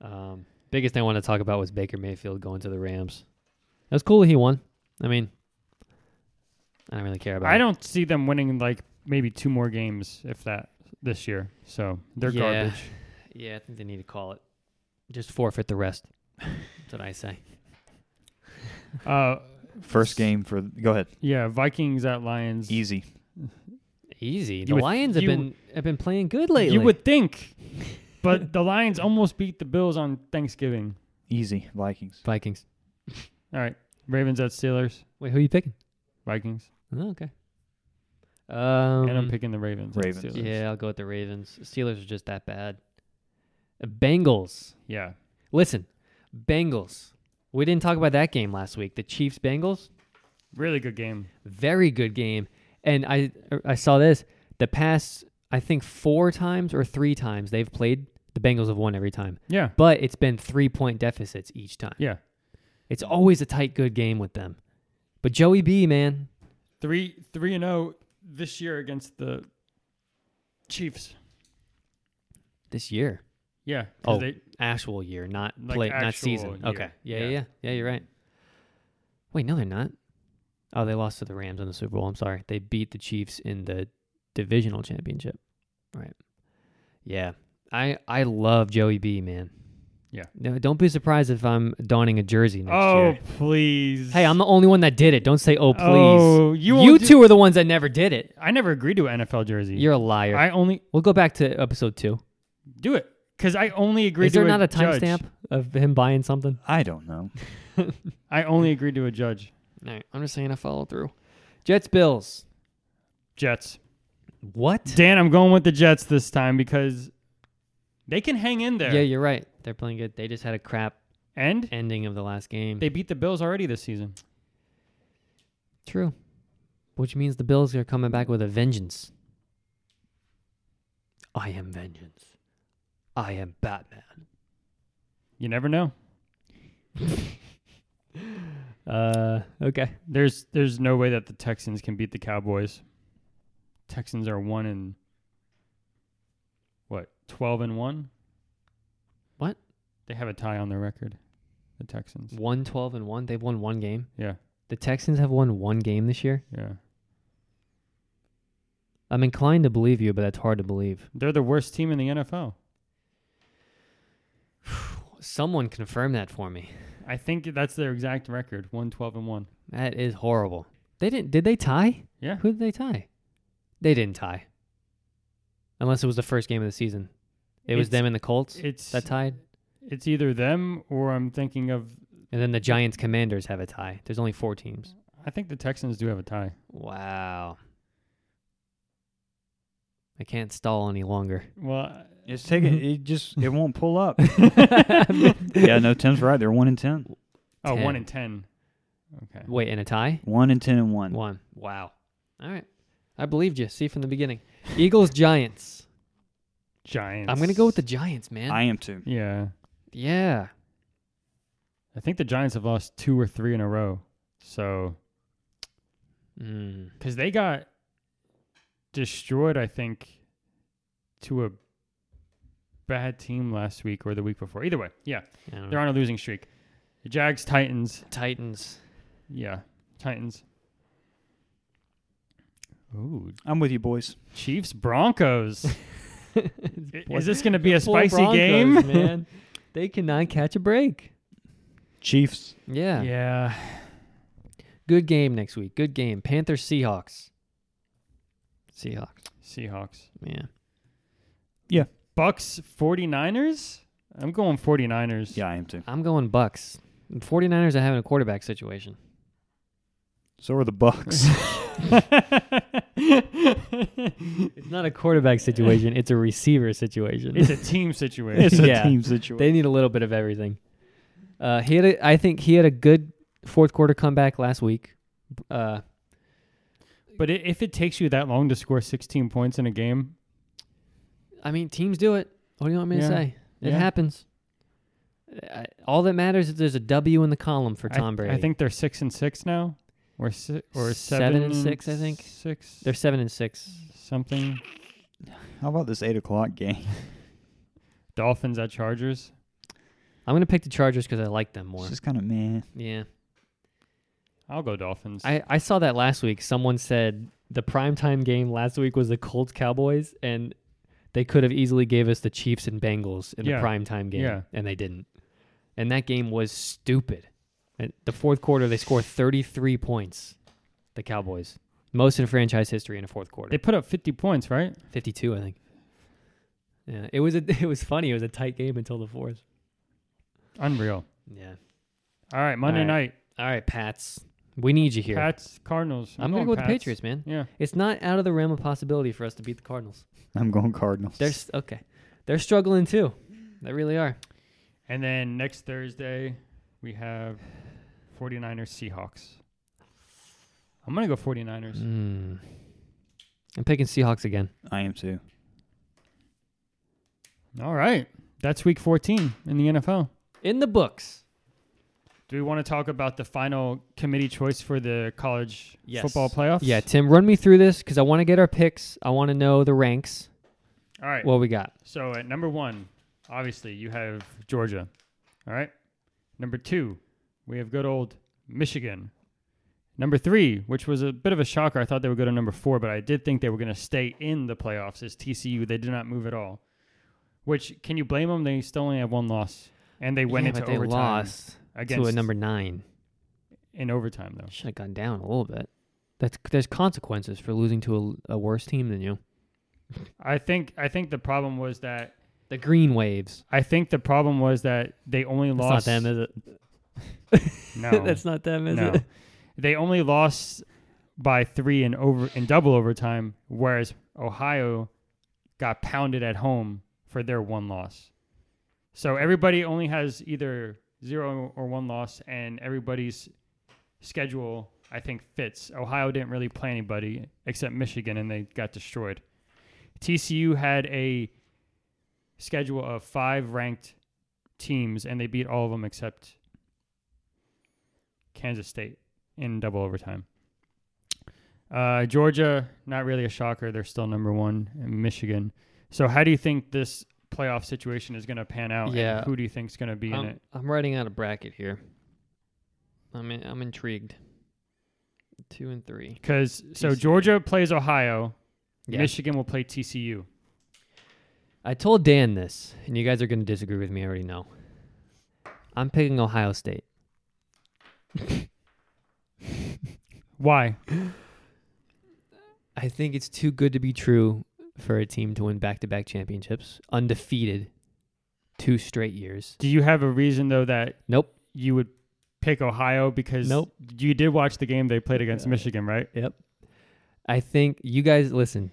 B: Um, biggest thing I want to talk about was Baker Mayfield going to the Rams. That was cool that he won. I mean, I don't really care about.
A: I
B: it.
A: don't see them winning like maybe two more games if that this year. So they're
B: Yeah.
A: garbage.
B: Yeah, I think they need to call it. Just forfeit the rest. That's what I say.
A: Uh,
C: First game for go ahead.
A: yeah, Vikings at Lions.
C: Easy.
B: Easy. The
A: You would-
B: Lions have
A: you-
B: been have been playing good lately.
A: You would think, but the Lions almost beat the Bills on Thanksgiving.
C: Easy. Vikings.
B: Vikings.
A: All right, Ravens at Steelers.
B: Wait, who are you picking?
A: Vikings,
B: Oh, okay. Um,
A: and I'm picking the Ravens. at
C: Ravens.
A: Steelers.
B: Yeah, I'll go with the Ravens. Steelers are just that bad. Uh, Bengals.
A: yeah.
B: Listen, Bengals. We didn't talk about that game last week. The Chiefs Bengals,
A: Really good game.
B: very good game. And I I saw this. The past I think four times or three times they've played, the Bengals have won every time.
A: Yeah,
B: But it's been three point deficits each time.
A: yeah.
B: It's always a tight good game with them. But Joey B, man,
A: Three, three and zero this year against the Chiefs.
B: this year.
A: Yeah. 'cause
B: Oh,
A: they-
B: actual year, not
A: Like
B: play, not
A: actual
B: season.
A: year.
B: Okay. Yeah, yeah,
A: Yeah.
B: yeah. Yeah, you're right. Wait, no, they're not. Oh, they lost to the Rams in the Super Bowl. I'm sorry. They beat the Chiefs in the divisional championship. Right. Yeah. I I love Joey B, man.
A: Yeah.
B: No, don't be surprised if I'm donning a jersey next
A: oh
B: year.
A: please.
B: Hey, I'm the only one that did it. Don't say, "Oh, please."
A: Oh, you
B: you
A: won't do-
B: two are the ones that never did it.
A: I never agreed to an NFL jersey.
B: You're a liar.
A: I only
B: we'll go back to episode two.
A: do it because I only agreed.
B: Is there
A: to
B: not a
A: judge.
B: timestamp of him buying something?
C: I don't know.
A: I only agreed to a judge.
B: All right, I'm just saying I follow through. Jets Bills.
A: Jets.
B: What?
A: Dan, I'm going with the Jets this time because they can hang in there.
B: Yeah, you're right. They're playing good. They just had a crap
A: And
B: ending of the last game.
A: they beat the Bills already this season.
B: True. Which means the Bills are coming back with a vengeance. I am vengeance. I am Batman.
A: You never know.
B: Uh, okay.
A: There's there's no way that the Texans can beat the Cowboys. Texans are one and what twelve and one.
B: What?
A: They have a tie on their record. The Texans.
B: One twelve and one. They've won one game.
A: Yeah,
B: The Texans have won one game this year.
A: yeah.
B: I'm inclined to believe you, but that's hard to believe.
A: They're the worst team in the NFL.
B: Someone confirm that for me.
A: I think that's their exact record: one twelve and one.
B: That is horrible. They didn't. Did they tie?
A: Yeah.
B: Who did they tie? They didn't tie. Unless it was the first game of the season. It was
A: It's-
B: them and the Colts
A: It's
B: that tied,
A: it's either them or I'm thinking of.
B: and then the Giants Commanders have a tie. There's only four teams.
A: I think the Texans do have a tie.
B: Wow. I can't stall any longer.
A: Well, uh,
C: It's taking it just it won't pull up. yeah,
B: yeah,
C: no, Tim's right. They're one in ten.
A: oh, one
B: Ten.
A: and ten. Okay.
B: Wait, and a tie?
C: One in ten and one.
B: One. Wow. All right. I believed you. See from the beginning. Eagles, Giants.
A: Giants.
B: I'm going to go with the Giants, man.
C: I am too.
A: Yeah,
B: yeah.
A: I think the Giants have lost two or three in a row. So
B: Mm.
A: because they got destroyed, I think, to a bad team last week or the week before. Either way, yeah,
B: I don't
A: they're
B: know.
A: on a losing streak. The Jags, Titans,
B: Titans.
A: yeah, Titans. Ooh,
C: I'm with you, boys.
A: Chiefs, Broncos. I- Is this going to be a
B: Poor
A: spicy
B: Broncos,
A: game?
B: man. They cannot catch a break.
C: Chiefs.
B: Yeah.
A: Yeah.
B: Good game next week. Good game. Panthers, Seahawks. Seahawks.
A: Seahawks,
B: Yeah.
A: Bucks, 49ers. I'm going 49ers.
C: Yeah, I am too.
B: I'm going Bucks. 49ers are having a quarterback situation.
C: So are the Bucks.
B: It's not a quarterback situation, it's a receiver situation.
A: It's a team situation.
C: it's a
B: Yeah.
C: team situation.
B: they need a little bit of everything. Uh, he had a, I think he had a good fourth quarter comeback last week. Uh,
A: But i if it takes you that long to score 16 points in a game,
B: I mean, teams do it. What do you want me
A: Yeah.
B: to say? It
A: Yeah.
B: happens. I, all that matters is there's a W in the column for
A: I-
B: Tom Brady.
A: I think they're six and six now, or si- or
B: Seven
A: seven,
B: and six, I think.
A: six.
B: they're seven and six.
A: something.
C: How about this eight o'clock game?
A: Dolphins at Chargers.
B: I'm gonna pick the Chargers because I like them more.
C: It's just kind of meh.
B: yeah,
A: I'll go Dolphins.
B: I, I saw that last week. Someone said the primetime game last week was the Colts Cowboys, and they could have easily gave us the Chiefs and Bengals in
A: Yeah.
B: the primetime game,
A: Yeah.
B: and they didn't. And that game was stupid. And the fourth quarter, they scored 33 points. The Cowboys, most in franchise history in a fourth quarter,
A: they put up 50 points, right?
B: 52, I think. Yeah, it was a, it was funny. It was a tight game until the fourth.
A: Unreal.
B: Yeah.
A: All right, Monday
B: All
A: night.
B: All right, Pats, we need you here.
A: Pats Cardinals.
B: I'm, gonna go with the
A: Pats.
B: Patriots, man.
A: Yeah.
B: It's not out of the realm of possibility for us to beat the Cardinals.
C: I'm going Cardinals.
B: They're s- okay. They're struggling too. They really are.
A: And then next Thursday we have 49ers Seahawks. I'm gonna go 49ers.
B: I'm picking Seahawks again.
C: I am too.
A: Mm. All right, that's week 14 in the NFL.
B: In the books.
A: Do we want to talk about the final committee choice for the college
B: Yes.
A: football playoffs?
B: Yeah, Tim, run me through this because I want to get our picks. I want to know the ranks.
A: All right.
B: What we got?
A: So at number one, obviously you have Georgia. All right. Number two, we have good old Michigan. Number three, which was a bit of a shocker, I thought they would go to number four, but I did think they were going to stay in the playoffs. Is TCU? They did not move at all. Which can you blame them? They still only have one loss, and they went
B: Yeah,
A: into
B: but they
A: overtime
B: lost
A: against
B: to a number nine.
A: in overtime though.
B: Should have gone down a little bit. That's there's consequences for losing to a, a worse team than you.
A: I think I think the problem was that
B: The Green Waves.
A: I think the problem was that they only
B: That's
A: lost.
B: not them, is it?
A: No,
B: That's not them, is
A: no.
B: it?
A: They only lost by three in over in double overtime, whereas Ohio got pounded at home for their one loss. So everybody only has either zero or one loss, and everybody's schedule I think fits. Ohio didn't really play anybody except Michigan, and they got destroyed. TCU had a schedule of five ranked teams, and they beat all of them except Kansas State in double overtime. Uh, Georgia, not really a shocker. They're still number one. And Michigan. So, how do you think this playoff situation is going to pan out? and
B: Yeah. Um,
A: who do you think's going to be in
B: I'm,
A: it?
B: I'm writing out a bracket here. I'm in, I'm intrigued. Two and three.
A: Because so
B: TCU.
A: Georgia plays Ohio,
B: Yeah.
A: Michigan will play TCU.
B: I told Dan this, and you guys are going to disagree with me. I already know. I'm picking Ohio State.
A: Why?
B: I think it's too good to be true for a team to win back to back championships, undefeated, two straight years.
A: Do you have a reason though that
B: Nope.
A: you would pick Ohio because
B: Nope.
A: you did watch the game they played against
B: Yeah.
A: Michigan, right?
B: I think you guys listen.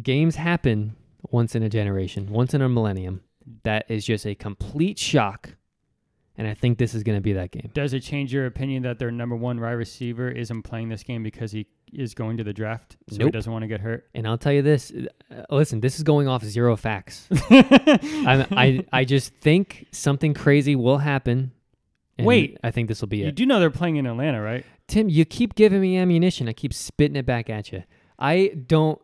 B: Games happen once in a generation, once in a millennium. That is just a complete shock. And I think this is going to be that game.
A: Does it change your opinion that their number one wide receiver isn't playing this game because he is going to the draft, so he
B: Nope.
A: doesn't want to get hurt?
B: And I'll tell you this uh, listen, this is going off zero facts. I'm, I, I just think something crazy will happen. and
A: Wait.
B: I think this will be
A: You
B: it.
A: do know they're playing in Atlanta, right?
B: Tim, you keep giving me ammunition. I keep spitting it back at you. I don't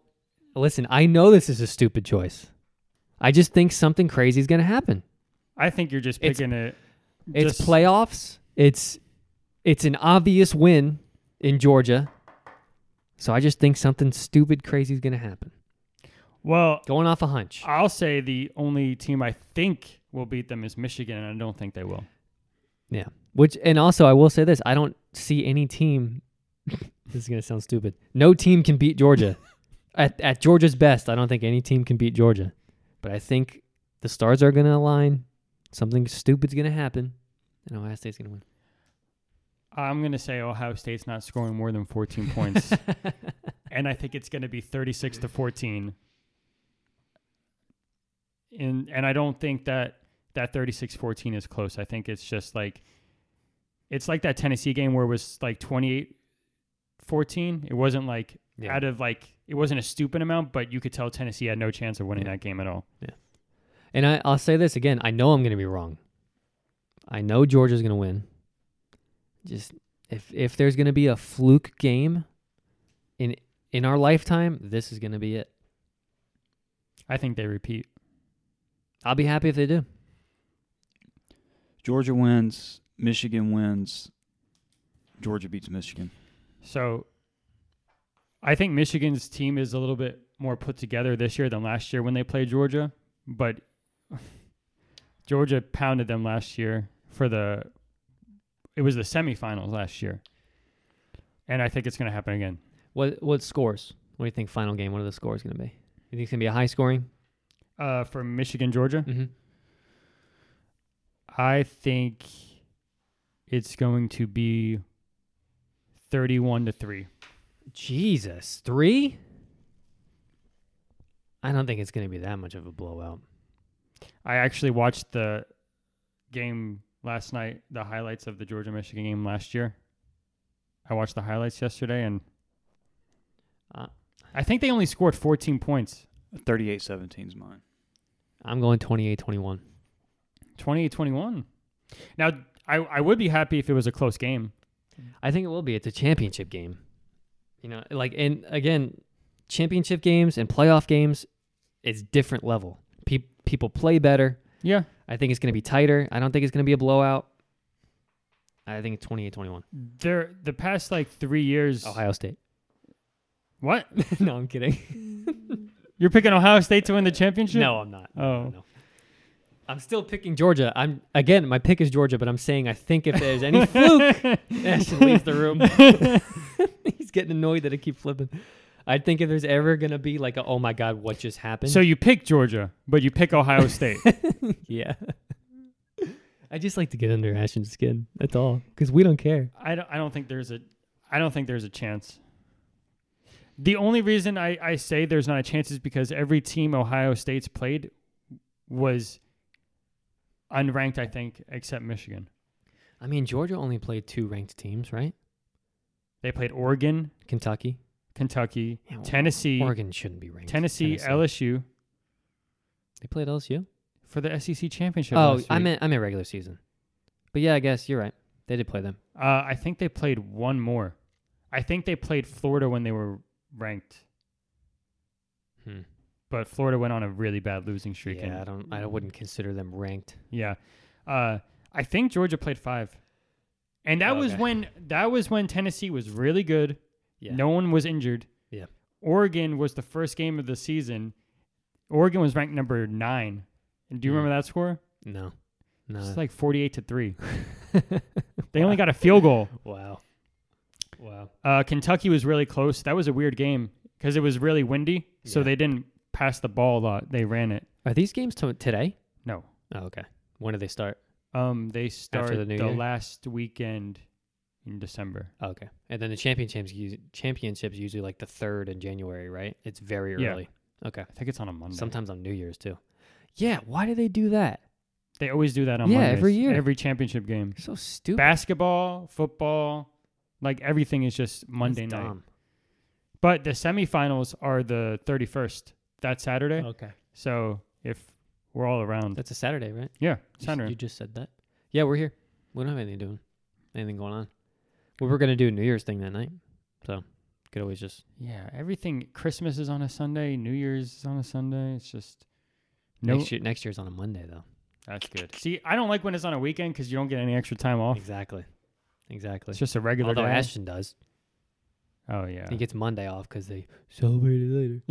B: listen. I know this is a stupid choice. I just think something crazy is going to happen.
A: I think you're just
B: It's-
A: picking it.
B: It's
A: just-
B: playoffs. It's it's an obvious win in Georgia. So I just think something stupid crazy is going to happen.
A: Well,
B: Going off a hunch.
A: I'll say the only team I think will beat them is Michigan, and I don't think they will.
B: Yeah. Which and also I will say this, I don't see any team this is going to sound stupid. No team can beat Georgia. at at Georgia's best, I don't think any team can beat Georgia. But I think the stars are going to align. Something stupid's going to happen and Ohio State's going to win.
A: I'm gonna say Ohio State's not scoring more than 14 points, and I think it's gonna be 36 to 14. And and I don't think that that 36-14 is close. I think it's just like it's like that Tennessee game where it was like 28-14. It wasn't like
B: Yeah.
A: out of like it wasn't a stupid amount, but you could tell Tennessee had no chance of winning
B: Yeah.
A: that game at all.
B: And I, I'll say this again. I know I'm going to be wrong. I know Georgia's going to win. Just if if there's going to be a fluke game in in our lifetime, this is going to be it.
A: I think they repeat.
B: I'll be happy if they do.
C: Georgia wins. Michigan wins. Georgia beats Michigan.
A: So I think Michigan's team is a little bit more put together this year than last year when they played Georgia, but Georgia pounded them last year for the it was the semifinals last year. And I think it's going to happen again.
B: What what scores? What do you think final game? What are the scores going to be? You think it's going to be a high scoring?
A: Uh, for Michigan Georgia,
B: Mm-hmm.
A: I think it's going to be 31 to 3.
B: Jesus, three. I don't think it's going to be that much of a blowout.
A: I actually watched the game last night, the highlights of the Georgia Michigan game last year. I watched the highlights yesterday, and
B: Uh.
A: I think they only scored 14 points.
C: 38-17 is mine.
B: I'm going 28-21.
A: 28 21. Now, I, I would be happy if it was a close game.
B: I think it will be. It's a championship game. You know, like and again, championship games and playoff games, it's different level. Pe- people play better.
A: Yeah.
B: I think it's going to be tighter. I don't think it's going to be a blowout. I think it's 28-21.
A: They're, the past like three years.
B: Ohio State.
A: What?
B: no, I'm kidding.
A: You're picking Ohio State to win the championship?
B: No, I'm not. No,
A: Oh.
B: no. I'm still picking Georgia. I'm again, my pick is Georgia, but I'm saying I think if there's any fluke, Ashton leaves the room. He's getting annoyed that I keep flipping. I think if there's ever gonna be like a oh my god, what just happened?
A: So you pick Georgia, but you pick Ohio State.
B: yeah. I just like to get under Ashton's skin. That's all, because we don't care.
A: I don't, I don't think there's a I don't think there's a chance. The only reason I, I say there's not a chance is because every team Ohio State's played was unranked, I think, except Michigan.
B: I mean, Georgia only played two ranked teams, right?
A: They played Oregon,
B: Kentucky,
A: Kentucky,
B: Yeah, well,
A: Tennessee,
B: Oh, Oregon shouldn't be ranked.
A: Tennessee, LSU
B: They played LSU.
A: for the SEC championship.
B: Oh,
A: last
B: I
A: week.
B: meant I meant regular season. But yeah, I guess you're right. They did play them.
A: Uh, I think they played one more. I think they played Florida when they were ranked,
B: Hmm.
A: but Florida went on a really bad losing streak. and-
B: Yeah, I don't. I wouldn't consider them ranked.
A: Yeah. Uh, I think Georgia played five. And that was
B: Oh, Okay.
A: when that was when Tennessee was really good.
B: Yeah.
A: No one was injured.
B: Yeah.
A: Oregon was the first game of the season. Oregon was ranked number nine. And do you
B: Hmm. Uh,
A: remember that score?
B: No. No.
A: It's like forty-eight to three. They only got a field goal.
B: wow. Wow.
A: Uh, Kentucky was really close. That was a weird game because it was really windy, so
B: Yeah.
A: they didn't pass the ball a lot. They ran it.
B: Are these games to today?
A: No.
B: Oh, okay. When do they start?
A: Um, they start the,
B: the New Year?
A: last weekend in December.
B: Oh, okay. And then the championships us- championships usually like the third in January, right? It's very
A: Yeah.
B: early. Okay.
A: I think it's on a Monday.
B: Sometimes on New Year's too. Yeah. Why do they do that?
A: They always do that on
B: Yeah,
A: Mondays,
B: every year.
A: every championship game.
B: So stupid.
A: Basketball, football, like everything is just
B: That's
A: Monday night.
B: dumb.
A: But the semifinals are the 31st that Saturday.
B: Okay.
A: So if we're all around,
B: Oh. That's a Saturday, right?
A: yeah,
B: You s- You
A: Saturday.
B: just said that. Yeah, we're here. We don't have anything doing, anything going on. We were gonna do a New Year's thing that night, so could always just
A: Yeah, everything. Christmas is on a Sunday. New Year's is on a Sunday. It's just no.
B: next year. Next year's on a Monday though.
A: That's good. See, I don't like when it's on a weekend because you don't get any extra time off.
B: Exactly, exactly.
A: It's just a regular
B: Although
A: day.
B: Ashton does,
A: oh yeah.
B: he gets Monday off because they celebrate it later.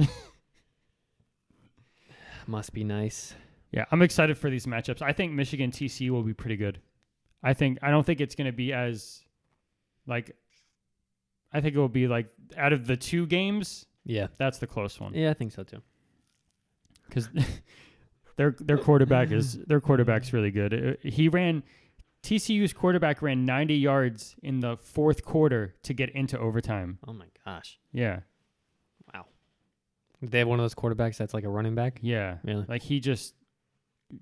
B: Must be nice.
A: Yeah, I'm excited for these matchups. I think Michigan TC will be pretty good. I think I don't think it's going to be as like I think it will be like out of the two games,
B: Yeah,
A: that's the close one
B: yeah, I think so too.
A: cuz their their quarterback is their quarterback's really good. Uh, He ran TCU's quarterback ran 90 yards in the fourth quarter to get into overtime.
B: Oh my gosh,
A: Yeah.
B: they have one of those quarterbacks that's like a running back.
A: Yeah.
B: Really?
A: Like he just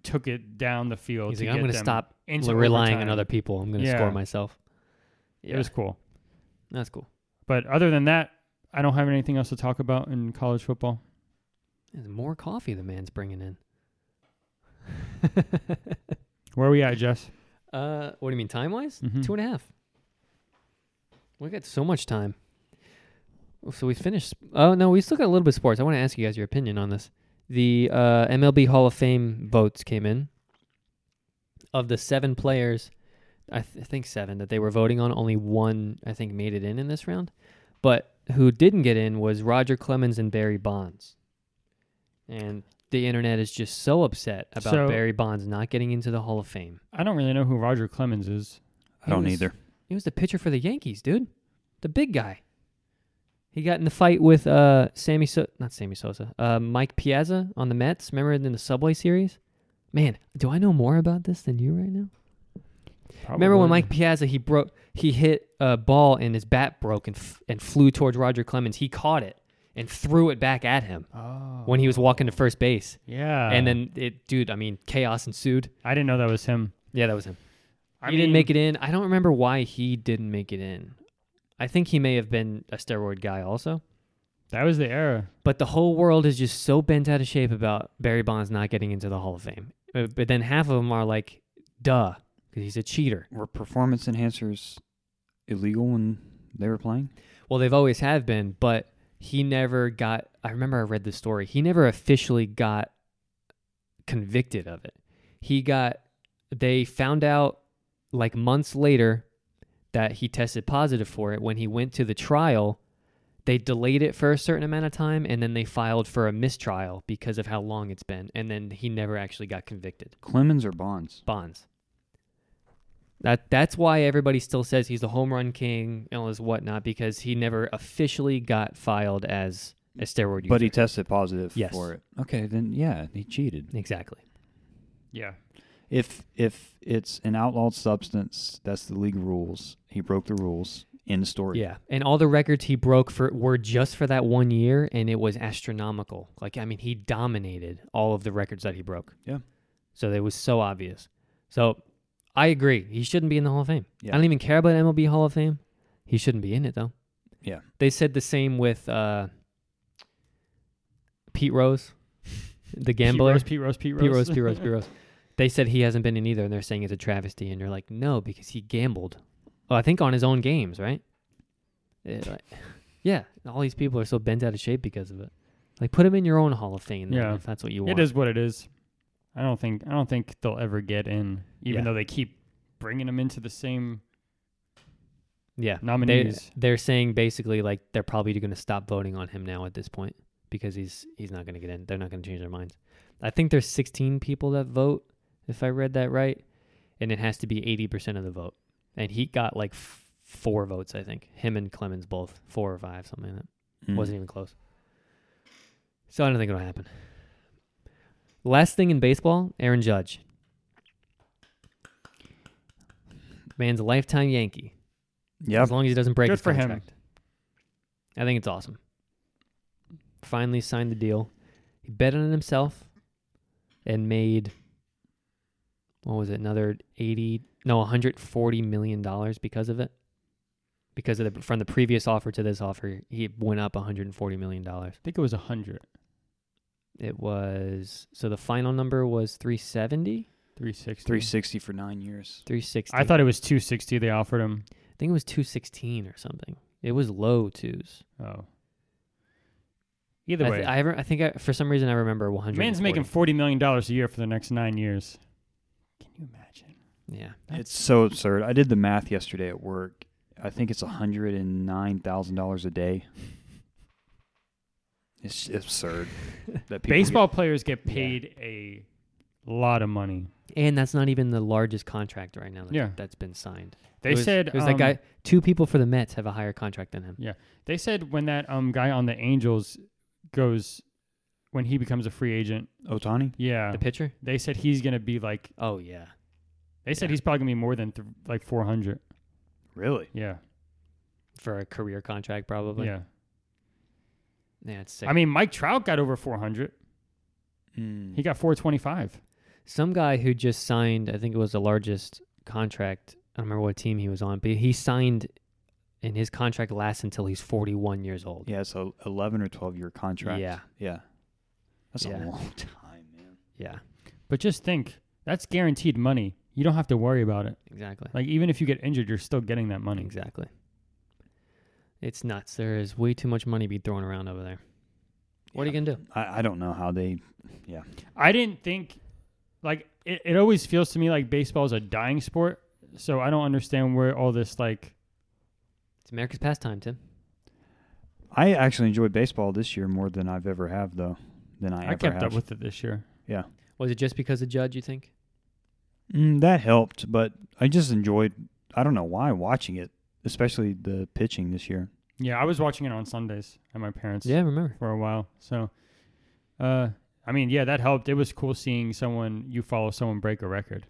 A: took it down the field
B: He's
A: to
B: like, I'm
A: going
B: gonna
A: to
B: stop
A: into
B: relying
A: overtime.
B: on other people. I'm gonna
A: Yeah.
B: score myself.
A: It was cool.
B: that's cool.
A: But other than that, I don't have anything else to talk about in college football.
B: There's more coffee the man's bringing in.
A: Where are we at, Jess?
B: uh, what do you mean, time wise?
A: Mhm.
B: Two and a half. We got so much time. Oh, So we finished. Oh no, we still got a little bit of sports. I want to ask you guys your opinion on this. The uh, MLB Hall of Fame votes came in. Of the seven players, I, th- I think seven that they were voting on, only one I think made it in in this round. But who didn't get in was Roger Clemens and Barry Bonds. And the internet is just so upset about
A: So-
B: Barry Bonds not getting into the Hall of Fame.
A: I don't really know who Roger Clemens is.
E: I don't
B: He was-
E: either.
B: He was the pitcher for the Yankees, dude. The big guy. He got in the fight with uh Sammy so not Sammy Sosa, uh Mike Piazza on the Mets. Remember in the Subway series? Man, do I know more about this than you right now? Remember when Mike Piazza he broke he hit a ball and his bat broke and f- and flew towards Roger Clemens. He caught it and threw it back at him
A: Oh.
B: when he was walking to first base.
A: yeah.
B: and then it, dude, I mean, chaos ensued.
A: I didn't know that was him.
B: Yeah, that was him
A: I
B: he didn't make it in. I don't remember why he didn't make it in. I think he may have been a steroid guy also.
A: That was the era.
B: But the whole world is just so bent out of shape about Barry Bonds not getting into the Hall of Fame. Uh, But then half of them are like, duh, because he's a cheater.
E: Were performance enhancers illegal when they were playing?
B: Well, they've always have been, but he never got. I remember I read the story. He never officially got convicted of it. He got. They found out like months later that he tested positive for it. When he went to the trial, they delayed it for a certain amount of time, and then they filed for a mistrial because of how long it's been. And then he never actually got convicted.
E: Clemens or Bonds?
B: Bonds. That that's why everybody still says he's the home run king and all this whatnot because he never officially got filed as a steroid user.
E: But he tested positive
B: Yes.
E: for it. Okay, then yeah, he cheated.
B: exactly.
A: Yeah.
E: If if it's an outlawed substance, that's the league rules. He broke the rules. End story.
B: Yeah, and all the records he broke for were just for that one year, and it was astronomical. Like I mean, he dominated all of the records that he broke.
E: Yeah.
B: So it was so obvious. So I agree. He shouldn't be in the Hall of Fame.
E: Yeah.
B: I don't even care about MLB Hall of Fame. He shouldn't be in it though.
E: Yeah.
B: They said the same with uh, Pete Rose, the gambler.
A: Pete Rose, Pete Rose,
B: Pete Rose, Pete Rose, Pete Rose. They said he hasn't been in either, and they're saying it's a travesty. And you're like, no, because he gambled. Well, I think on his own games, right? Yeah, like- yeah, all these people are so bent out of shape because of it. Like, put him in your own Hall of Fame, then,
A: Yeah.
B: if that's what you want.
A: It is what it is. I don't think I don't think they'll ever get in, even
B: Yeah.
A: though they keep bringing them into the same
B: Yeah.
A: Nominees.
B: They, are saying basically like they're probably going to stop voting on him now at this point because he's he's not going to get in. They're not going to change their minds. I think there's 16 people that vote if I read that right, and it has to be 80% of the vote. And he got like f- four votes, I think. Him and Clemens both, four or five, something like that.
E: Mm-hmm.
C: Hmm.
B: Wasn't even close. So I don't think it'll happen. Last thing in baseball, Aaron Judge. Man's a lifetime Yankee.
C: Yep.
B: As long as he doesn't break
A: Good
B: his
A: for him.
B: contract. I think it's awesome. Finally signed the deal. He bet on himself and made what was it, another eighty no, hundred forty million dollars because of it. Because of the from the previous offer to this offer, he went up hundred and forty million dollars.
A: I think it was 100.
B: It was so the final number was 370,
A: 360.
C: 360 for nine years.
B: 360.
A: I thought it was 260 they offered him.
B: I think it was 216 or something. It was low twos.
A: Oh. Either
B: I,
A: way,
B: th- I, ever, I think I, for some reason I remember 100.
A: man's making $40 million a year for the next nine years. Can you imagine?
B: yeah.
C: It's so absurd. I did the math yesterday at work. I think it's hundred and nine thousand dollars a day. It's absurd that people
A: Baseball players get
B: Yeah.
A: paid a lot of money.
B: And that's not even the largest contract right now. That's,
A: Yeah.
B: that's been signed.
A: They
B: It was-
A: said
B: it was
A: um,
B: that guy. Two people for the Mets have a higher contract than him.
A: They said when that um guy on the Angels goes when he becomes a free agent.
C: Otani.
A: Yeah.
B: The pitcher?
A: They said he's going to be like
B: Oh yeah.
A: they said
B: Yeah.
A: he's probably going to be more than th- like 400.
C: Really?
A: Yeah.
B: For a career contract, probably.
A: yeah.
B: Yeah, it's sick.
A: I mean, Mike Trout got over 400. He got 425.
B: some guy who just signed, I think it was the largest contract. I don't remember what team he was on, but he signed, and his contract lasts until he's 41 years old.
C: Yeah, it's a eleven or twelve year contract.
B: Yeah.
C: Yeah. That's
B: Yeah.
C: a long time, man.
B: Yeah,
A: But just think, that's guaranteed money. You don't have to worry about it.
B: exactly.
A: Like even if you get injured, you're still getting that money.
B: Exactly. It's nuts. There is way too much money being thrown around over there. What are you going to do?
C: I, I don't know how they
A: I didn't think like it, it always feels to me like baseball is a dying sport. So I don't understand where all this like
B: It's America's pastime, Tim.
C: I actually enjoyed baseball this year more than I've ever have though. Than I,
A: I,
C: ever
A: kept
C: have.
A: up with it this year.
B: Was it just because of Judge, you think?
C: Mm, that helped, but I just enjoyed. I don't know why watching it, especially the pitching this year.
A: Yeah, I was watching it on Sundays at my parents.
B: Yeah, remember.
A: for a while. So, uh, I mean, yeah, that helped. It was cool seeing someone you follow someone break a record.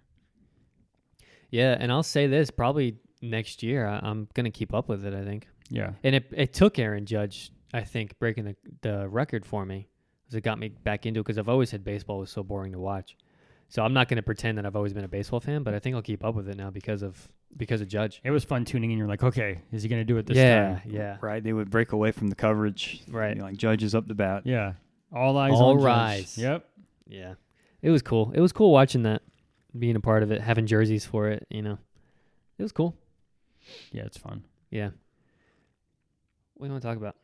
B: Yeah, and I'll say this probably next year, I, I'm going to keep up with it, I think.
A: Yeah,
B: And it, it took Aaron Judge, I think, breaking the, the record for me. 'cause It got me back into it because I've always said baseball was so boring to watch. So I'm not going to pretend that I've always been a baseball fan, but I think I'll keep up with it now because of because of Judge.
A: it was fun tuning in. You're like, okay, is he gonna do it this
B: yeah,
A: time?
B: yeah,
C: Right, they would break away from the coverage.
B: right.
C: You know, like judges up the bat.
A: Yeah, all eyes.
B: All
A: on Judge.
B: rise.
A: Yep.
B: Yeah. It was cool. It was cool watching that, being a part of it, having jerseys for it, you know. It was cool.
A: Yeah, it's fun.
B: Yeah. What do you want to talk about?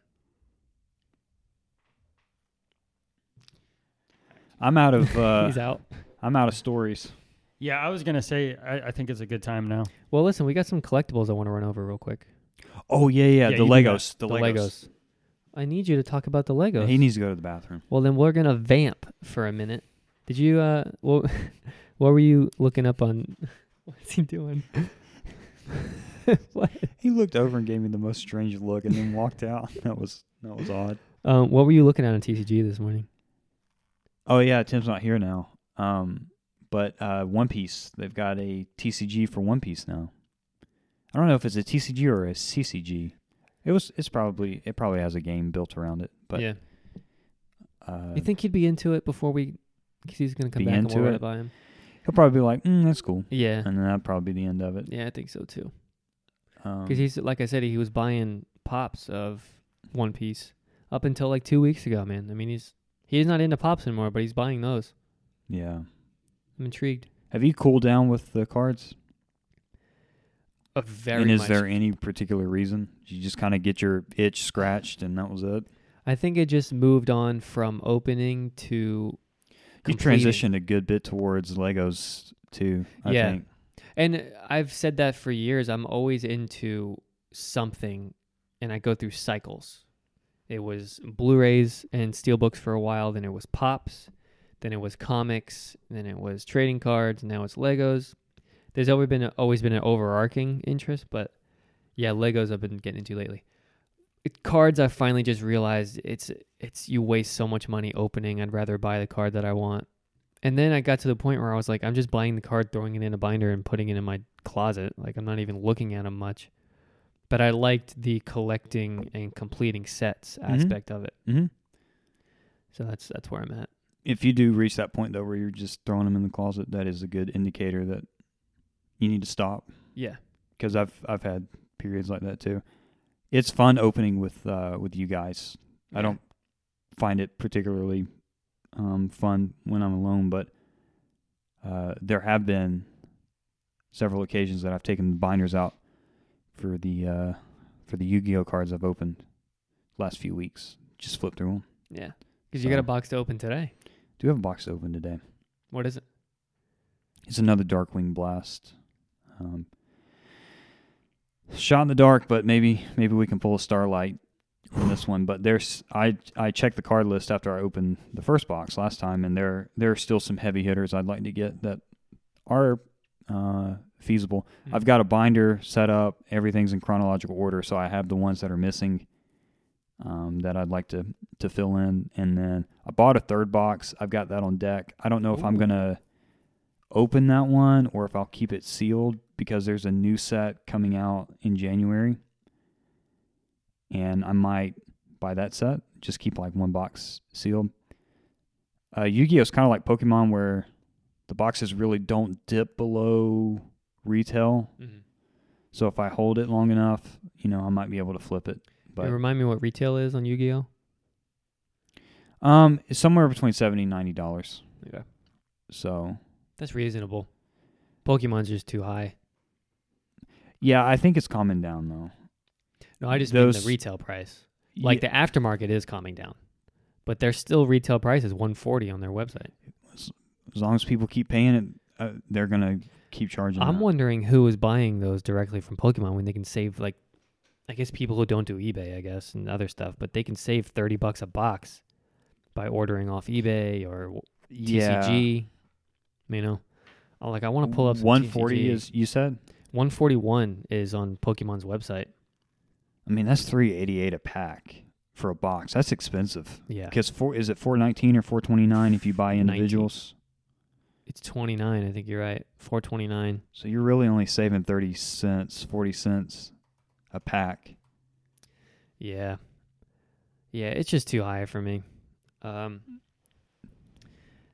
C: I'm out of. Uh,
B: He's out.
C: I'm out of stories.
A: Yeah, I was gonna say I, I think it's a good time now.
B: Well, listen, we got some collectibles I want to run over real quick.
C: Oh yeah, yeah.
A: Yeah,
C: the
A: you do that.
C: Legos. The,
B: The
C: Legos.
B: Legos. I need you to talk about the Legos.
C: He needs to go to the bathroom.
B: well, then we're going to vamp for a minute. Did you, uh, what, what were you looking up on? What's he doing? what?
C: He looked over and gave me the most strange look, and then walked out. That was that was odd.
B: Um, what were you looking at on TCG this morning?
C: Oh yeah, Tim's not here now. Um, but uh, One Piece. They've got a TCG for One Piece now. I don't know if it's a TCG or a CCG. It was. It's probably. It probably has a game built around it. But
B: yeah.
C: uh,
B: You think he'd be into it before we? Because he's gonna come
C: Be
B: back and
C: into
B: we'll run
C: it?
B: it by him.
C: he'll probably be like, mm, "That's cool,"
B: Yeah,
C: and then that'd probably be the end of it.
B: yeah, I think so too.
C: Um,
B: Because he's like I said, he was buying pops of One Piece up until like two weeks ago. Man, I mean, he's he's not into pops anymore, but he's buying those.
C: yeah.
B: I'm intrigued.
C: Have you cooled down with the cards?
B: Uh, very
C: and is
B: much.
C: there any particular reason? Did you just kind of get your itch scratched and that was it?
B: I think it just moved on from opening to.
C: You
B: completing.
C: transitioned a good bit towards Legos too. I
B: Yeah.
C: think.
B: And I've said that for years. I'm always into something and I go through cycles. It was Blu-rays and steelbooks for a while, then it was pops, then it was comics, then it was trading cards, now it's Legos. There's always been always been an overarching interest, but yeah, Legos I've been getting into lately. It, cards I finally just realized it's it's you waste so much money opening. I'd rather buy the card that I want. And then I got to the point where I was like, I'm just buying the card, throwing it in a binder, and putting it in my closet. Like I'm not even looking at them much. But I liked the collecting and completing sets aspect of it.
C: Mm-hmm.
B: So that's that's where I'm at.
C: If you do reach that point though, where you're just throwing them in the closet, that is a good indicator that you need to stop.
B: Yeah.
C: Because I've I've had periods like that too. It's fun opening with uh, with you guys. I don't find it particularly um, fun when I'm alone, but uh, there have been several occasions that I've taken the binders out for the uh, for the Yu-Gi-Oh cards I've opened last few weeks. Just flip through them.
B: Yeah. Because you got
C: So-
B: a box to open today.
C: Do have a box to open today.
B: What is it?
C: It's another Darkwing Blast. Um, shot in the dark, but maybe maybe we can pull a Starlight from this one. But there's I I checked the card list after I opened the first box last time, and there there are still some heavy hitters I'd like to get that are uh, feasible.
B: Hmm.
C: I've got a binder set up. Everything's in chronological order, so I have the ones that are missing um, that I'd like to to fill in. And then I bought a third box. I've got that on deck. I don't know if I'm
B: Ooh.
C: gonna open that one or if I'll keep it sealed because there's a new set coming out in January, and I might buy that set. Just keep like one box sealed. Uh, Yu-Gi-Oh is kind of like Pokemon, where the boxes really don't dip below retail.
B: Mm-hmm.
C: So if I hold it long enough, you know, I might be able to flip it. But
B: remind me what retail is on Yu-Gi-Oh.
C: um, it's somewhere between seventy and ninety dollars.
B: Okay.
C: So
B: That's reasonable. Pokemon's just too high.
C: yeah, I think it's calming down though.
B: No, I just mean
C: Those-
B: the retail price. Like
C: yeah,
B: the aftermarket is calming down, but their still retail price is 140 on their website.
C: as long as people keep paying it, uh, they're gonna keep charging.
B: I'm
C: that.
B: wondering who is buying those directly from Pokemon when they can save like, I guess people who don't do eBay, I guess, and other stuff, but they can save 30 bucks a box by ordering off eBay or w-
C: Yeah.
B: TCG. You know, I'm like I want to pull up some
C: 140
B: TCG.
C: is you said.
B: 141 is on Pokemon's website.
C: I mean, that's 388 a pack for a box. That's expensive.
B: Yeah,
C: Because four is it 419 or 429 if you buy
B: 19.
C: individuals.
B: it's 29. I think you're right. 429.
C: So you're really only saving 30 cents, 40 cents a pack.
B: Yeah. Yeah, it's just too high for me. Um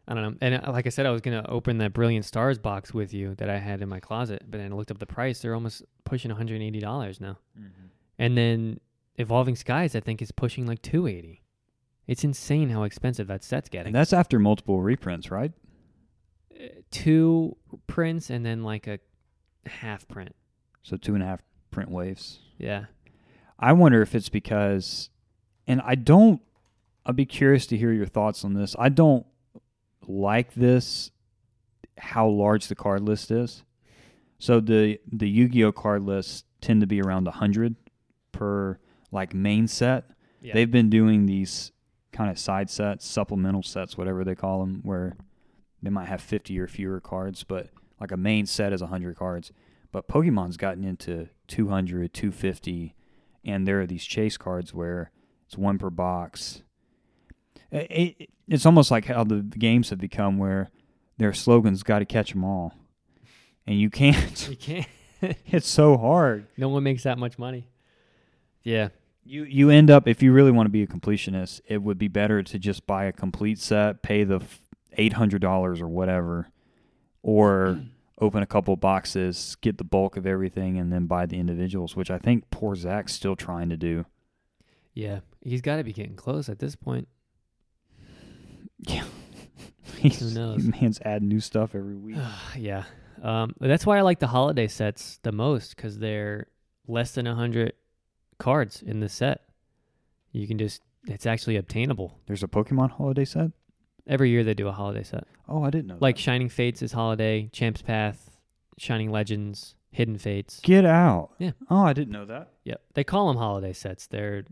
B: I don't know. And uh, like I said, I was going to open that Brilliant Stars box with you that I had in my closet, but then I looked up the price. They're almost pushing $180 now. And then Evolving Skies, I think, is pushing like 280 It's insane how expensive that set's getting.
C: And that's after multiple reprints, right?
B: Uh, Two prints and then like a half print.
C: So two and a half print waves.
B: Yeah.
C: I wonder if it's because, and I don't, I'd be curious to hear your thoughts on this. I don't like this, how large the card list is. So the, the Yu Gi Oh card lists tend to be around 100 per like main set.
B: Yeah.
C: They've been doing these kind of side sets, supplemental sets, whatever they call them, where they might have 50 or fewer cards, but like a main set is 100 cards. But Pokemon's gotten into 200, 250, and there are these chase cards where it's one per box. I- I- it's almost like how the games have become where their slogan's got to catch them all. And you can't.
B: you can't.
C: It's so hard.
B: No one makes that much money. Yeah.
C: You you end up if you really want to be a completionist, it would be better to just buy a complete set, pay the eight hundred dollars or whatever, or open a couple boxes, get the bulk of everything, and then buy the individuals, which I think poor Zach's still trying to do.
B: Yeah, he's got to be getting close at this point.
C: He's,
B: knows?
C: Man's adding new stuff every week.
B: yeah, um, but that's why I like the holiday sets the most because they're less than hundred cards in the set. You can just it's actually obtainable.
C: There's a Pokemon holiday set.
B: Every year they do a holiday set,
C: Oh, I didn't know.
B: like Shining Fates is holiday, Champs Path, Shining Legends, Hidden Fates.
C: Get out.
B: Yeah.
C: Oh, I didn't know that.
B: Yep. They call them holiday sets. They're,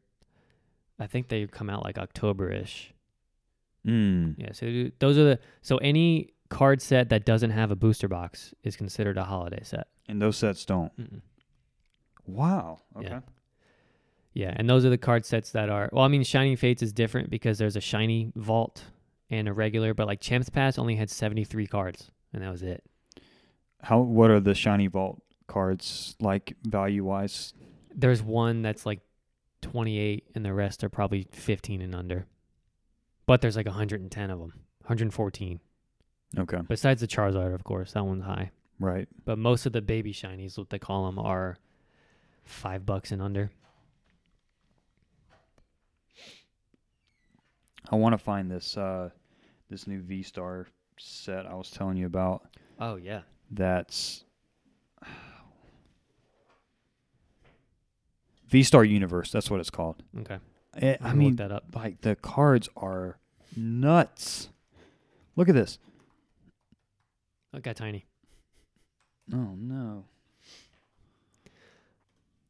B: I think they come out like October ish.
C: Hmm.
F: Mm.
B: Yeah. So do- those are the, so any card set that doesn't have a booster box is considered a holiday set.
C: And those sets don't.
B: Mm-mm.
C: Wow. Okay.
B: Yeah. Yeah. And those are the card sets that are, well, I mean, Shining Fates is different because there's a shiny vault and a regular, but like Champs Pass only had 73 cards and that was it.
C: How? What are the shiny vault cards like value wise?
B: There's one that's like 28 and the rest are probably 15 and under. But there's like 110 of them, 114.
C: Okay.
B: Besides the Charizard, of course, that one's high.
C: Right.
B: But most of the baby shinies, what they call them, are five bucks and under.
C: I want to find this uh, this new V Star set I was telling you about.
B: Oh yeah,
C: That's V Star Universe. That's what it's called. Eh,
B: okay.
C: I,
B: I
C: I mean,
B: that up.
C: like the cards are nuts. Look at this.
B: It got tiny.
C: Oh no!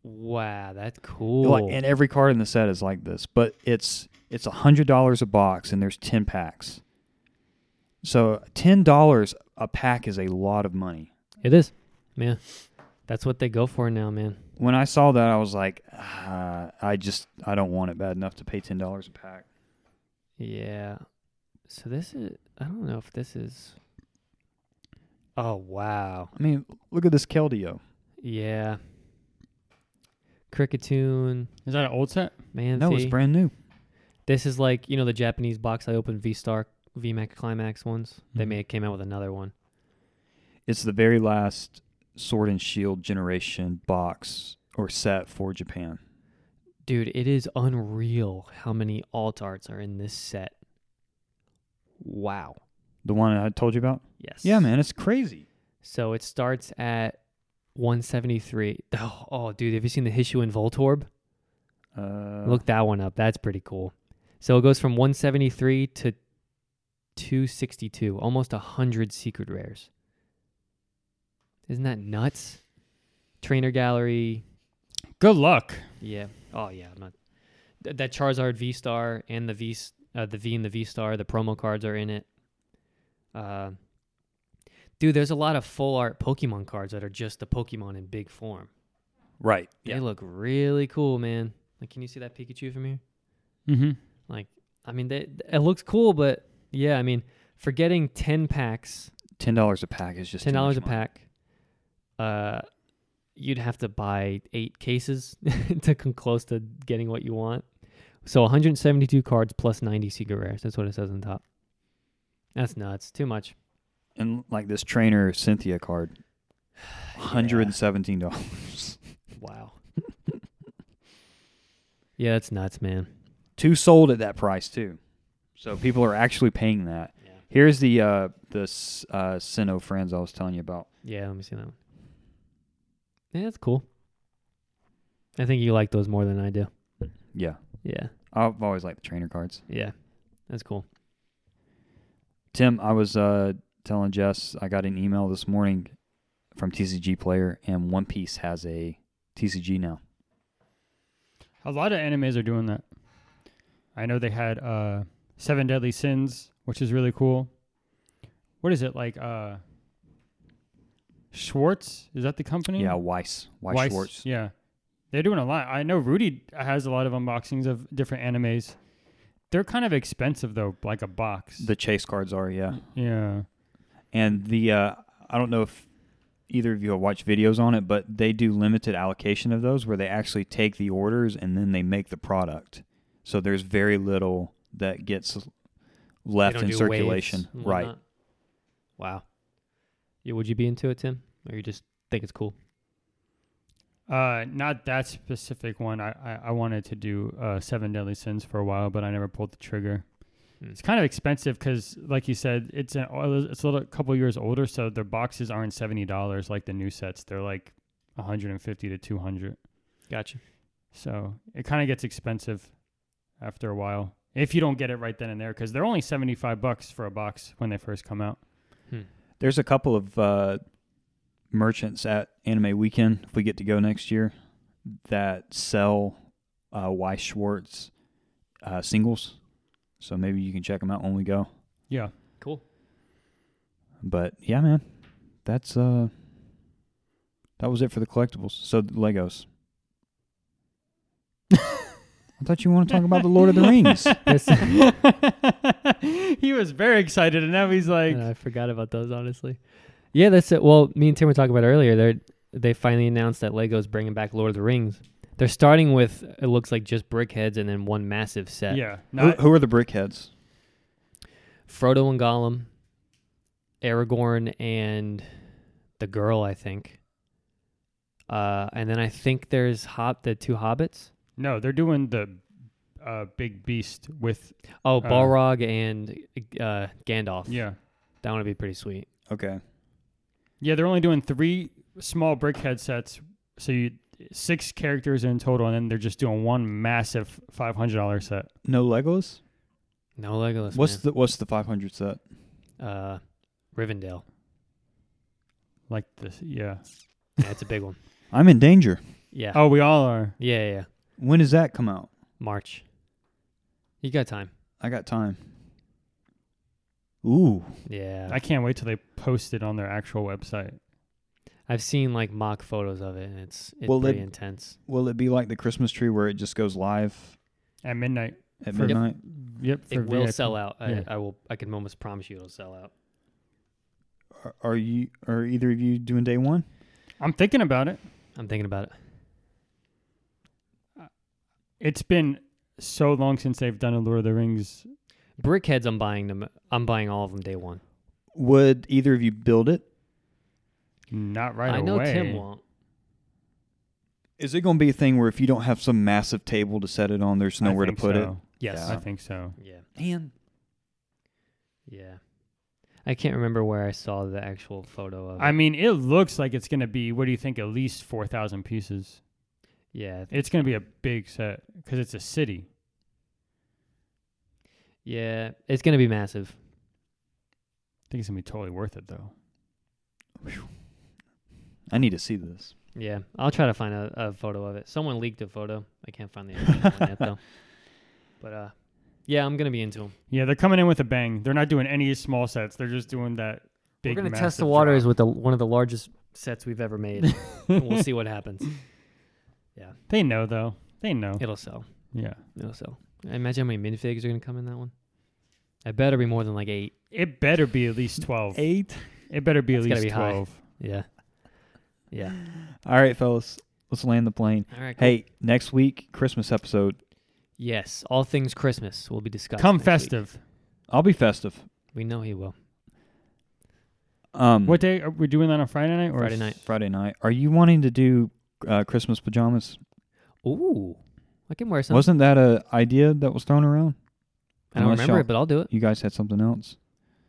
B: Wow, that's cool.
C: Like, and every card in the set is like this, but it's it's a hundred dollars a box, and there's ten packs. So ten dollars a pack is a lot of money.
B: it is, yeah. That's what they go for now, man.
C: When I saw that, I was like, ah, I just I don't want it bad enough to pay ten dollars a pack.
B: Yeah. So this is. I don't know if this is. Oh wow.
C: I mean, look at this Keldeo.
B: Yeah. Cricketune,
A: Is that an old set?
B: man.
C: No, it's brand new.
B: This is like you know the Japanese box I opened V Star VMAX Climax ones. They
A: Mhm.
C: Mm-hmm.
B: may have came out with another one.
C: It's the very last Sword and Shield generation box or set for Japan.
B: Dude, it is unreal how many alt arts are in this set. Wow.
C: The one I told you about.
B: Yes.
C: Yeah, man, it's crazy.
B: So it starts at 173. Oh, oh, dude, have you seen the Hishu and Voltorb?
C: Uh,
B: Look that one up. That's pretty cool. So it goes from 173 to 262, almost 100 secret rares. Isn't that nuts? Trainer gallery,
A: Good luck.
B: Yeah. Oh yeah. I'm not. Th- that Charizard V Star and the V s- uh, the V and the V Star the promo cards are in it. Uh, dude, there's a lot of full art Pokemon cards that are just the Pokemon in big form.
C: right.
B: They look really cool, man. Like, can you see that Pikachu from here?
A: Mm-hmm.
B: I mean, they, it looks cool, but yeah, I mean, for getting ten packs,
C: Ten dollars a pack is just too
B: ten dollars a
C: much money.
B: pack, uh, you'd have to buy eight cases to come close to getting what you want. So 172 cards plus 90 secret rares. That's what it says on top. That's nuts. Too much.
C: And like this trainer Cynthia card, hundred and seventeen dollars.
B: Wow. yeah, that's nuts, man.
C: Two sold at that price too, so people are actually paying that.
B: Yeah.
C: Here's the uh, the S- uh, Sinnoh friends I was telling you about.
B: Yeah, let me see that one. Yeah, that's cool. I think you like those more than I do.
C: Yeah,
B: Yeah.
C: I've always liked the trainer cards.
B: Yeah. That's cool.
C: Tim, I was uh, telling Jess I got an email this morning from TCG Player, and One Piece has a TCG now.
A: A lot of animes are doing that. I know they had uh, Seven Deadly Sins, which is really cool. What is it like? Uh, Schwartz is that the company?
C: Yeah, Weiss, Weiss,
A: Weiss,
C: Schwartz.
A: Yeah, they're doing a lot. I know Rudy has a lot of unboxings of different animes. They're kind of expensive though, like a box.
C: The chase cards are yeah.
A: yeah,
C: and the uh, I don't know if either of you have watched videos on it, but they do limited allocation of those where they actually take the orders and then they make the product. So there's very little that gets
B: They
C: left
B: don't
C: in
B: do
C: circulation,
B: waves and
C: right?
B: whatnot. Wow. Yeah, would you be into it, Tim? Or you just think it's cool?
A: uh, not that specific one. I, I I wanted to do uh, Seven Deadly Sins for a while, but I never pulled the trigger.
B: Hmm.
A: It's kind of expensive because, like you said, it's an it's a little, couple years older, so their boxes aren't seventy dollars like the new sets. They're like one hundred and fifty to two hundred.
B: Gotcha.
A: So it kind of gets expensive after a while if you don't get it right then and there because they're only
B: Hmm.
A: 75 bucks for a box when they first come out.
C: There's a couple of uh, merchants at Anime Weekend, if we get to go next year, that sell uh, Y Schwartz uh, singles. So maybe you can check them out when we go.
A: Yeah.
B: Cool.
C: But yeah, man, that's uh, that was it for the collectibles. So the Legos. I thought you want to talk about the Lord of the Rings.
B: This-
A: he was very excited, and now he's like,
B: Yeah, I forgot about those, honestly. Yeah, that's it. Well, me and Tim were talking about earlier. They they finally announced that Lego's bringing back Lord of the Rings. They're starting with it looks like just brick heads and then one massive set.
A: yeah,
C: who,
A: not,
C: who are the brickheads?
B: Frodo and Gollum, Aragorn and the girl, I think. Uh, and then I think there's Hop the two hobbits.
A: no, they're doing the uh, big beast with
B: Oh,
A: Uh,
B: Balrog and uh, Gandalf.
A: yeah,
B: that one would be pretty sweet.
C: Okay.
A: yeah. They're only doing three small brick headsets, so you six characters in total, and then they're just doing one massive five hundred dollar set.
C: No Legos?
B: No Legolas.
C: What's
B: man.
C: the what's the 500 set?
B: uh, Rivendell?
A: Like this, yeah.
B: That's a big one.
C: I'm in danger.
B: Yeah.
A: Oh, we all are.
B: Yeah, yeah, yeah.
C: When does that come out?
B: March. You got time.
C: I got time. Ooh.
B: Yeah.
A: I can't wait till they post it on their actual website.
B: I, have seen like mock photos of it and it's it's
C: Well,
B: pretty
C: then-
B: intense.
C: Will it be like the Christmas tree where it just goes live
A: At midnight.
C: at
A: For-
C: midnight?
A: Yep. For
B: It will
A: VIP.
B: sell out. I,
A: Yeah.
B: I will I can almost promise you it'll sell out.
C: Are, are you are either of you doing day one?
A: I'm thinking about it.
B: I'm thinking about it.
A: It's been so long since they've done a Lord of the Rings.
B: Brickheads I'm buying them I'm buying all of them day one.
C: Would either of you build it?
A: Not right
B: I know
A: away.
B: Tim won't.
C: Is it going to be a thing where if you don't have some massive table to set it on, there's nowhere to put
B: Yes.
A: I think so.
B: yeah.
C: it? Man,
B: Yeah. I can't remember where I saw the actual photo of it.
A: I mean, it looks like it's going to be, what do you think, at least 4,000 pieces?
B: yeah.
A: It's going to be a big set because it's a city.
B: Yeah. It's gonna be massive.
A: I think it's going to be totally worth it, though.
C: I need to see this.
B: Yeah. I'll try to find a, a photo of it. Someone leaked a photo. I can't find the original one yet though. But uh yeah, I'm gonna be into them.
A: Yeah, they're coming in with a bang. They're not doing any small sets. They're just doing that big.
B: We're gonna test the
A: massive
B: waters
A: drop.
B: with the, one of the largest sets we've ever made. and we'll see what happens.
A: They know, though. They know.
B: It'll sell.
A: Yeah.
B: It'll sell. Imagine how many minifigs are gonna come in that one. I better be more than like eight.
A: It better be at least 12.
C: Eight.
A: It better be at
B: That's gotta
A: least
B: be high.
A: 12.
B: Yeah. Yeah.
C: All right, fellas, let's land the plane.
B: All right. cool.
C: Hey, next week Christmas episode.
B: Yes. All things Christmas will be discussed.
A: Come
B: next week.
A: festive.
C: I'll be festive.
B: We know he will.
C: Um,
A: What day are we doing that on Friday night? Or
B: Friday
A: s-
B: night.
C: Friday night? Are you wanting to do uh, Christmas pajamas?
B: Ooh. I can wear some.
C: Wasn't that a idea that was thrown around?
B: I don't
C: unless
B: remember
C: y'all-
B: it, but I'll do it.
C: You guys had something else.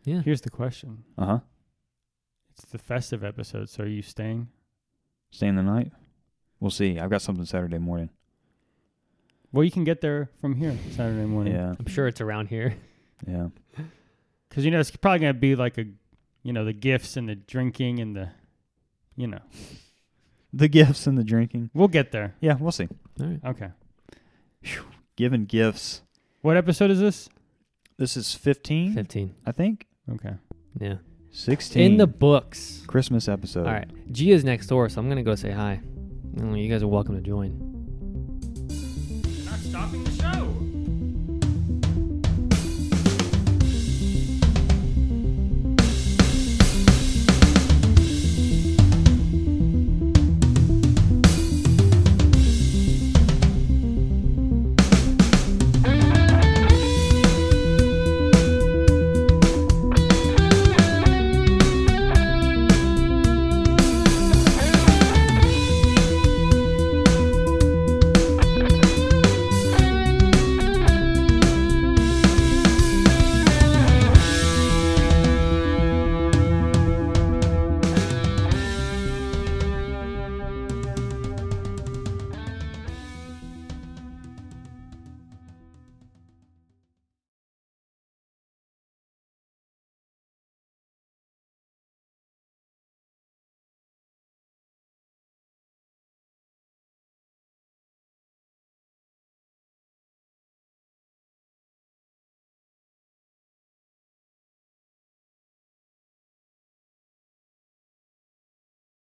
B: Yeah.
A: Here's the question.
C: Uh huh.
A: It's the festive episode, so are you staying?
C: Staying the night. We'll see. I've got something Saturday morning.
A: Well, you can get there from here Saturday morning.
C: Yeah,
B: I'm sure it's around here.
C: yeah.
A: Because, you know, it's probably going to be like a, you know, the gifts and the drinking and the, you know,
C: The gifts and the drinking.
A: we'll get there.
C: Yeah, we'll see.
B: All right.
A: Okay.
C: Giving gifts.
A: What episode is this?
C: This is 15,
B: Fifteen.
C: I think.
A: Okay.
B: Yeah.
C: 16.
B: In the books.
C: Christmas episode.
B: All right. Gia's next door, so I'm gonna go say hi. Mm, You guys are welcome to join.
A: Not stopping the show.